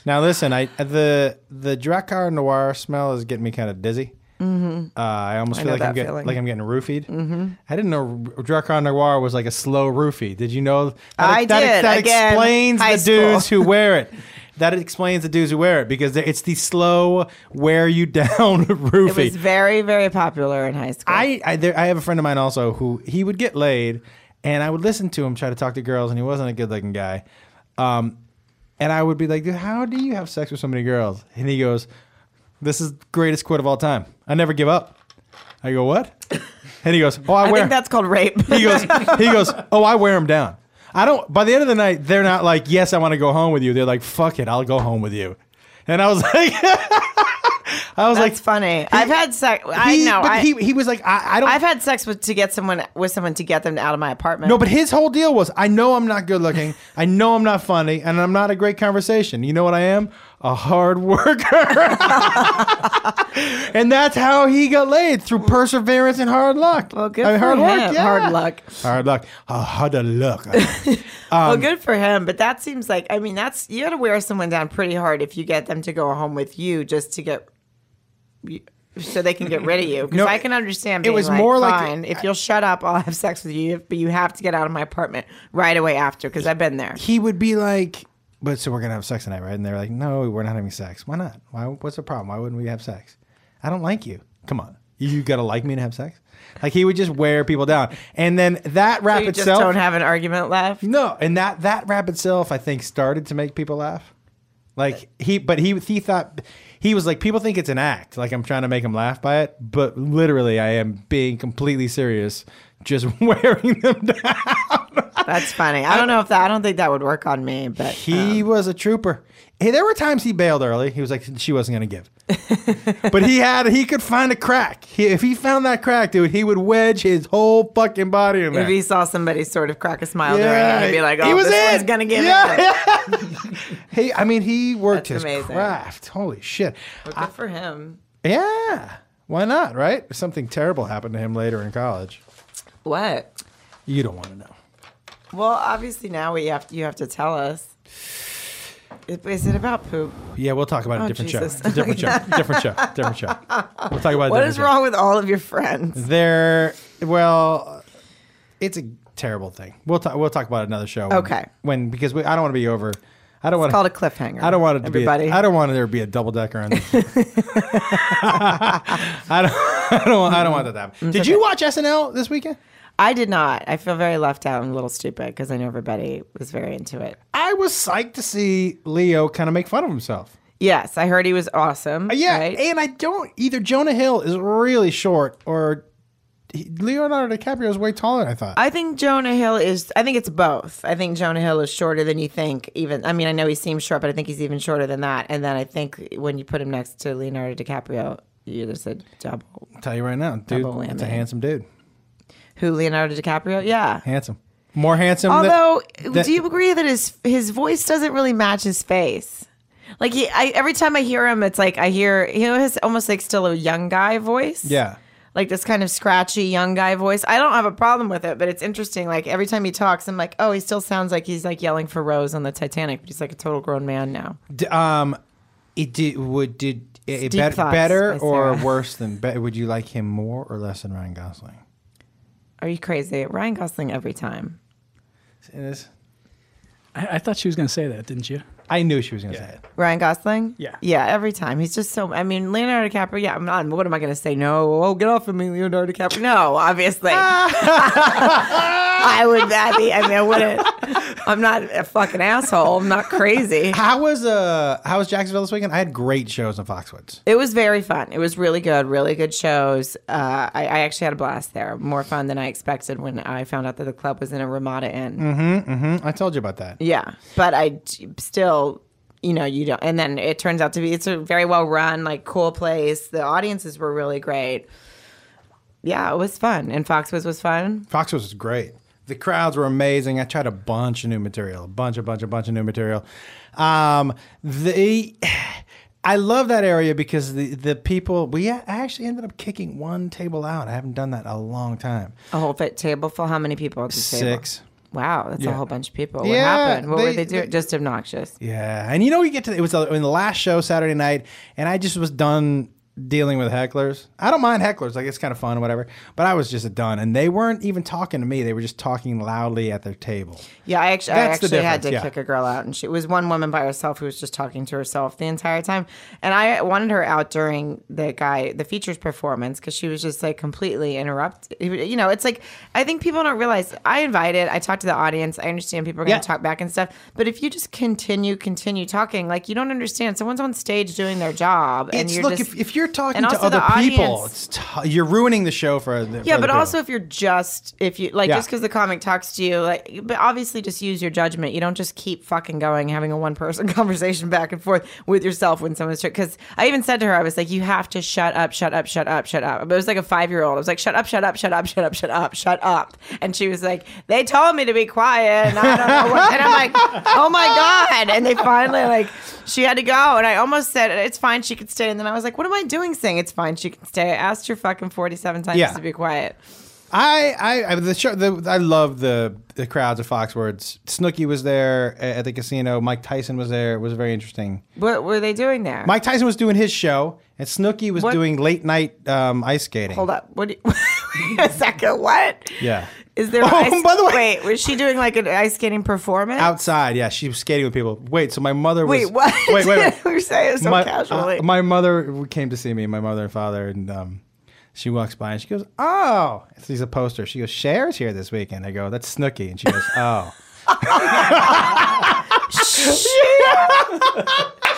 [SPEAKER 1] Now listen, I the the Drakkar Noir smell is getting me kind of dizzy. Mm-hmm. Uh, I almost
[SPEAKER 2] I
[SPEAKER 1] feel
[SPEAKER 2] know
[SPEAKER 1] like I'm
[SPEAKER 2] that
[SPEAKER 1] getting
[SPEAKER 2] feeling.
[SPEAKER 1] like I'm getting roofied. Mm-hmm. I didn't know R- Drakkar Noir was like a slow roofie. Did you know? That,
[SPEAKER 2] I
[SPEAKER 1] that,
[SPEAKER 2] did,
[SPEAKER 1] That
[SPEAKER 2] again,
[SPEAKER 1] explains
[SPEAKER 2] high
[SPEAKER 1] the dudes who wear it. That explains the dudes who wear it because they- it's the slow wear you down
[SPEAKER 2] It was
[SPEAKER 1] roofie.
[SPEAKER 2] very, very popular in high school.
[SPEAKER 1] I I, there, I have a friend of mine also who he would get laid, And I would listen to him try to talk to girls, and he wasn't a good looking guy. Um, and I would be like, dude, how do you have sex with so many girls? And he goes, this is the greatest quote of all time. I never give up. I go, what? And he goes, oh, I,
[SPEAKER 2] I
[SPEAKER 1] wear.
[SPEAKER 2] think that's called rape.
[SPEAKER 1] He goes, he goes, oh, I wear them down. I don't, by the end of the night, they're not like, yes, I want to go home with you. They're like, fuck it, I'll go home with you. And I was like, I was like,
[SPEAKER 2] That's funny. I've had sex. I
[SPEAKER 1] he-
[SPEAKER 2] know.
[SPEAKER 1] But
[SPEAKER 2] I,
[SPEAKER 1] he, he was like, I, I don't.
[SPEAKER 2] I've had sex with to get someone with someone to get them out of my apartment.
[SPEAKER 1] no, but his whole deal was, I know I'm not good looking. I know I'm not funny. And I'm not a great conversation. You know what I am? A hard worker. and that's how he got laid through perseverance and hard luck.
[SPEAKER 2] well, good
[SPEAKER 1] I mean,
[SPEAKER 2] for
[SPEAKER 1] hard
[SPEAKER 2] him.
[SPEAKER 1] work. Yeah.
[SPEAKER 2] Hard luck.
[SPEAKER 1] Hard luck. Uh, hard luck. Um,
[SPEAKER 2] well, good for him. But that seems like I mean, that's you got to wear someone down pretty hard if you get them to go home with you just to get. So they can get rid of you because
[SPEAKER 1] No,
[SPEAKER 2] I can understand.
[SPEAKER 1] it
[SPEAKER 2] Being
[SPEAKER 1] was
[SPEAKER 2] like,
[SPEAKER 1] more like-
[SPEAKER 2] fine. if you'll shut up, I'll have sex with you. But you have to get out of my apartment right away after because I've been there.
[SPEAKER 1] he would be like, "But so we're gonna have sex tonight, right?" And they're like, "No, we're not having sex. Why not? Why? What's the problem? Why wouldn't we have sex? I don't like you. Come on, you, you gotta like me to have sex." Like he would just wear people down, and then that rap
[SPEAKER 2] You just
[SPEAKER 1] itself.
[SPEAKER 2] don't have an argument left.
[SPEAKER 1] no, and that that rap itself, I think, started to make people laugh. Like he, but he he thought he was like people think it's an act. Like I'm trying to make him laugh by it, but literally, I am being completely serious. Just wearing them down.
[SPEAKER 2] That's funny. I don't know if that. I don't think that would work on me. But um,
[SPEAKER 1] He was a trooper. Hey, there were times he bailed early. He was like, she wasn't going to give. but he had, he could find a crack. He, if he found that crack, dude, he would wedge his whole fucking body in there.
[SPEAKER 2] If he saw somebody sort of crack a smile
[SPEAKER 1] Yeah.
[SPEAKER 2] during it, he'd be like, "Oh,
[SPEAKER 1] He was
[SPEAKER 2] this
[SPEAKER 1] it.
[SPEAKER 2] one's gonna give
[SPEAKER 1] Yeah.
[SPEAKER 2] it." to-"
[SPEAKER 1] He- I mean, he worked his
[SPEAKER 2] That's amazing.
[SPEAKER 1] craft. Holy shit.
[SPEAKER 2] Well, Good for him.
[SPEAKER 1] Yeah. Why not, right? Something terrible happened to him later in college.
[SPEAKER 2] What?
[SPEAKER 1] You don't want to know.
[SPEAKER 2] Well, obviously now we have you have to tell us. It- Is it about poop?
[SPEAKER 1] Yeah, we'll talk about a
[SPEAKER 2] Oh,
[SPEAKER 1] different
[SPEAKER 2] Jesus.
[SPEAKER 1] show. It's a different show. Different show. Different show. We'll talk about a
[SPEAKER 2] What
[SPEAKER 1] different
[SPEAKER 2] is
[SPEAKER 1] show.
[SPEAKER 2] wrong with all of your friends?
[SPEAKER 1] They're well, it's a terrible thing. We'll talk. We'll talk about it another show. when-
[SPEAKER 2] Okay.
[SPEAKER 1] When because we, I don't want to be over. I don't want
[SPEAKER 2] It's called a
[SPEAKER 1] to.
[SPEAKER 2] cliffhanger.
[SPEAKER 1] I don't want it to
[SPEAKER 2] everybody.
[SPEAKER 1] be. A, I don't want there to be a double decker on this. I don't. I don't. want- I don't want that to
[SPEAKER 2] Mm,
[SPEAKER 1] happen. Did you watch SNL this weekend?
[SPEAKER 2] I did not. I feel very left out and a little stupid because I know everybody was very into it.
[SPEAKER 1] I was psyched to see Leo kind of make fun of himself.
[SPEAKER 2] Yes, I heard he was awesome.
[SPEAKER 1] Uh, Yeah,
[SPEAKER 2] right?
[SPEAKER 1] and I don't either. Jonah Hill is really short, or he, Leonardo DiCaprio is way taller than I thought.
[SPEAKER 2] I think Jonah Hill is. I think it's both. I think Jonah Hill is shorter than you think. Even I mean, I know he seems short, but I think he's even shorter than that. And then I think when you put him next to Leonardo DiCaprio, you just said double.
[SPEAKER 1] I'll tell you right now, dude,
[SPEAKER 2] Double
[SPEAKER 1] it's a
[SPEAKER 2] whammy.
[SPEAKER 1] handsome dude.
[SPEAKER 2] Who Leonardo DiCaprio? Yeah.
[SPEAKER 1] handsome, more handsome. than-
[SPEAKER 2] Although,
[SPEAKER 1] that-
[SPEAKER 2] do you agree that his his voice doesn't really match his face? Like he, I, every time I hear him, it's like I hear you know his almost like still a young guy voice.
[SPEAKER 1] yeah,
[SPEAKER 2] like this kind of scratchy young guy voice. I don't have a problem with it, but it's interesting. Like every time he talks, I'm like, oh, he still sounds like he's like yelling for Rose on the Titanic, but he's like a total grown man now.
[SPEAKER 1] D- um, it did would did it, it
[SPEAKER 2] Deep
[SPEAKER 1] bet-
[SPEAKER 2] thoughts
[SPEAKER 1] better
[SPEAKER 2] by
[SPEAKER 1] or
[SPEAKER 2] Sarah.
[SPEAKER 1] worse than be- would you like him more or less than Ryan Gosling?
[SPEAKER 2] Are you crazy? Ryan Gosling every time.
[SPEAKER 1] It is-
[SPEAKER 3] I, I thought she was going to say that, didn't you?
[SPEAKER 1] I knew she was gonna say it.
[SPEAKER 2] Ryan Gosling?
[SPEAKER 3] Yeah.
[SPEAKER 2] Yeah, every time. He's just so I mean, Leonardo DiCaprio, yeah, I'm not what am I gonna say? No, oh get off of me, Leonardo DiCaprio. No, obviously. I would that be I mean I wouldn't I'm not a fucking asshole. I'm not crazy.
[SPEAKER 1] How was uh how was Jacksonville this weekend? I had great shows in Foxwoods.
[SPEAKER 2] It was very fun. It was really good, really good shows. Uh, I, I actually had a blast there. More fun than I expected when I found out that the club was in a Ramada Inn.
[SPEAKER 1] Mm, I told you about that.
[SPEAKER 2] Yeah, but I d- still, you know, you don't. And then it turns out to be it's a very well run, like cool place. The audiences were really great. Yeah, it was fun, and Foxwoods was fun.
[SPEAKER 1] Foxwoods was great. The crowds were amazing. I tried a bunch of new material, a bunch, a bunch, a bunch of new material. Um, the I love that area because the the people we a- actually ended up kicking one table out. I haven't done that in a long time.
[SPEAKER 2] A whole fit table full. How many people at the table?
[SPEAKER 1] Six.
[SPEAKER 2] Wow, that's
[SPEAKER 1] Yeah.
[SPEAKER 2] a whole bunch of people. What
[SPEAKER 1] Yeah,
[SPEAKER 2] happened? What were
[SPEAKER 1] they-
[SPEAKER 2] they doing?
[SPEAKER 1] they-
[SPEAKER 2] Just obnoxious.
[SPEAKER 1] Yeah, and you know we get to it was uh, in the last show Saturday night, and I just was done dealing with hecklers. I don't mind hecklers; like it's kind of fun, or whatever. But I was just done, and they weren't even talking to me. They were just talking loudly at their table.
[SPEAKER 2] Yeah, I actually, I
[SPEAKER 1] That's the
[SPEAKER 2] actually had to
[SPEAKER 1] difference, yeah.
[SPEAKER 2] kick a girl out, and she it was one woman by herself who was just talking to herself the entire time. And I wanted her out during the guy, the features performance, because she was just like completely interrupt. You know, it's like I think people don't realize. I invited, I talked to the audience. I understand people are going
[SPEAKER 1] Yeah.
[SPEAKER 2] to talk back and stuff, but if you just continue, continue talking, like you don't understand. Someone's on stage doing their job, and
[SPEAKER 1] It's
[SPEAKER 2] you're
[SPEAKER 1] look
[SPEAKER 2] just,
[SPEAKER 1] if, if you're talking
[SPEAKER 2] and
[SPEAKER 1] to
[SPEAKER 2] also
[SPEAKER 1] other
[SPEAKER 2] the
[SPEAKER 1] people, it's
[SPEAKER 2] audience-
[SPEAKER 1] t- you're ruining the show for. the- for
[SPEAKER 2] Yeah,
[SPEAKER 1] other
[SPEAKER 2] but
[SPEAKER 1] people.
[SPEAKER 2] also if you're just if you like
[SPEAKER 1] Yeah.
[SPEAKER 2] just because the comic talks to you, like but obviously just use your judgment. You don't just keep fucking going having a one person conversation back and forth with yourself when someone's because I even said to her I was like you have to shut up, shut up, shut up, shut up. But it was like a five year old. I was like shut up, shut up, shut up, shut up, shut up, shut up. And she was like they told me to be quiet and I don't know what. And I'm like oh my god. And they finally like she had to go and I almost said it's fine she could stay. And then I was like what am I doing saying it's fine she can stay. I asked her fucking forty seven times
[SPEAKER 1] Yeah.
[SPEAKER 2] to be quiet.
[SPEAKER 1] I, I, I the show. The, I love the the crowds at Foxwoods. Snooki was there a- at the casino. Mike Tyson was there. It was very interesting.
[SPEAKER 2] What were they doing there?
[SPEAKER 1] Mike Tyson was doing his show, and Snooki was
[SPEAKER 2] What-
[SPEAKER 1] doing late night um, ice skating.
[SPEAKER 2] hold up. What? Do you, a second. What?
[SPEAKER 1] Yeah.
[SPEAKER 2] Is there?
[SPEAKER 1] Oh,
[SPEAKER 2] ice,
[SPEAKER 1] by the way-
[SPEAKER 2] wait. Was she doing like an ice skating performance?
[SPEAKER 1] Outside, yeah, she was skating with people. Wait, so my mother was.
[SPEAKER 2] wait. What?
[SPEAKER 1] Wait, wait, wait.
[SPEAKER 2] we say it so
[SPEAKER 1] my,
[SPEAKER 2] casually.
[SPEAKER 1] uh, my mother came to see me, my mother and father, and um, she walks by and she goes, "Oh, She sees a poster." She goes, "Cher's here this weekend." I go, "That's Snooki," and she goes, "Oh."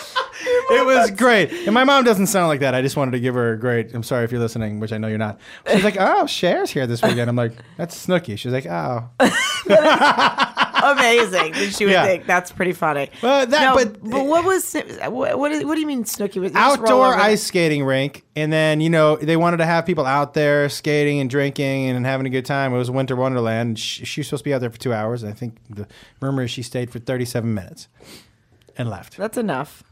[SPEAKER 1] It was great, and my mom doesn't sound like that. I just wanted to give her a great. I'm sorry if you're listening, which I know you're not. She's like, "Oh, Cher's here this weekend." I'm like, "That's Snooki." She's like, "Oh,
[SPEAKER 2] Amazing. Did she would
[SPEAKER 1] Yeah.
[SPEAKER 2] think that's pretty funny.
[SPEAKER 1] Well, that-
[SPEAKER 2] No,
[SPEAKER 1] but-
[SPEAKER 2] but what was what? What, is, what do you mean Snooki was you just roll
[SPEAKER 1] outdoor
[SPEAKER 2] over-
[SPEAKER 1] ice skating rink and then you know they wanted to have people out there skating and drinking and having a good time it was winter wonderland she, she was supposed to be out there for two hours and i think the rumor is she stayed for 37 minutes and left
[SPEAKER 2] That's enough.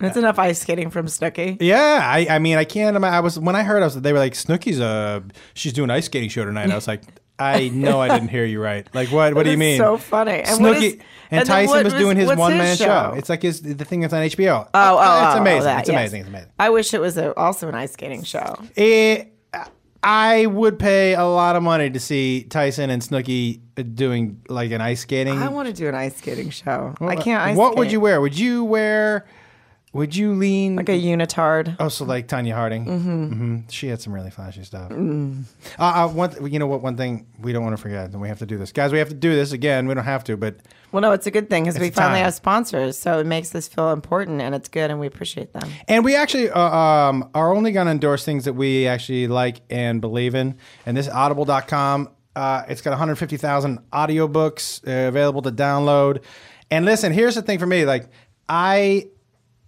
[SPEAKER 2] That's enough ice skating from Snooki.
[SPEAKER 1] yeah i, I mean i can't ima- i was when i heard i was they were like snooki's uh she's doing an ice skating show tonight i was like I know I didn't hear you right. Like what? What do you
[SPEAKER 2] That's
[SPEAKER 1] mean?
[SPEAKER 2] so funny.
[SPEAKER 1] Snooki
[SPEAKER 2] And what is-
[SPEAKER 1] and,
[SPEAKER 2] and then
[SPEAKER 1] Tyson
[SPEAKER 2] what
[SPEAKER 1] was
[SPEAKER 2] was-
[SPEAKER 1] doing his
[SPEAKER 2] what's his
[SPEAKER 1] one man show?
[SPEAKER 2] show?
[SPEAKER 1] It's like his the thing that's on HBO.
[SPEAKER 2] Oh, oh,
[SPEAKER 1] it's
[SPEAKER 2] oh, oh,
[SPEAKER 1] amazing.
[SPEAKER 2] that,
[SPEAKER 1] it's
[SPEAKER 2] yes.
[SPEAKER 1] amazing. It's amazing.
[SPEAKER 2] I wish it was a, also an ice skating show.
[SPEAKER 1] Eh, I would pay a lot of money to see Tyson and Snooki doing like an ice skating.
[SPEAKER 2] I want to do an ice skating show. I can't ice
[SPEAKER 1] what
[SPEAKER 2] skate.
[SPEAKER 1] would you wear? Would you wear? Would you lean?
[SPEAKER 2] Like a unitard.
[SPEAKER 1] oh, so like Tanya Harding. Mm-hmm. She had some really flashy stuff.
[SPEAKER 2] Mm.
[SPEAKER 1] Uh, uh, one th- you know what? One thing we don't want to forget, and we have to do this, guys. We have to do this again. We don't have to, but
[SPEAKER 2] Well, no, it's a good thing because we
[SPEAKER 1] It's
[SPEAKER 2] finally
[SPEAKER 1] time.
[SPEAKER 2] have sponsors, so it makes this feel important and it's good, and we appreciate them.
[SPEAKER 1] And we actually uh, um, are only going to endorse things that we actually like and believe in. And this audible.com, uh, it's got 150,000 audiobooks uh, available to download. And listen, here's the thing for me like, I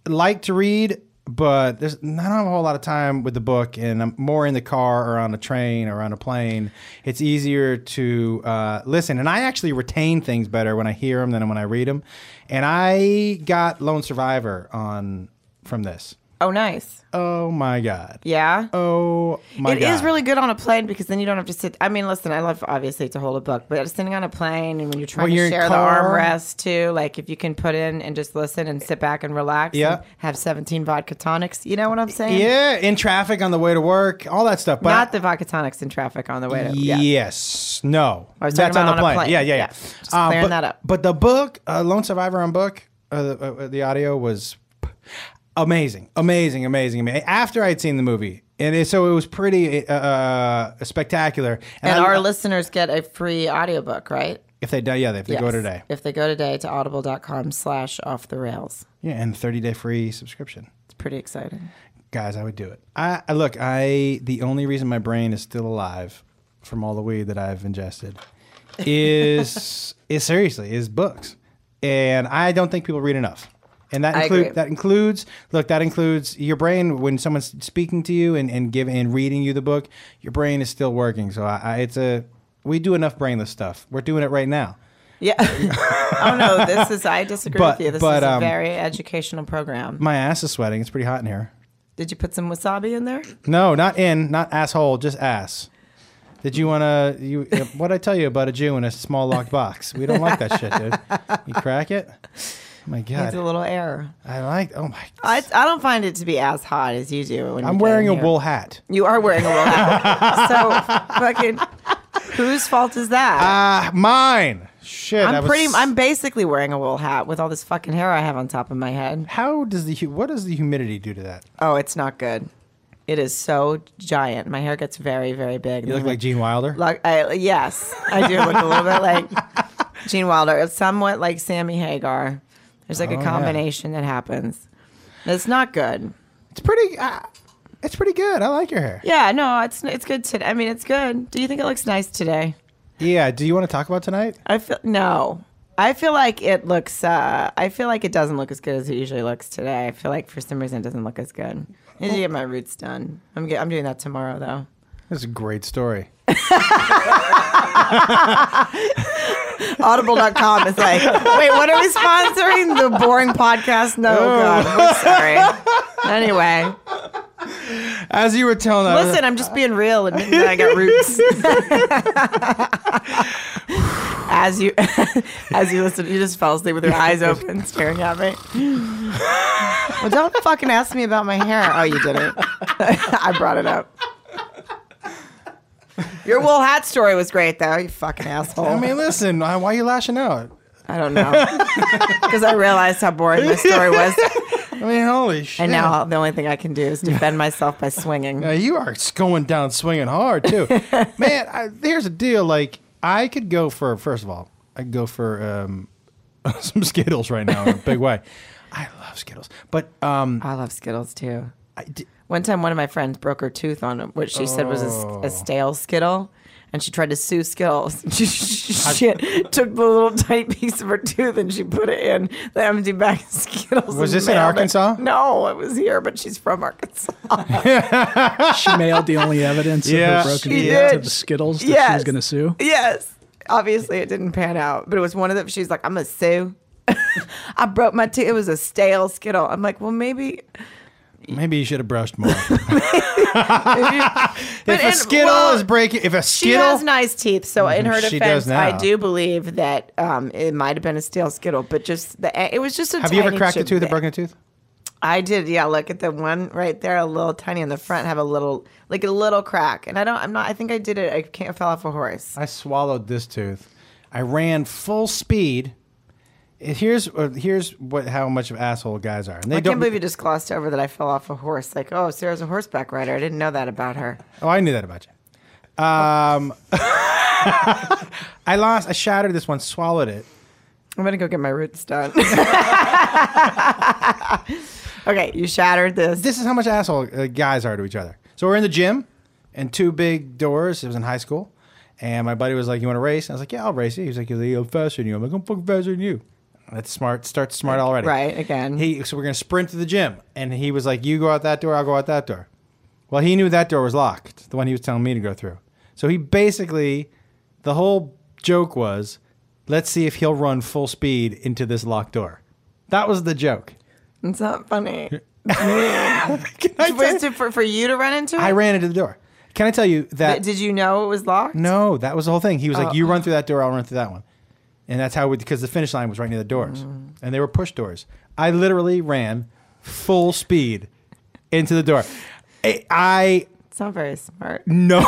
[SPEAKER 1] like to read, but there's not a whole lot of time with the book, and I'm more in the car or on a train or on a plane. It's easier to uh, listen, and I actually retain things better when I hear them than when I read them. And I got Lone Survivor on from this.
[SPEAKER 2] Oh, nice.
[SPEAKER 1] Oh my god.
[SPEAKER 2] Yeah.
[SPEAKER 1] Oh my
[SPEAKER 2] It is
[SPEAKER 1] god.
[SPEAKER 2] really good on a plane because then you don't have to sit. I mean, listen, I love obviously to hold a book, but sitting on a plane and when you're trying
[SPEAKER 1] When you're in
[SPEAKER 2] to share the
[SPEAKER 1] car.
[SPEAKER 2] armrest too, like if you can put in and just listen and sit back and relax,
[SPEAKER 1] Yeah.
[SPEAKER 2] and have 17 vodka tonics. You know what I'm saying?
[SPEAKER 1] Yeah, in traffic on the way to work, all that stuff. But
[SPEAKER 2] Not the vodka tonics in traffic on the way to. Yeah.
[SPEAKER 1] Yes. No.
[SPEAKER 2] I was talking about on a plane.
[SPEAKER 1] Yeah, yeah, yeah.
[SPEAKER 2] Yeah. Just clearing
[SPEAKER 1] but,
[SPEAKER 2] that up.
[SPEAKER 1] But the book, uh, Lone Survivor on book, uh, the, uh, the audio was amazing, amazing, amazing, amazing. After I'd seen the movie, and it, so it was pretty uh, spectacular.
[SPEAKER 2] And
[SPEAKER 1] I-
[SPEAKER 2] our listeners get a free audiobook, right?
[SPEAKER 1] if they die, yeah, if they go
[SPEAKER 2] Yes.
[SPEAKER 1] today,
[SPEAKER 2] If they go today to audible.com slash off the rails.
[SPEAKER 1] yeah, and thirty day free subscription.
[SPEAKER 2] It's pretty exciting.
[SPEAKER 1] Guys, I would do it. I, I look. I the only reason my brain is still alive from all the weed that I've ingested is is seriously is books, and I don't think people read enough. And that
[SPEAKER 2] I
[SPEAKER 1] include
[SPEAKER 2] agree.
[SPEAKER 1] that includes look that includes your brain when someone's speaking to you and and giving and reading you the book, your brain is still working. So I, I it's a we do enough brainless stuff. We're doing it right now.
[SPEAKER 2] Yeah. oh no, this is I disagree
[SPEAKER 1] But-
[SPEAKER 2] with you. This
[SPEAKER 1] but,
[SPEAKER 2] is a
[SPEAKER 1] um,
[SPEAKER 2] very educational program.
[SPEAKER 1] My ass is sweating. It's pretty hot in here.
[SPEAKER 2] Did you put some wasabi in there?
[SPEAKER 1] No, not in, not asshole, just ass. Did you wanna you what I tell you about a Jew in a small locked box? We don't like that shit, dude. You crack it? Oh my
[SPEAKER 2] It's a
[SPEAKER 1] god,
[SPEAKER 2] little air.
[SPEAKER 1] I like. Oh my.
[SPEAKER 2] I, I don't find it to be as hot as you do. When you
[SPEAKER 1] I'm
[SPEAKER 2] get
[SPEAKER 1] wearing
[SPEAKER 2] in
[SPEAKER 1] a
[SPEAKER 2] here.
[SPEAKER 1] wool hat.
[SPEAKER 2] You are wearing a wool hat. so fucking, whose fault is that?
[SPEAKER 1] Ah, mine. Shit. I
[SPEAKER 2] I'm
[SPEAKER 1] was-
[SPEAKER 2] pretty. I'm basically wearing a wool hat with all this fucking hair I have on top of my head.
[SPEAKER 1] How does the hu- what does the humidity do to that?
[SPEAKER 2] Oh, it's not good. It is so giant. My hair gets very, very big.
[SPEAKER 1] You look like Gene Wilder.
[SPEAKER 2] Like, I, yes, I do look a little bit like Gene Wilder. It's somewhat like Sammy Hagar. There's like
[SPEAKER 1] Oh,
[SPEAKER 2] a
[SPEAKER 1] yeah.
[SPEAKER 2] combination that happens. It's not good.
[SPEAKER 1] It's pretty. Uh, it's pretty good. I like your hair.
[SPEAKER 2] Yeah, no, it's it's good today. I mean, it's good. Do you think it looks nice today?
[SPEAKER 1] Yeah. Do you want to talk about tonight?
[SPEAKER 2] I feel no. I feel like it looks. Uh, I feel like it doesn't look as good as it usually looks today. I feel like for some reason it doesn't look as good. I need to get my roots done. I'm get, I'm doing that tomorrow though.
[SPEAKER 1] This is a great story.
[SPEAKER 2] Audible.com is like, wait, what are we sponsoring? The boring podcast? No, God, I'm sorry. Anyway,
[SPEAKER 1] As you were telling us,
[SPEAKER 2] listen, I'm just being real and admitting that I got roots. as you, as you listen, you just fell asleep with your eyes open, staring at me. Well, don't fucking ask me about my hair. Oh, you didn't. I brought it up. Your wool hat story was great, though. You fucking asshole.
[SPEAKER 1] I mean, listen. uh, Why are you lashing out?
[SPEAKER 2] I don't know. Because I realized how boring this story was.
[SPEAKER 1] I mean, holy shit.
[SPEAKER 2] And now the only thing I can do is defend myself by swinging.
[SPEAKER 1] Now, you are s- going down swinging hard too, man. I, here's the deal. Like I could go for first of all, I could go for um, some Skittles right now in a big way. I love Skittles, but um,
[SPEAKER 2] I love Skittles too.
[SPEAKER 1] I d-
[SPEAKER 2] One time, one of my friends broke her tooth on what she said was a, s-
[SPEAKER 1] Oh.
[SPEAKER 2] a stale Skittle. And she tried to sue Skittles. She shit, took the little tiny piece of her tooth and she put it in the empty bag of Skittles.
[SPEAKER 1] Was
[SPEAKER 2] and
[SPEAKER 1] this in
[SPEAKER 2] mailed it.
[SPEAKER 1] Arkansas?
[SPEAKER 2] No, it was here, but she's from Arkansas.
[SPEAKER 3] She mailed the only evidence
[SPEAKER 1] Yeah.
[SPEAKER 3] of her broken
[SPEAKER 1] She
[SPEAKER 3] tooth to
[SPEAKER 2] did.
[SPEAKER 3] the Skittles that she
[SPEAKER 2] Yes.
[SPEAKER 3] was going to sue.
[SPEAKER 2] Yes. Obviously, it didn't pan out, but it was one of the. She's like, I'm gonna sue. I broke my tooth. It was a stale Skittle. I'm like, well, maybe.
[SPEAKER 1] maybe you should have brushed more. if
[SPEAKER 2] But
[SPEAKER 1] a
[SPEAKER 2] in-
[SPEAKER 1] Skittle
[SPEAKER 2] well,
[SPEAKER 1] is breaking, if a
[SPEAKER 2] She
[SPEAKER 1] Skittle,
[SPEAKER 2] has nice teeth, so in her
[SPEAKER 1] Mm-hmm. She does
[SPEAKER 2] defense, I
[SPEAKER 1] now.
[SPEAKER 2] do believe that um, it might have been a stale Skittle, but just the it was just a.
[SPEAKER 1] have you ever
[SPEAKER 2] tiny
[SPEAKER 1] cracked a
[SPEAKER 2] chip
[SPEAKER 1] tooth or
[SPEAKER 2] there.
[SPEAKER 1] broken a tooth?
[SPEAKER 2] I did, yeah. Look at the one right there, a little tiny in the front, have a little like a little crack, and I don't. I'm not. I think I did it. I can't fell off a horse.
[SPEAKER 1] I swallowed this tooth. I ran full speed. And Here's uh, here's what how much of asshole guys are. And they
[SPEAKER 2] I
[SPEAKER 1] don't
[SPEAKER 2] can't believe you just glossed over that I fell off a horse. Like, oh, Sarah's a horseback rider. I didn't know that about her.
[SPEAKER 1] Oh, I knew that about you. Um, I lost. I shattered this one, swallowed it.
[SPEAKER 2] I'm gonna go get my roots done. okay, you shattered this.
[SPEAKER 1] This is how much asshole uh, guys are to each other. So we're in the gym, and two big doors. It was in high school, and my buddy was like, "You want to race?" I was like, "Yeah, I'll race you." He was like, "I'm faster than you." I'm like, "I'm fucking faster than you." That's smart. Start smart already.
[SPEAKER 2] Right, again.
[SPEAKER 1] He so we're gonna sprint to the gym, and he was like, "You go out that door, I'll go out that door." Well, he knew that door was locked, the one he was telling me to go through. So he basically, the whole joke was, let's see if he'll run full speed into this locked door. That was the joke.
[SPEAKER 2] It's not funny.
[SPEAKER 1] Can I,
[SPEAKER 2] It's
[SPEAKER 1] tell-
[SPEAKER 2] wasted for, for you to run into it.
[SPEAKER 1] I ran into the door. Can I tell you that?
[SPEAKER 2] But Did you know it was locked?
[SPEAKER 1] no, that was the whole thing. He was
[SPEAKER 2] Oh.
[SPEAKER 1] like, "You run through that door, I'll run through that one," and that's how we because the finish line was right near the doors,
[SPEAKER 2] Mm.
[SPEAKER 1] and they were push doors. I literally ran full speed into the door. I- I
[SPEAKER 2] It's not very smart.
[SPEAKER 1] No.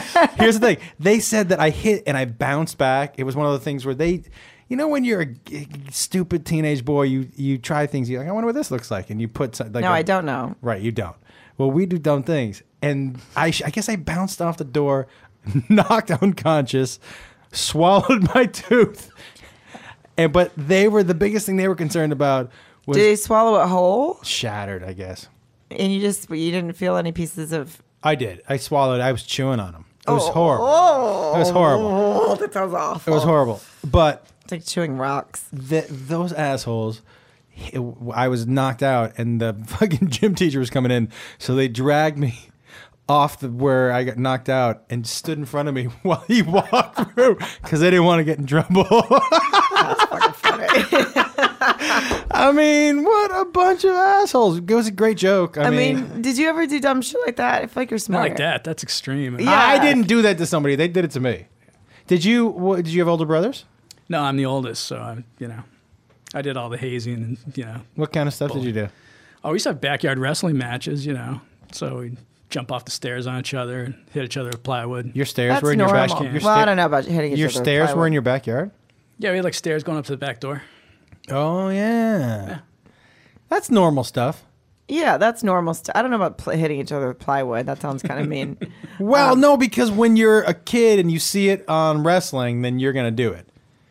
[SPEAKER 1] Here's the thing. They said that I hit and I bounced back. It was one of the things where they, you know, when you're a g- stupid teenage boy, you you try things. You're like, I wonder what this looks like, and you put some, like.
[SPEAKER 2] No,
[SPEAKER 1] I
[SPEAKER 2] I don't know.
[SPEAKER 1] Right, you don't. Well, we do dumb things, and I sh- I guess I bounced off the door, knocked unconscious, swallowed my tooth, and but they were the biggest thing they were concerned about was
[SPEAKER 2] Did they swallow it whole?
[SPEAKER 1] shattered. I guess
[SPEAKER 2] And you just you didn't feel any pieces of.
[SPEAKER 1] I did. I swallowed. I was chewing on them. It was
[SPEAKER 2] Oh,
[SPEAKER 1] horrible.
[SPEAKER 2] Oh,
[SPEAKER 1] It was horrible.
[SPEAKER 2] Oh, that sounds
[SPEAKER 1] It
[SPEAKER 2] awful.
[SPEAKER 1] was horrible. But
[SPEAKER 2] It's like chewing rocks.
[SPEAKER 1] th those assholes, it, I was knocked out, and the fucking gym teacher was coming in, so they dragged me off the where I got knocked out and stood in front of me while he walked through because they didn't want to get in trouble. I mean, what a bunch of assholes! It was a great joke. I,
[SPEAKER 2] I
[SPEAKER 1] mean.
[SPEAKER 2] mean, did you ever do dumb shit like that? I feel like you're
[SPEAKER 3] Not
[SPEAKER 2] smart.
[SPEAKER 3] like that. That's extreme.
[SPEAKER 1] I
[SPEAKER 2] Yeah.
[SPEAKER 1] didn't do that to somebody. They did it to me. Did you? wh- Did you have older brothers?
[SPEAKER 3] No, I'm the oldest, so I'm, you know. I did all the hazing and you know.
[SPEAKER 1] What kind of stuff did you do?
[SPEAKER 3] Oh, we used to have backyard wrestling matches, you know. So we'd jump off the stairs on each other and hit each other with plywood.
[SPEAKER 1] Your stairs
[SPEAKER 2] That's
[SPEAKER 1] were in
[SPEAKER 2] normal.
[SPEAKER 1] your backyard. Your,
[SPEAKER 2] well, I
[SPEAKER 1] sta-
[SPEAKER 2] don't know about hitting each
[SPEAKER 1] your
[SPEAKER 2] other with
[SPEAKER 1] stairs were
[SPEAKER 2] plywood.
[SPEAKER 1] in your backyard.
[SPEAKER 3] Yeah, we had like stairs going up to the back door.
[SPEAKER 1] Oh yeah. that's normal stuff.
[SPEAKER 3] Uh,
[SPEAKER 2] Yeah, that's normal. St- I don't know about pl- hitting each other with plywood. That sounds kind of mean.
[SPEAKER 1] Well, no, because when you're a kid and you see it on wrestling, then you're gonna do it.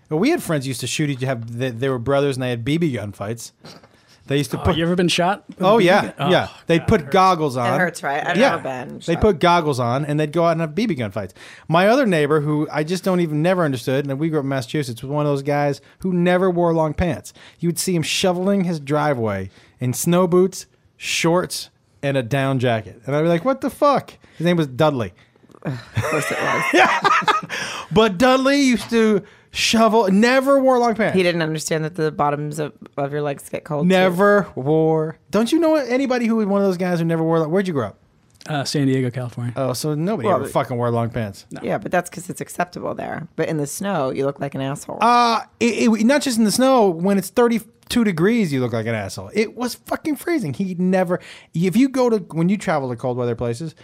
[SPEAKER 1] But we had friends used to shoot each. Have they, they were brothers and they had BB gun fights. They used to
[SPEAKER 3] Oh,
[SPEAKER 1] put.
[SPEAKER 3] you ever been shot? with a
[SPEAKER 1] oh
[SPEAKER 3] BB
[SPEAKER 1] yeah,
[SPEAKER 3] gun?
[SPEAKER 1] yeah.
[SPEAKER 3] Oh,
[SPEAKER 1] They'd put goggles on.
[SPEAKER 2] hurts, right? I've
[SPEAKER 1] yeah.
[SPEAKER 2] never been
[SPEAKER 1] They
[SPEAKER 2] shot.
[SPEAKER 1] put goggles on and they'd go out and have BB gun fights. My other neighbor, who I just don't even never understood, and we grew up in Massachusetts, was one of those guys who never wore long pants. You would see him shoveling his driveway in snow boots, shorts, and a down jacket, and I'd be like, "What the fuck?" His name was Dudley.
[SPEAKER 2] Of course it was.
[SPEAKER 1] But Dudley used to shovel, never wore long pants.
[SPEAKER 2] He didn't understand that the bottoms of, of your legs get cold. too.
[SPEAKER 1] Never wore. Don't you know anybody who was one of those guys who never wore? Long, where'd you grow up?
[SPEAKER 3] Uh, San Diego, California.
[SPEAKER 1] Oh, so nobody
[SPEAKER 2] Well,
[SPEAKER 1] ever
[SPEAKER 2] but-
[SPEAKER 1] fucking wore long pants.
[SPEAKER 2] Yeah, but that's because it's acceptable there. But in the snow, you look like an asshole.
[SPEAKER 1] Uh, it, it, not just in the snow. When it's thirty-two degrees, you look like an asshole. It was fucking freezing. He never. If you go to when you travel to cold weather places,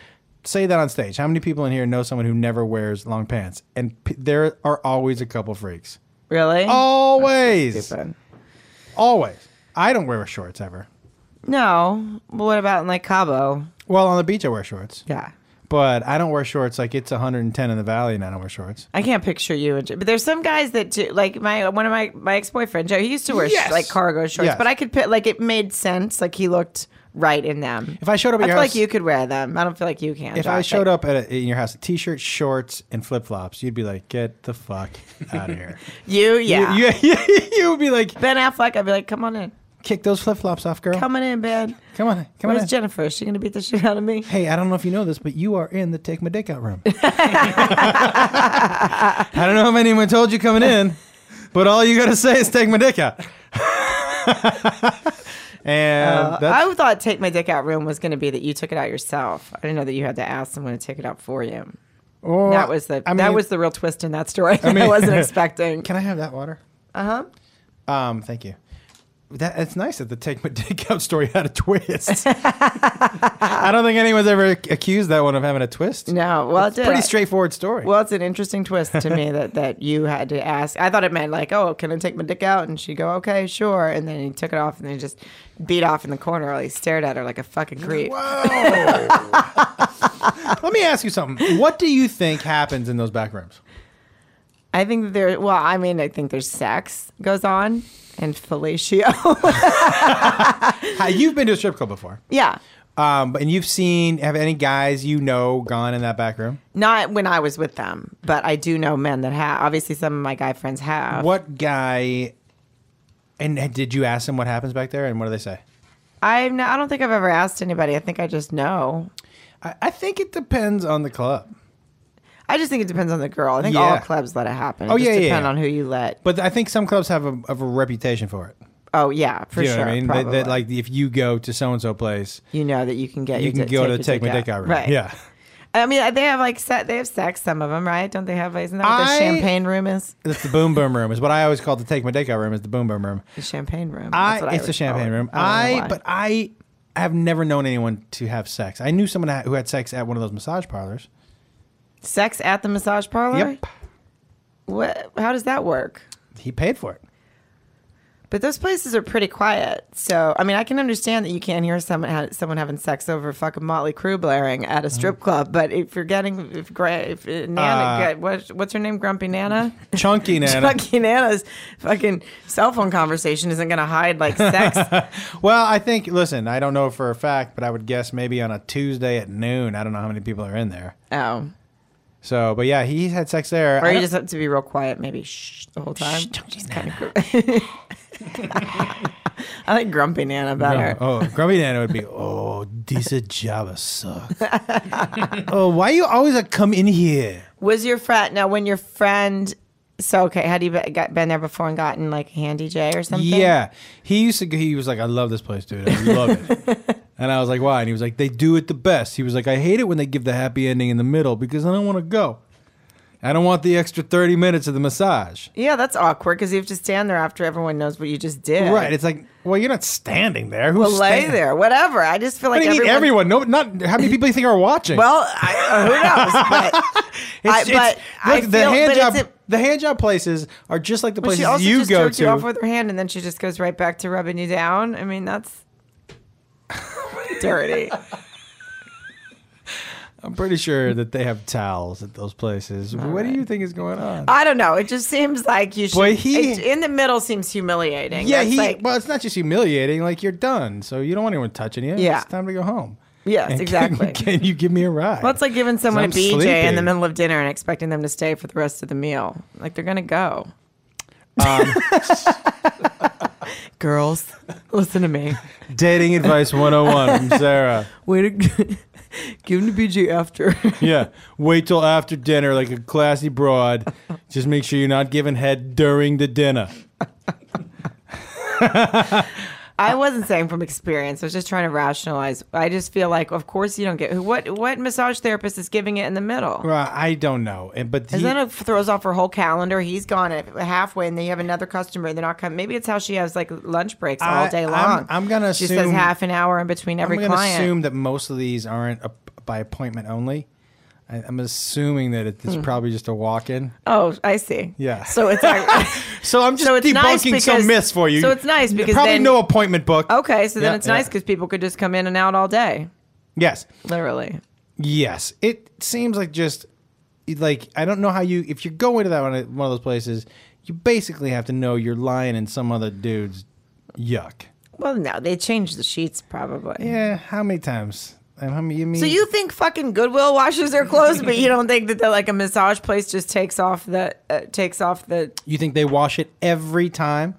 [SPEAKER 1] say that on stage. How many people in here know someone who never wears long pants? And p- there are always a couple freaks.
[SPEAKER 2] really?
[SPEAKER 1] oh. Always,
[SPEAKER 2] Stupid.
[SPEAKER 1] always. I don't wear shorts ever.
[SPEAKER 2] No. But what about in like Cabo?
[SPEAKER 1] Well, on the beach I wear shorts.
[SPEAKER 2] Yeah.
[SPEAKER 1] But I don't wear shorts. Like it's 110 in the valley, and I don't wear shorts.
[SPEAKER 2] I can't picture you. And, but there's some guys that do, like my one of my my ex boyfriend Joe. He used to wear sh-
[SPEAKER 1] Yes.
[SPEAKER 2] like cargo shorts,
[SPEAKER 1] Yes.
[SPEAKER 2] but I could pick like it made sense. Like he looked right in them.
[SPEAKER 1] If I showed up at
[SPEAKER 2] I
[SPEAKER 1] your
[SPEAKER 2] feel
[SPEAKER 1] house-
[SPEAKER 2] like you could wear them. I don't feel like you can.
[SPEAKER 1] If I showed up at a, in your house, a t-shirt, shorts, and flip flops, you'd be like, "Get the fuck out of here!"
[SPEAKER 2] you, yeah.
[SPEAKER 1] You, you, you would be like,
[SPEAKER 2] ben Affleck, I'd be like, come on in,
[SPEAKER 1] "Kick those flip flops off, girl! Come,
[SPEAKER 2] coming in, Ben.
[SPEAKER 1] on, come on."
[SPEAKER 2] Where's
[SPEAKER 1] in.
[SPEAKER 2] Jennifer? Is she gonna beat the shit out of me?
[SPEAKER 1] Hey, I don't know if you know this, but you are in the take my dick out room. I don't know if anyone told you coming in, but all you gotta say is take my dick out. and
[SPEAKER 2] Uh,
[SPEAKER 1] Um, that's
[SPEAKER 2] I thought take my dick out room was going to be that you took it out yourself. I didn't know that you had to ask someone to take it out for you.
[SPEAKER 1] or-
[SPEAKER 2] that was the
[SPEAKER 1] I
[SPEAKER 2] that
[SPEAKER 1] mean-
[SPEAKER 2] was the real twist in that story that I,
[SPEAKER 1] mean-
[SPEAKER 2] wasn't expecting.
[SPEAKER 1] Can I have that water?
[SPEAKER 2] Uh-huh.
[SPEAKER 1] Um, thank you. That it's nice that the take my dick out story had a twist. I don't think anyone's ever ac- accused that one of having a twist.
[SPEAKER 2] No, well, it did.
[SPEAKER 1] Pretty straightforward story.
[SPEAKER 2] Well, it's an interesting twist to me that that you had to ask. I thought it meant like, oh, can I take my dick out? And she'd go, okay, sure. And then he took it off and then he just beat off in the corner while he stared at her like a fucking creep.
[SPEAKER 1] Whoa. Let me ask you something. What do you think happens in those back rooms?
[SPEAKER 2] I think that there. Well, I mean, I think there's sex goes on and fellatio.
[SPEAKER 1] Hi, You've been to a strip club before,
[SPEAKER 2] yeah.
[SPEAKER 1] um, but- and you've seen have any guys you know gone in that back room?
[SPEAKER 2] Not when I was with them, but I do know men that have. Obviously, some of my guy friends have.
[SPEAKER 1] What guy? And and did you ask them what happens back there? And what do they say?
[SPEAKER 2] I'm. Not, I don't think I've ever asked anybody. I think I just know.
[SPEAKER 1] I, I think it depends on the club.
[SPEAKER 2] I just think it depends on the girl. I think all
[SPEAKER 1] Yeah.
[SPEAKER 2] clubs let it happen. It
[SPEAKER 1] Oh,
[SPEAKER 2] just
[SPEAKER 1] yeah, yeah,
[SPEAKER 2] depend
[SPEAKER 1] yeah.
[SPEAKER 2] on who you let.
[SPEAKER 1] But I think some clubs have a, have a reputation for it.
[SPEAKER 2] Oh yeah, for
[SPEAKER 1] you know
[SPEAKER 2] sure.
[SPEAKER 1] what I mean? That,
[SPEAKER 2] probably.
[SPEAKER 1] that, like if you go to so and so place,
[SPEAKER 2] you know that you can get
[SPEAKER 1] you
[SPEAKER 2] your
[SPEAKER 1] can
[SPEAKER 2] dick-
[SPEAKER 1] go to
[SPEAKER 2] your
[SPEAKER 1] the take my dick out room.
[SPEAKER 2] Right.
[SPEAKER 1] Yeah.
[SPEAKER 2] I mean, they have like set. They have sex. Some of them, right? Don't they have? Isn't that what
[SPEAKER 1] I-
[SPEAKER 2] the champagne room is?
[SPEAKER 1] That's the boom boom room. Is what I always call the take my dick out room. Is the boom boom room.
[SPEAKER 2] The champagne room.
[SPEAKER 1] I
[SPEAKER 2] That's what
[SPEAKER 1] it's
[SPEAKER 2] would
[SPEAKER 1] a champagne
[SPEAKER 2] call it.
[SPEAKER 1] room.
[SPEAKER 2] I, don't know
[SPEAKER 1] I
[SPEAKER 2] why.
[SPEAKER 1] but I have never known anyone to have sex. I knew someone who had sex at one of those massage parlors.
[SPEAKER 2] sex at the massage parlor.
[SPEAKER 1] Yep,
[SPEAKER 2] What? How does that work?
[SPEAKER 1] he paid for it.
[SPEAKER 2] But those places are pretty quiet. So, I mean, I can understand that you can't hear someone ha- someone having sex over fucking Motley Crue blaring at a
[SPEAKER 1] Mm-hmm.
[SPEAKER 2] strip club. But if you're getting if, gra- if uh, Nana,
[SPEAKER 1] Uh,
[SPEAKER 2] got- what, what's her name, Grumpy Nana,
[SPEAKER 1] Chunky Nana.
[SPEAKER 2] Grumpy Nana's fucking cell phone conversation isn't gonna hide like sex.
[SPEAKER 1] Well, I think. Listen, I don't know for a fact, but I would guess maybe on a Tuesday at noon. I don't know how many people are in there.
[SPEAKER 2] oh,
[SPEAKER 1] So, but yeah, he had sex there.
[SPEAKER 2] or
[SPEAKER 1] I
[SPEAKER 2] you
[SPEAKER 1] don't-
[SPEAKER 2] just have to be real quiet, maybe shh the whole time. Just kinda gr- I like Grumpy Nana better.
[SPEAKER 1] Oh, Grumpy Nana would be, oh, these are Java suck. oh, why you always like, come in here?
[SPEAKER 2] Was your friend now when your friend? So okay, had you be, got, been there before and gotten like Handy J or something?
[SPEAKER 1] Yeah. He used to, he was like, I love this place, dude. I love it. and I was like, why? And he was like, they do it the best. He was like, I hate it when they give the happy ending in the middle because I don't want to go. I don't want the extra 30 minutes of the massage.
[SPEAKER 2] Yeah, that's awkward because you have to stand there after everyone knows what you just did.
[SPEAKER 1] Right. It's like, well, you're not standing there. Who's
[SPEAKER 2] Well, lay
[SPEAKER 1] stand-
[SPEAKER 2] there, whatever. I just feel
[SPEAKER 1] What
[SPEAKER 2] like
[SPEAKER 1] do you mean
[SPEAKER 2] everyone.
[SPEAKER 1] everyone? No, not how many people you think are watching.
[SPEAKER 2] Well, I, uh, who knows? But I,
[SPEAKER 1] It's- it's-
[SPEAKER 2] but I
[SPEAKER 1] look, the
[SPEAKER 2] feel-
[SPEAKER 1] hand
[SPEAKER 2] but
[SPEAKER 1] job,
[SPEAKER 2] it's a-
[SPEAKER 1] the hand job places are just like the
[SPEAKER 2] But
[SPEAKER 1] places
[SPEAKER 2] she also
[SPEAKER 1] you
[SPEAKER 2] just
[SPEAKER 1] go
[SPEAKER 2] jerked
[SPEAKER 1] to.
[SPEAKER 2] you off with her hand, and then she just goes right back to rubbing you down. I mean, that's dirty.
[SPEAKER 1] I'm pretty sure that they have towels at those places. what do you think is going on?
[SPEAKER 2] I don't know. It just seems like you should.
[SPEAKER 1] Boy, he-
[SPEAKER 2] it- in the middle seems humiliating.
[SPEAKER 1] yeah,
[SPEAKER 2] That's
[SPEAKER 1] he.
[SPEAKER 2] Like,
[SPEAKER 1] well, it's not just humiliating. Like you're done, so you don't want anyone touching you.
[SPEAKER 2] Yeah.
[SPEAKER 1] it's time to go home.
[SPEAKER 2] Yes,
[SPEAKER 1] And can-
[SPEAKER 2] exactly.
[SPEAKER 1] Can, you give me a ride?
[SPEAKER 2] Well, it's like giving someone a
[SPEAKER 1] I'm
[SPEAKER 2] BJ in
[SPEAKER 1] sleeping.
[SPEAKER 2] the middle of dinner and expecting them to stay for the rest of the meal. Like they're gonna go.
[SPEAKER 1] Um,
[SPEAKER 2] Girls, listen to me.
[SPEAKER 1] dating advice 101 from Sarah.
[SPEAKER 2] Way to give him to BJ after.
[SPEAKER 1] Yeah, wait till after dinner, like a classy broad. Just make sure you're not giving head during the dinner.
[SPEAKER 2] I wasn't saying from experience. I was just trying to rationalize. I just feel like, of course, you don't get what what massage therapist is giving it in the middle.
[SPEAKER 1] Well, I don't know, and but
[SPEAKER 2] And
[SPEAKER 1] he-
[SPEAKER 2] then it throws off her whole calendar. He's gone at halfway, and then you have another customer. They're not coming. Maybe it's how she has like lunch breaks all
[SPEAKER 1] I-
[SPEAKER 2] day
[SPEAKER 1] I'm-
[SPEAKER 2] long.
[SPEAKER 1] I'm gonna
[SPEAKER 2] she says
[SPEAKER 1] assume-
[SPEAKER 2] half an hour in between every
[SPEAKER 1] I'm going to
[SPEAKER 2] client.
[SPEAKER 1] assume that most of these aren't a, by appointment only. I, I'm assuming that it, it's probably just a walk-in.
[SPEAKER 2] oh, I see.
[SPEAKER 1] Yeah.
[SPEAKER 2] So it's like,
[SPEAKER 1] So I'm just
[SPEAKER 2] So it's
[SPEAKER 1] debunking
[SPEAKER 2] nice because-
[SPEAKER 1] some myths for you.
[SPEAKER 2] so it's nice because
[SPEAKER 1] probably
[SPEAKER 2] then-
[SPEAKER 1] no appointment book.
[SPEAKER 2] okay. So then
[SPEAKER 1] Yeah,
[SPEAKER 2] it's nice
[SPEAKER 1] yeah.
[SPEAKER 2] because people could just come in and out all day,
[SPEAKER 1] Yes,
[SPEAKER 2] literally.
[SPEAKER 1] yes. It seems like just like I don't know how you if you go into that one one of those places, you basically have to know you're lying in some other dude's yuck.
[SPEAKER 2] Well, no, they changed the sheets probably.
[SPEAKER 1] Yeah, how many times? And How many? You mean?
[SPEAKER 2] So you think fucking Goodwill washes their clothes, but you don't think that they're like a massage place just takes off the uh, takes off the.
[SPEAKER 1] you think they wash it every time?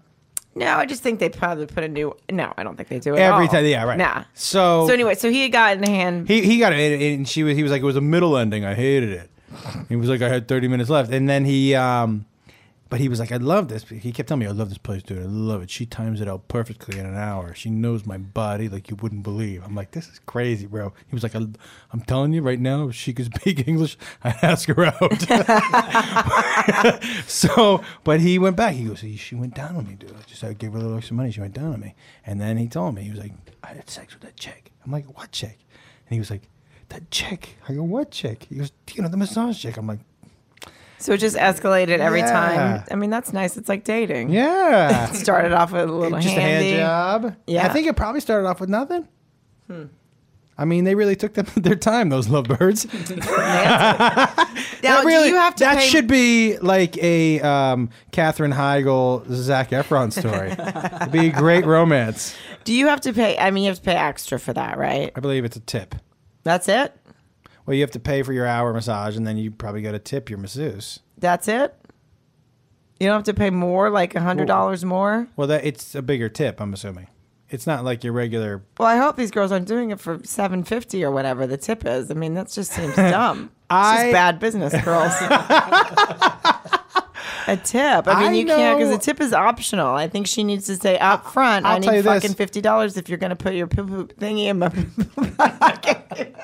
[SPEAKER 2] No, I just think they probably put a new. No, I don't think they do it
[SPEAKER 1] Every time, yeah, right.
[SPEAKER 2] Nah.
[SPEAKER 1] Oh. So
[SPEAKER 2] So anyway, so he had gotten a hand.
[SPEAKER 1] He he got it, and- and she was he was like it was a middle ending. I hated it. He was like I had thirty minutes left, and then he um, but he was like I love this. He kept telling me I love this place, dude. I love it. She times it out perfectly in an hour. She knows my body like you wouldn't believe. I'm like this is crazy, bro. He was like I, I'm telling you right now, if she could speak English, I'd ask her out. so, but he went back. He goes, she went down on me, dude. I just I gave her a little extra money. She went down on me, and then he told me he was like I had sex with that chick. I'm like what chick? And he was like, that chick. I go, what chick? He goes, you know, the massage chick. I'm like,
[SPEAKER 2] so it just escalated every
[SPEAKER 1] Yeah.
[SPEAKER 2] time. I mean, that's nice. It's like dating.
[SPEAKER 1] yeah.
[SPEAKER 2] Started off with a little
[SPEAKER 1] Just
[SPEAKER 2] handy.
[SPEAKER 1] a hand job.
[SPEAKER 2] Yeah.
[SPEAKER 1] I think it probably started off with nothing.
[SPEAKER 2] Hmm.
[SPEAKER 1] I mean, they really took them their time, those lovebirds.
[SPEAKER 2] Now,
[SPEAKER 1] That really,
[SPEAKER 2] do you have to
[SPEAKER 1] that
[SPEAKER 2] pay-
[SPEAKER 1] should be like a um, Katherine Heigl, Zach Efron story. It'd be a great romance.
[SPEAKER 2] do you have to pay? I mean, you have to pay extra for that, right?
[SPEAKER 1] I believe it's a tip.
[SPEAKER 2] That's it.
[SPEAKER 1] Well, you have to pay for your hour massage, and then you probably got to tip your masseuse.
[SPEAKER 2] That's it. You don't have to pay more, like a hundred dollars more.
[SPEAKER 1] Well, that it's a bigger tip, I'm assuming. It's not like your regular
[SPEAKER 2] Well, I hope these girls aren't doing it for seven fifty or whatever the tip is. I mean, that just seems dumb. it's
[SPEAKER 1] I-
[SPEAKER 2] just bad business, girls. a tip. I
[SPEAKER 1] I
[SPEAKER 2] mean, you can't because
[SPEAKER 1] know-
[SPEAKER 2] a tip is optional. I think she needs to say up front.
[SPEAKER 1] I'll
[SPEAKER 2] i
[SPEAKER 1] tell you
[SPEAKER 2] need
[SPEAKER 1] this.
[SPEAKER 2] fucking fifty dollars if you're going to put your poo poo thingy in my.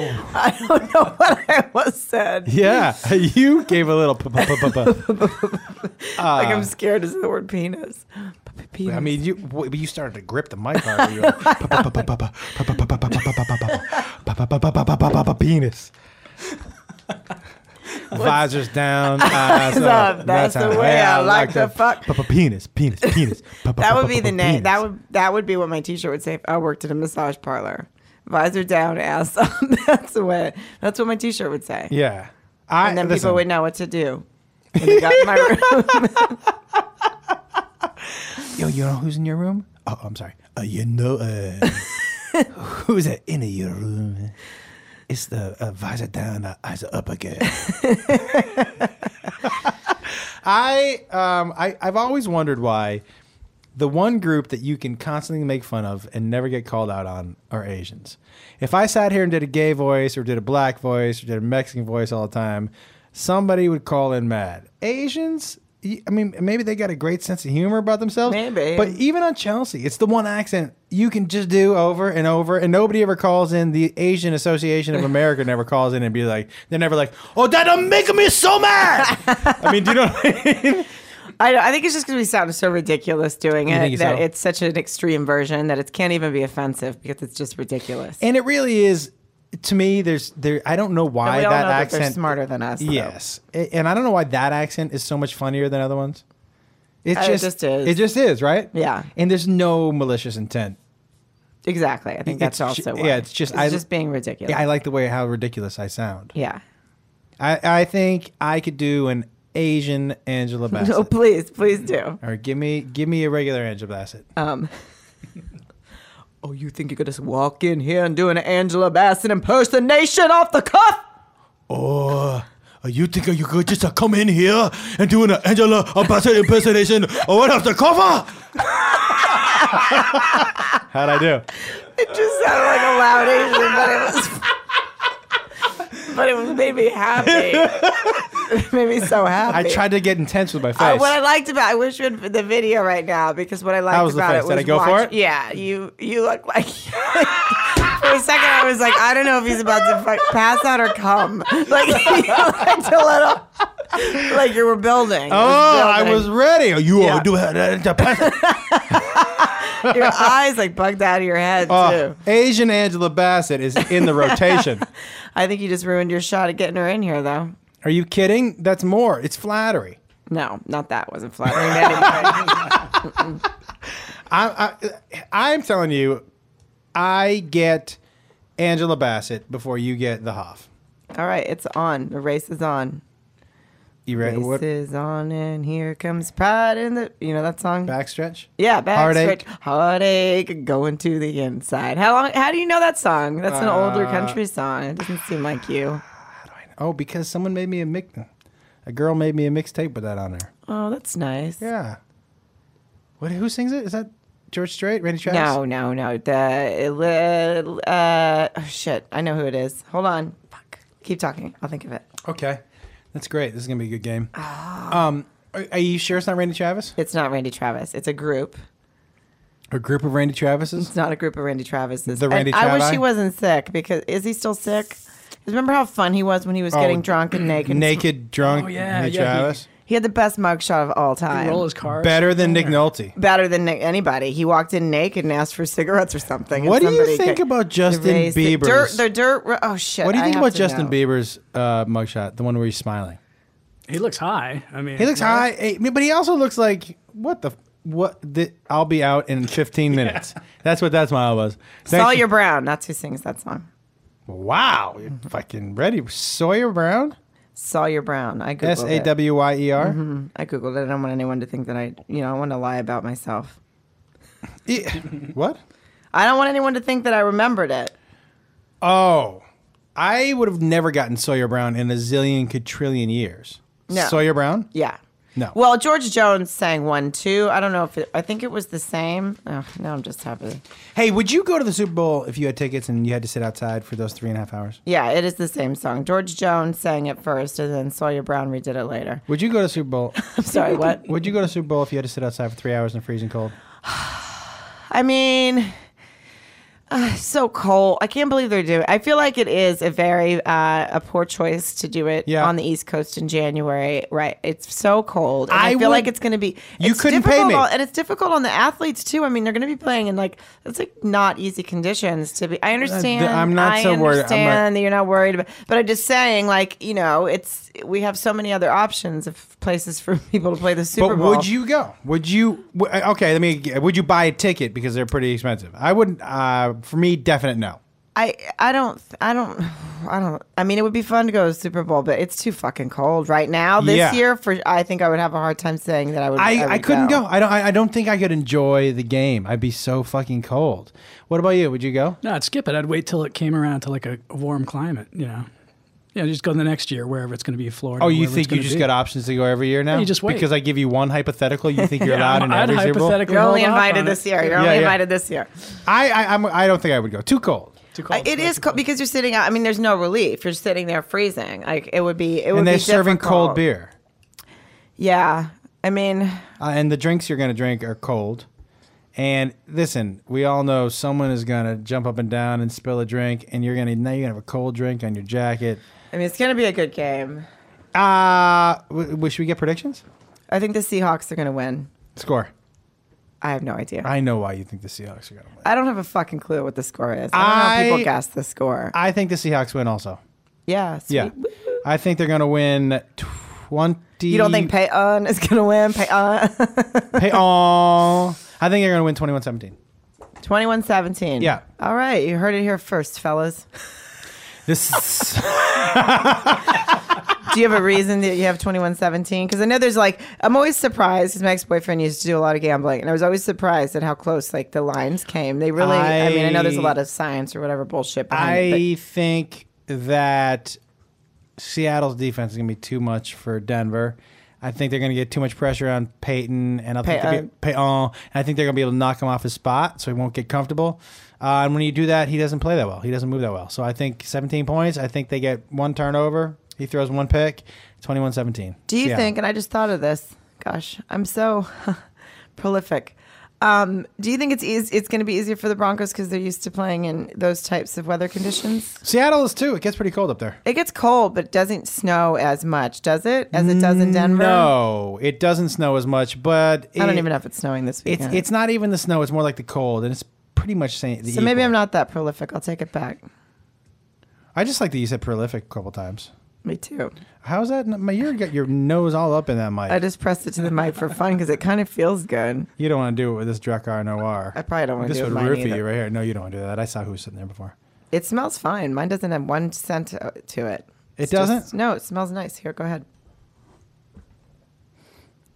[SPEAKER 2] I don't know what I was said.
[SPEAKER 1] Oh. Yeah, you gave a little. p- p- p- p-
[SPEAKER 2] like I'm scared is the word penis. penis.
[SPEAKER 1] I mean, you w- you started to grip the mic already. You were like, penis. Visors down, eyes up.
[SPEAKER 2] up? That's the way I like to
[SPEAKER 1] the
[SPEAKER 2] fuck.
[SPEAKER 1] Penis, penis, penis.
[SPEAKER 2] That would be the name. That would that would be what my T-shirt would say if I worked at a massage parlor. Visor down, ass up. that's what that's what my T-shirt would say.
[SPEAKER 1] Yeah, I,
[SPEAKER 2] and then
[SPEAKER 1] listen,
[SPEAKER 2] people would know what to do. When they got in my room.
[SPEAKER 1] Yo, you know who's in your room? Oh, I'm sorry. Uh, you know, uh, who's that in your room? It's the uh, visor down, uh, eyes are up again. I, um, I, I've always wondered why the one group that you can constantly make fun of and never get called out on are Asians. If I sat here and did a gay voice or did a black voice or did a Mexican voice all the time, somebody would call in mad. Asians, y- I mean, maybe they got a great sense of humor about themselves.
[SPEAKER 2] Maybe.
[SPEAKER 1] But even on Chelsea, it's the one accent you can just do over and over, and nobody ever calls in. The Asian Association of America never calls in and be like, they're never like, oh, that'll make me so mad. I mean, do you know what I mean?
[SPEAKER 2] I, don't- I think it's just because we sound so ridiculous doing it
[SPEAKER 1] think so?
[SPEAKER 2] that it's such an extreme version that it can't even be offensive because it's just ridiculous.
[SPEAKER 1] And it really is. To me, there's there. I don't know
[SPEAKER 2] And
[SPEAKER 1] why
[SPEAKER 2] we all
[SPEAKER 1] that
[SPEAKER 2] know that
[SPEAKER 1] accent.
[SPEAKER 2] they're smarter than us. though.
[SPEAKER 1] Yes, A- and I don't know why that accent is so much funnier than other ones. It
[SPEAKER 2] Uh, it
[SPEAKER 1] just,
[SPEAKER 2] just is.
[SPEAKER 1] It just is, right?
[SPEAKER 2] Yeah.
[SPEAKER 1] And there's no malicious intent.
[SPEAKER 2] exactly. I think that's
[SPEAKER 1] It's ju-
[SPEAKER 2] also why.
[SPEAKER 1] yeah, it's just-
[SPEAKER 2] it's
[SPEAKER 1] I-
[SPEAKER 2] just being ridiculous.
[SPEAKER 1] Yeah, I like the way how ridiculous I sound.
[SPEAKER 2] yeah.
[SPEAKER 1] I, I think I could do an Asian Angela Bassett.
[SPEAKER 2] Oh, please, please do.
[SPEAKER 1] Or give me give me a regular Angela Bassett.
[SPEAKER 2] Um, oh, you think you could just walk in here and do an Angela Bassett impersonation off the cuff?
[SPEAKER 4] Oh, uh, you think you could just uh, come in here and do an Angela Bassett impersonation or what off the cover?
[SPEAKER 1] How'd I do?
[SPEAKER 2] It just sounded like a loud Asian, but it was. But it was- made me happy. it made me so
[SPEAKER 1] I
[SPEAKER 2] happy.
[SPEAKER 1] tried to get intense with my
[SPEAKER 2] Uh,
[SPEAKER 1] face.
[SPEAKER 2] what I liked about I wish we had the video right now because what I liked
[SPEAKER 1] How was the
[SPEAKER 2] about
[SPEAKER 1] face?
[SPEAKER 2] it
[SPEAKER 1] Did I
[SPEAKER 2] was
[SPEAKER 1] go for
[SPEAKER 2] watch-
[SPEAKER 1] it?
[SPEAKER 2] Yeah, you you look like for a second I was like I don't know if he's about to fuck, pass out or come. Like you looked a little like you were building.
[SPEAKER 1] oh, I was ready. You
[SPEAKER 2] Yeah.
[SPEAKER 1] all do that Angela Bassett.
[SPEAKER 2] Your eyes like bugged out of your head
[SPEAKER 1] Oh,
[SPEAKER 2] too.
[SPEAKER 1] Asian Angela Bassett is in the rotation.
[SPEAKER 2] I think you just ruined your shot at getting her in here though.
[SPEAKER 1] Are you kidding? That's more. It's flattery.
[SPEAKER 2] No, not that wasn't flattering to anybody.
[SPEAKER 1] I, I, I'm telling you, I get Angela Bassett before you get the Hoff.
[SPEAKER 2] All right, it's on. The race is on.
[SPEAKER 1] You ready?
[SPEAKER 2] Race
[SPEAKER 1] What
[SPEAKER 2] is on, and here comes pride in the. You know that song?
[SPEAKER 1] backstretch?
[SPEAKER 2] Yeah, back
[SPEAKER 1] Heartache.
[SPEAKER 2] heartache. heartache going to the inside. How long? How do you know that song? That's an older
[SPEAKER 1] Uh,
[SPEAKER 2] country song. It doesn't seem like you.
[SPEAKER 1] Oh, because someone made me a mix. A girl made me a mixtape with that on there.
[SPEAKER 2] Oh, that's nice.
[SPEAKER 1] Yeah. What? Who sings it? Is that George Strait? Randy Travis?
[SPEAKER 2] No, no, no. The uh, oh, shit. I know who it is. Hold on. Fuck. Keep talking. I'll think of it.
[SPEAKER 1] Okay, that's great. This is gonna be a good game. Um, are, are you sure it's not Randy Travis?
[SPEAKER 2] It's not Randy Travis. It's a group.
[SPEAKER 1] A group of Randy Travises?
[SPEAKER 2] It's not a group of Randy Travis's.
[SPEAKER 1] The
[SPEAKER 2] And
[SPEAKER 1] Randy
[SPEAKER 2] I wish
[SPEAKER 1] Travi?
[SPEAKER 2] he wasn't sick because is he still sick? Remember how fun he was when he was
[SPEAKER 1] Oh,
[SPEAKER 2] getting drunk and naked? and sm-
[SPEAKER 1] Naked, drunk
[SPEAKER 3] Oh, yeah,
[SPEAKER 1] Randy
[SPEAKER 3] yeah, he-
[SPEAKER 1] Travis.
[SPEAKER 2] He had the best mugshot of all time.
[SPEAKER 3] Roll his cars.
[SPEAKER 1] Better than Nick Nolte.
[SPEAKER 2] better than na- anybody. He walked in naked and asked for cigarettes or something. and
[SPEAKER 1] What do you
[SPEAKER 2] somebody
[SPEAKER 1] think
[SPEAKER 2] ca-
[SPEAKER 1] about Justin
[SPEAKER 2] raised it.
[SPEAKER 1] Bieber's-
[SPEAKER 2] Dirt, the dirt. ro- Oh shit!
[SPEAKER 1] What do you
[SPEAKER 2] I
[SPEAKER 1] think
[SPEAKER 2] have
[SPEAKER 1] about
[SPEAKER 2] to
[SPEAKER 1] Justin
[SPEAKER 2] know.
[SPEAKER 1] Bieber's uh, mugshot? The one where he's smiling.
[SPEAKER 3] He looks high. I mean,
[SPEAKER 1] He looks high, eh, but he also looks like what the f- what? The, I'll be out in 15 minutes. That's what that smile was. Thank you.
[SPEAKER 2] Sawyer Brown. That's who sings that song.
[SPEAKER 1] Wow, you're fucking ready. Sawyer Brown?
[SPEAKER 2] Sawyer Brown. I googled
[SPEAKER 1] S A
[SPEAKER 2] it.
[SPEAKER 1] W Y E R?
[SPEAKER 2] I googled it. I don't want anyone to think that I, you know, I want to lie about myself.
[SPEAKER 1] E- What?
[SPEAKER 2] I don't want anyone to think that I remembered it.
[SPEAKER 1] Oh, I would have never gotten Sawyer Brown in a zillion quadrillion years.
[SPEAKER 2] No.
[SPEAKER 1] Sawyer Brown?
[SPEAKER 2] Yeah.
[SPEAKER 1] No.
[SPEAKER 2] Well, George Jones sang one too. I don't know if it, I think it was the same. Oh, now I'm just happy.
[SPEAKER 1] Hey, would you go to the Super Bowl if you had tickets and you had to sit outside for those three and a half hours?
[SPEAKER 2] Yeah, it is the same song. George Jones sang it first, and then Sawyer Brown redid it later.
[SPEAKER 1] Would you go to Super Bowl?
[SPEAKER 2] I'm sorry. What?
[SPEAKER 1] would you go to Super Bowl if you had to sit outside for three hours in the freezing cold?
[SPEAKER 2] I mean, uh, so cold. I can't believe they're doing. I feel like it is a very uh, a poor choice to do it
[SPEAKER 1] Yeah.
[SPEAKER 2] on the East Coast in January. Right? It's so cold. And I,
[SPEAKER 1] I
[SPEAKER 2] feel
[SPEAKER 1] would-
[SPEAKER 2] like it's going to be.
[SPEAKER 1] You
[SPEAKER 2] it's
[SPEAKER 1] couldn't pay
[SPEAKER 2] difficult
[SPEAKER 1] me.
[SPEAKER 2] on- and it's difficult on the athletes too. I mean, they're going to be playing in like it's like not easy conditions to be. I understand.
[SPEAKER 1] Uh, I'm not
[SPEAKER 2] I
[SPEAKER 1] so worried. I'm not-
[SPEAKER 2] understand that you're not worried about. But I'm just saying, like you know, it's we have so many other options of places for people to play the Super
[SPEAKER 1] But
[SPEAKER 2] Bowl.
[SPEAKER 1] would you go? Would you? w- uh, Okay, let me. Would you buy a ticket because they're pretty expensive? I wouldn't. Uh, for me, definite no.
[SPEAKER 2] I I don't I don't I don't I mean it would be fun to go to the Super Bowl, but it's too fucking cold right now. This
[SPEAKER 1] Yeah.
[SPEAKER 2] year for I think I would have a hard time saying that I would
[SPEAKER 1] I,
[SPEAKER 2] would
[SPEAKER 1] I couldn't go. I don't. I, I don't think I could enjoy the game. I'd be so fucking cold. What about you? Would you go?
[SPEAKER 3] No, I'd skip it. I'd wait till it came around to like a, a warm climate, you know. Yeah, just go the next year, wherever it's going to be, Florida.
[SPEAKER 1] Oh, you
[SPEAKER 3] wherever it's
[SPEAKER 1] think you
[SPEAKER 3] gonna
[SPEAKER 1] just
[SPEAKER 3] be.
[SPEAKER 1] got options to go every year now?
[SPEAKER 3] you just wait.
[SPEAKER 1] because I give you one hypothetical. You think you're allowed in
[SPEAKER 3] I'd
[SPEAKER 1] every Super Bowl?
[SPEAKER 3] hypothetically
[SPEAKER 2] You're only
[SPEAKER 3] hold off on
[SPEAKER 2] invited
[SPEAKER 3] it.
[SPEAKER 2] this year. You're
[SPEAKER 1] Yeah,
[SPEAKER 2] only
[SPEAKER 1] yeah.
[SPEAKER 2] invited this year.
[SPEAKER 1] I I I'm, I don't think I would go. Too cold.
[SPEAKER 3] Too cold.
[SPEAKER 2] Uh, It is cold because you're sitting out. I mean, there's no relief. You're sitting there freezing. Like it would be. It would
[SPEAKER 1] And they're
[SPEAKER 2] be
[SPEAKER 1] serving cold beer.
[SPEAKER 2] difficult. Yeah, I mean,
[SPEAKER 1] Uh, and the drinks you're going to drink are cold. And listen, we all know someone is going to jump up and down and spill a drink, and you're going to now you're going to have a cold drink on your jacket.
[SPEAKER 2] I mean, it's gonna be a good game.
[SPEAKER 1] Uh, w- w- should we get predictions?
[SPEAKER 2] I think the Seahawks are gonna win.
[SPEAKER 1] Score.
[SPEAKER 2] I have no idea. I,
[SPEAKER 1] I know why you think the Seahawks are going to win.
[SPEAKER 2] don't have a fucking clue what the score is. I don't know how
[SPEAKER 1] I-
[SPEAKER 2] people guess the score.
[SPEAKER 1] I think the Seahawks win also.
[SPEAKER 2] yeah. sweet.
[SPEAKER 1] Yeah. I think they're going to win 20.
[SPEAKER 2] You don't think Payton is gonna win? Payton.
[SPEAKER 1] Pay- oh, I think they're going to win 21 17.
[SPEAKER 2] 21-17.
[SPEAKER 1] Yeah.
[SPEAKER 2] All right, you heard it here first, fellas.
[SPEAKER 1] This is.
[SPEAKER 2] Do you have a reason that you have 21-17? Because I know there's like I'm always surprised because my ex-boyfriend used to do a lot of gambling, and I was always surprised at how close like the lines came. They really. I, mean, I know there's a
[SPEAKER 1] I-
[SPEAKER 2] lot of science or whatever bullshit. Behind
[SPEAKER 1] I
[SPEAKER 2] it,
[SPEAKER 1] think that Seattle's defense is going to be too much for Denver. I think they're going to get too much pressure on Peyton, and I think they'll
[SPEAKER 2] uh,
[SPEAKER 1] be- Payton. And I think they're going to be able to knock him off his spot, so he won't get comfortable. Uh, and when you do that, he doesn't play that well. He doesn't move that well. So I think 17 points. I think they get one turnover. He throws one pick. 21-17.
[SPEAKER 2] Do you
[SPEAKER 1] Seattle.
[SPEAKER 2] think, and I just thought of this, gosh, I'm so prolific. Um, do you think it's easy, it's going to be easier for the Broncos because they're used to playing in those types of weather conditions?
[SPEAKER 1] Seattle is too? It gets pretty cold up there.
[SPEAKER 2] It gets cold, but it doesn't snow as much, does it, as it does in Denver?
[SPEAKER 1] Mm, No, it doesn't snow as much, but
[SPEAKER 2] I don't
[SPEAKER 1] it-
[SPEAKER 2] even know if it's snowing this
[SPEAKER 1] It's
[SPEAKER 2] weekend.
[SPEAKER 1] it's not even the snow. It's more like the cold, and it's pretty much saying.
[SPEAKER 2] so maybe I'm not that prolific. I'll take it back.
[SPEAKER 1] I just like that you said prolific a couple times.
[SPEAKER 2] Me too.
[SPEAKER 1] How's that? My, you got your nose all up in that mic.
[SPEAKER 2] I just pressed it to the mic for fun because it kind of feels good.
[SPEAKER 1] you don't want to do it with this Drakkar Noir.
[SPEAKER 2] I probably don't want to
[SPEAKER 1] this
[SPEAKER 2] do it
[SPEAKER 1] would
[SPEAKER 2] with mine
[SPEAKER 1] roofie you
[SPEAKER 2] either.
[SPEAKER 1] right here. No, you don't want to do that. I saw who was sitting there before.
[SPEAKER 2] It smells fine. Mine doesn't have one scent uh, to it.
[SPEAKER 1] It
[SPEAKER 2] It's just-
[SPEAKER 1] doesn't?
[SPEAKER 2] no, it smells nice. Here, go ahead.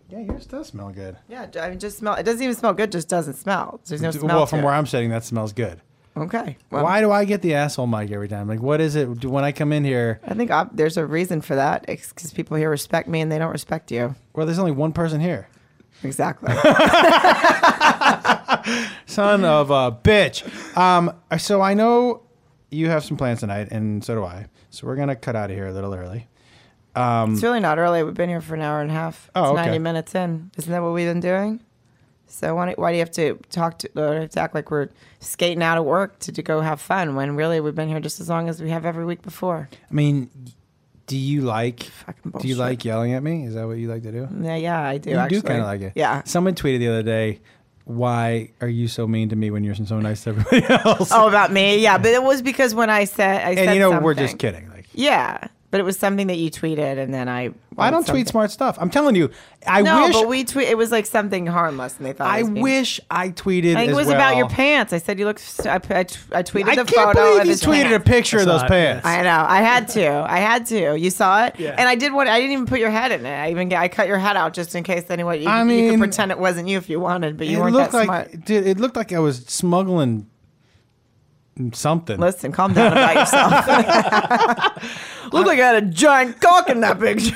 [SPEAKER 1] Yeah, yours does smell good.
[SPEAKER 2] Yeah, I mean, just smell. It doesn't even smell good. Just doesn't smell. There's no
[SPEAKER 1] D-
[SPEAKER 2] smell.
[SPEAKER 1] well, from
[SPEAKER 2] to
[SPEAKER 1] where
[SPEAKER 2] it.
[SPEAKER 1] I'm sitting, that smells good.
[SPEAKER 2] Okay. Well,
[SPEAKER 1] Why do I get the asshole mic every time? Like, what is it do- when I come in here?
[SPEAKER 2] I think i there's a reason for that. It's because people here respect me and they don't respect you.
[SPEAKER 1] Well, there's only one person here.
[SPEAKER 2] Exactly.
[SPEAKER 1] Son of a bitch. Um, so I know you have some plans tonight, and so do I. So we're gonna cut out of here a little early.
[SPEAKER 2] it's really not early. We've been here for an hour and a half.
[SPEAKER 1] Oh,
[SPEAKER 2] it's
[SPEAKER 1] okay.
[SPEAKER 2] 90 minutes in. Isn't that what we've been doing? So why, do- why do you have to talk to, or have to act like we're skating out of work to, to go have fun when really we've been here just as long as we have every week before?
[SPEAKER 1] I mean, do you like?
[SPEAKER 2] Fucking bullshit.
[SPEAKER 1] Do you like yelling at me? Is that what you like to do?
[SPEAKER 2] Yeah, yeah, I do.
[SPEAKER 1] You
[SPEAKER 2] actually.
[SPEAKER 1] do kind of like it.
[SPEAKER 2] Yeah.
[SPEAKER 1] Someone tweeted the other day, "Why are you so mean to me when you're so nice to everybody else?"
[SPEAKER 2] Oh, about me. Yeah, but it was because when I said, I
[SPEAKER 1] and
[SPEAKER 2] said
[SPEAKER 1] you know, we're
[SPEAKER 2] something.
[SPEAKER 1] just kidding. Like,
[SPEAKER 2] Yeah, but it was something that you tweeted, and then I.
[SPEAKER 1] I don't tweet
[SPEAKER 2] something-
[SPEAKER 1] smart stuff. I'm telling you, I
[SPEAKER 2] No,
[SPEAKER 1] wish.
[SPEAKER 2] but we tweet. It was like something harmless, and they thought. it
[SPEAKER 1] I
[SPEAKER 2] was mean.
[SPEAKER 1] wish I tweeted.
[SPEAKER 2] I think it
[SPEAKER 1] as
[SPEAKER 2] was about your
[SPEAKER 1] well.
[SPEAKER 2] pants. I said you looked. I, I, I tweeted
[SPEAKER 1] I
[SPEAKER 2] the
[SPEAKER 1] can't
[SPEAKER 2] photo.
[SPEAKER 1] believe
[SPEAKER 2] of
[SPEAKER 1] you
[SPEAKER 2] his
[SPEAKER 1] tweeted
[SPEAKER 2] pants.
[SPEAKER 1] a picture of
[SPEAKER 3] I saw
[SPEAKER 1] those
[SPEAKER 3] it,
[SPEAKER 1] pants.
[SPEAKER 2] I know. I had to. I had to. You saw it,
[SPEAKER 3] Yeah.
[SPEAKER 2] and I did want. I didn't even put your head in it. I even I cut your head out just in case anyone. You,
[SPEAKER 1] I
[SPEAKER 2] you
[SPEAKER 1] mean,
[SPEAKER 2] could pretend it wasn't you if you wanted, but you
[SPEAKER 1] it
[SPEAKER 2] weren't
[SPEAKER 1] looked
[SPEAKER 2] that
[SPEAKER 1] like
[SPEAKER 2] smart.
[SPEAKER 1] dude, it looked like I was smuggling something.
[SPEAKER 2] Listen, calm down about yourself. Looked like I had a giant cock in that picture.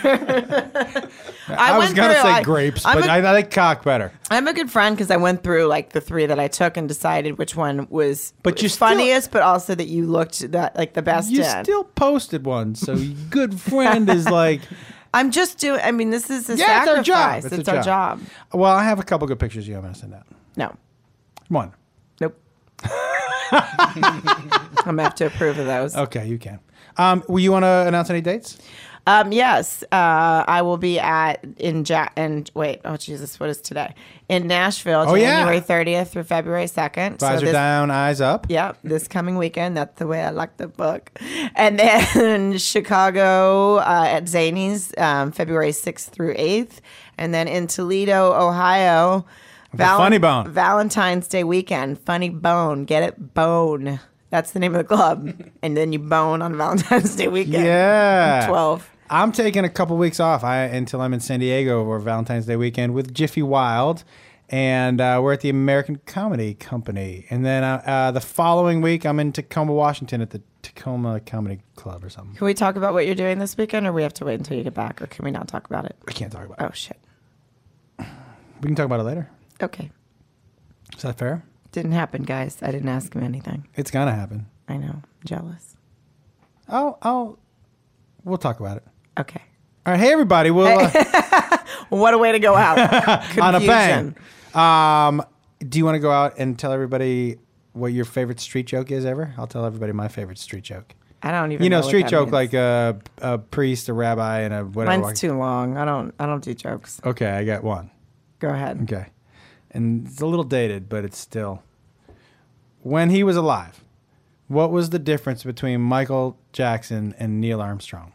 [SPEAKER 1] I, was
[SPEAKER 2] went
[SPEAKER 1] gonna
[SPEAKER 2] through-
[SPEAKER 1] say
[SPEAKER 2] I-
[SPEAKER 1] grapes,
[SPEAKER 2] I'm
[SPEAKER 1] but
[SPEAKER 2] a-
[SPEAKER 1] I I like cock better.
[SPEAKER 2] I'm a good friend because I went through like the three that I took and decided which one was
[SPEAKER 1] But you still-
[SPEAKER 2] funniest, but also that you looked that like the best
[SPEAKER 1] You
[SPEAKER 2] in.
[SPEAKER 1] still posted one, so good friend is like.
[SPEAKER 2] I'm just doing. I mean, this is a
[SPEAKER 1] Yeah, it's our job.
[SPEAKER 2] sacrifice. It's, our job.
[SPEAKER 1] Well, I have a couple good pictures of you I'm gonna send out.
[SPEAKER 2] No,
[SPEAKER 1] One.
[SPEAKER 2] nope. I'm gonna have to approve of those.
[SPEAKER 1] Okay, you can. Um, will you want to announce any dates?
[SPEAKER 2] Um, yes, uh, I will be at in ja- and wait, oh Jesus, what is today? In Nashville,
[SPEAKER 1] Oh, yeah.
[SPEAKER 2] January 30th through February 2nd.
[SPEAKER 1] Visor
[SPEAKER 2] this,
[SPEAKER 1] down, eyes up.
[SPEAKER 2] Yeah, this coming weekend. That's the way I like the book. And then Chicago uh, at Zanies, um, February 6th through 8th. And then in Toledo, Ohio, Val-
[SPEAKER 1] Funny Bone.
[SPEAKER 2] Valentine's Day weekend. Funny Bone. Get it? Bone. That's the name of the club. and then you bone on Valentine's Day weekend.
[SPEAKER 1] Yeah.
[SPEAKER 2] 12.
[SPEAKER 1] I'm taking a couple weeks off I, until I'm in San Diego over Valentine's Day weekend with Jiffy Wild. And uh, we're at the American Comedy Company. And then uh, uh, the following week, I'm in Tacoma, Washington at the Tacoma Comedy Club or something.
[SPEAKER 2] Can we talk about what you're doing this weekend, or we have to wait until you get back, or can we not talk about it?
[SPEAKER 1] We can't talk about it.
[SPEAKER 2] Oh, shit. Oh.
[SPEAKER 1] We can talk about it later.
[SPEAKER 2] Okay.
[SPEAKER 1] Is that fair?
[SPEAKER 2] Didn't happen, guys. I didn't ask him anything.
[SPEAKER 1] It's going to happen.
[SPEAKER 2] I know. Jealous.
[SPEAKER 1] I'll, I'll, we'll talk about it.
[SPEAKER 2] Okay.
[SPEAKER 1] All right, hey everybody. We'll uh,
[SPEAKER 2] What a way to go out.
[SPEAKER 1] on a bang.
[SPEAKER 2] Confusion.
[SPEAKER 1] Um, do you want to go out and tell everybody what your favorite street joke is ever? I'll tell everybody my favorite street joke.
[SPEAKER 2] I don't even
[SPEAKER 1] You know,
[SPEAKER 2] what
[SPEAKER 1] street
[SPEAKER 2] that
[SPEAKER 1] joke
[SPEAKER 2] means.
[SPEAKER 1] like a, a priest, a rabbi, and a whatever.
[SPEAKER 2] Mine's too long. I don't I don't do jokes.
[SPEAKER 1] Okay, I got one.
[SPEAKER 2] Go ahead.
[SPEAKER 1] Okay. And it's a little dated, but it's still. When he was alive, what was the difference between Michael Jackson and Neil Armstrong?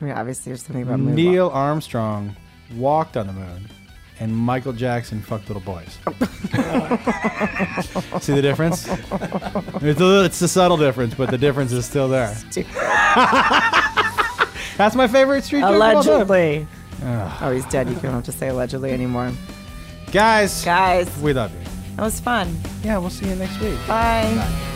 [SPEAKER 2] I mean, obviously there's something about moonwalk.
[SPEAKER 1] Neil Armstrong walked on the moon, and Michael Jackson fucked little boys. See the difference? It's a, little- it's a subtle difference, but the difference is still there. That's my favorite street joke. of all time.
[SPEAKER 2] Allegedly. Oh, he's dead. You don't have to say allegedly anymore.
[SPEAKER 1] Guys,
[SPEAKER 2] Guys,
[SPEAKER 1] we love you.
[SPEAKER 2] that was fun.
[SPEAKER 1] Yeah, we'll see you next week.
[SPEAKER 2] Bye.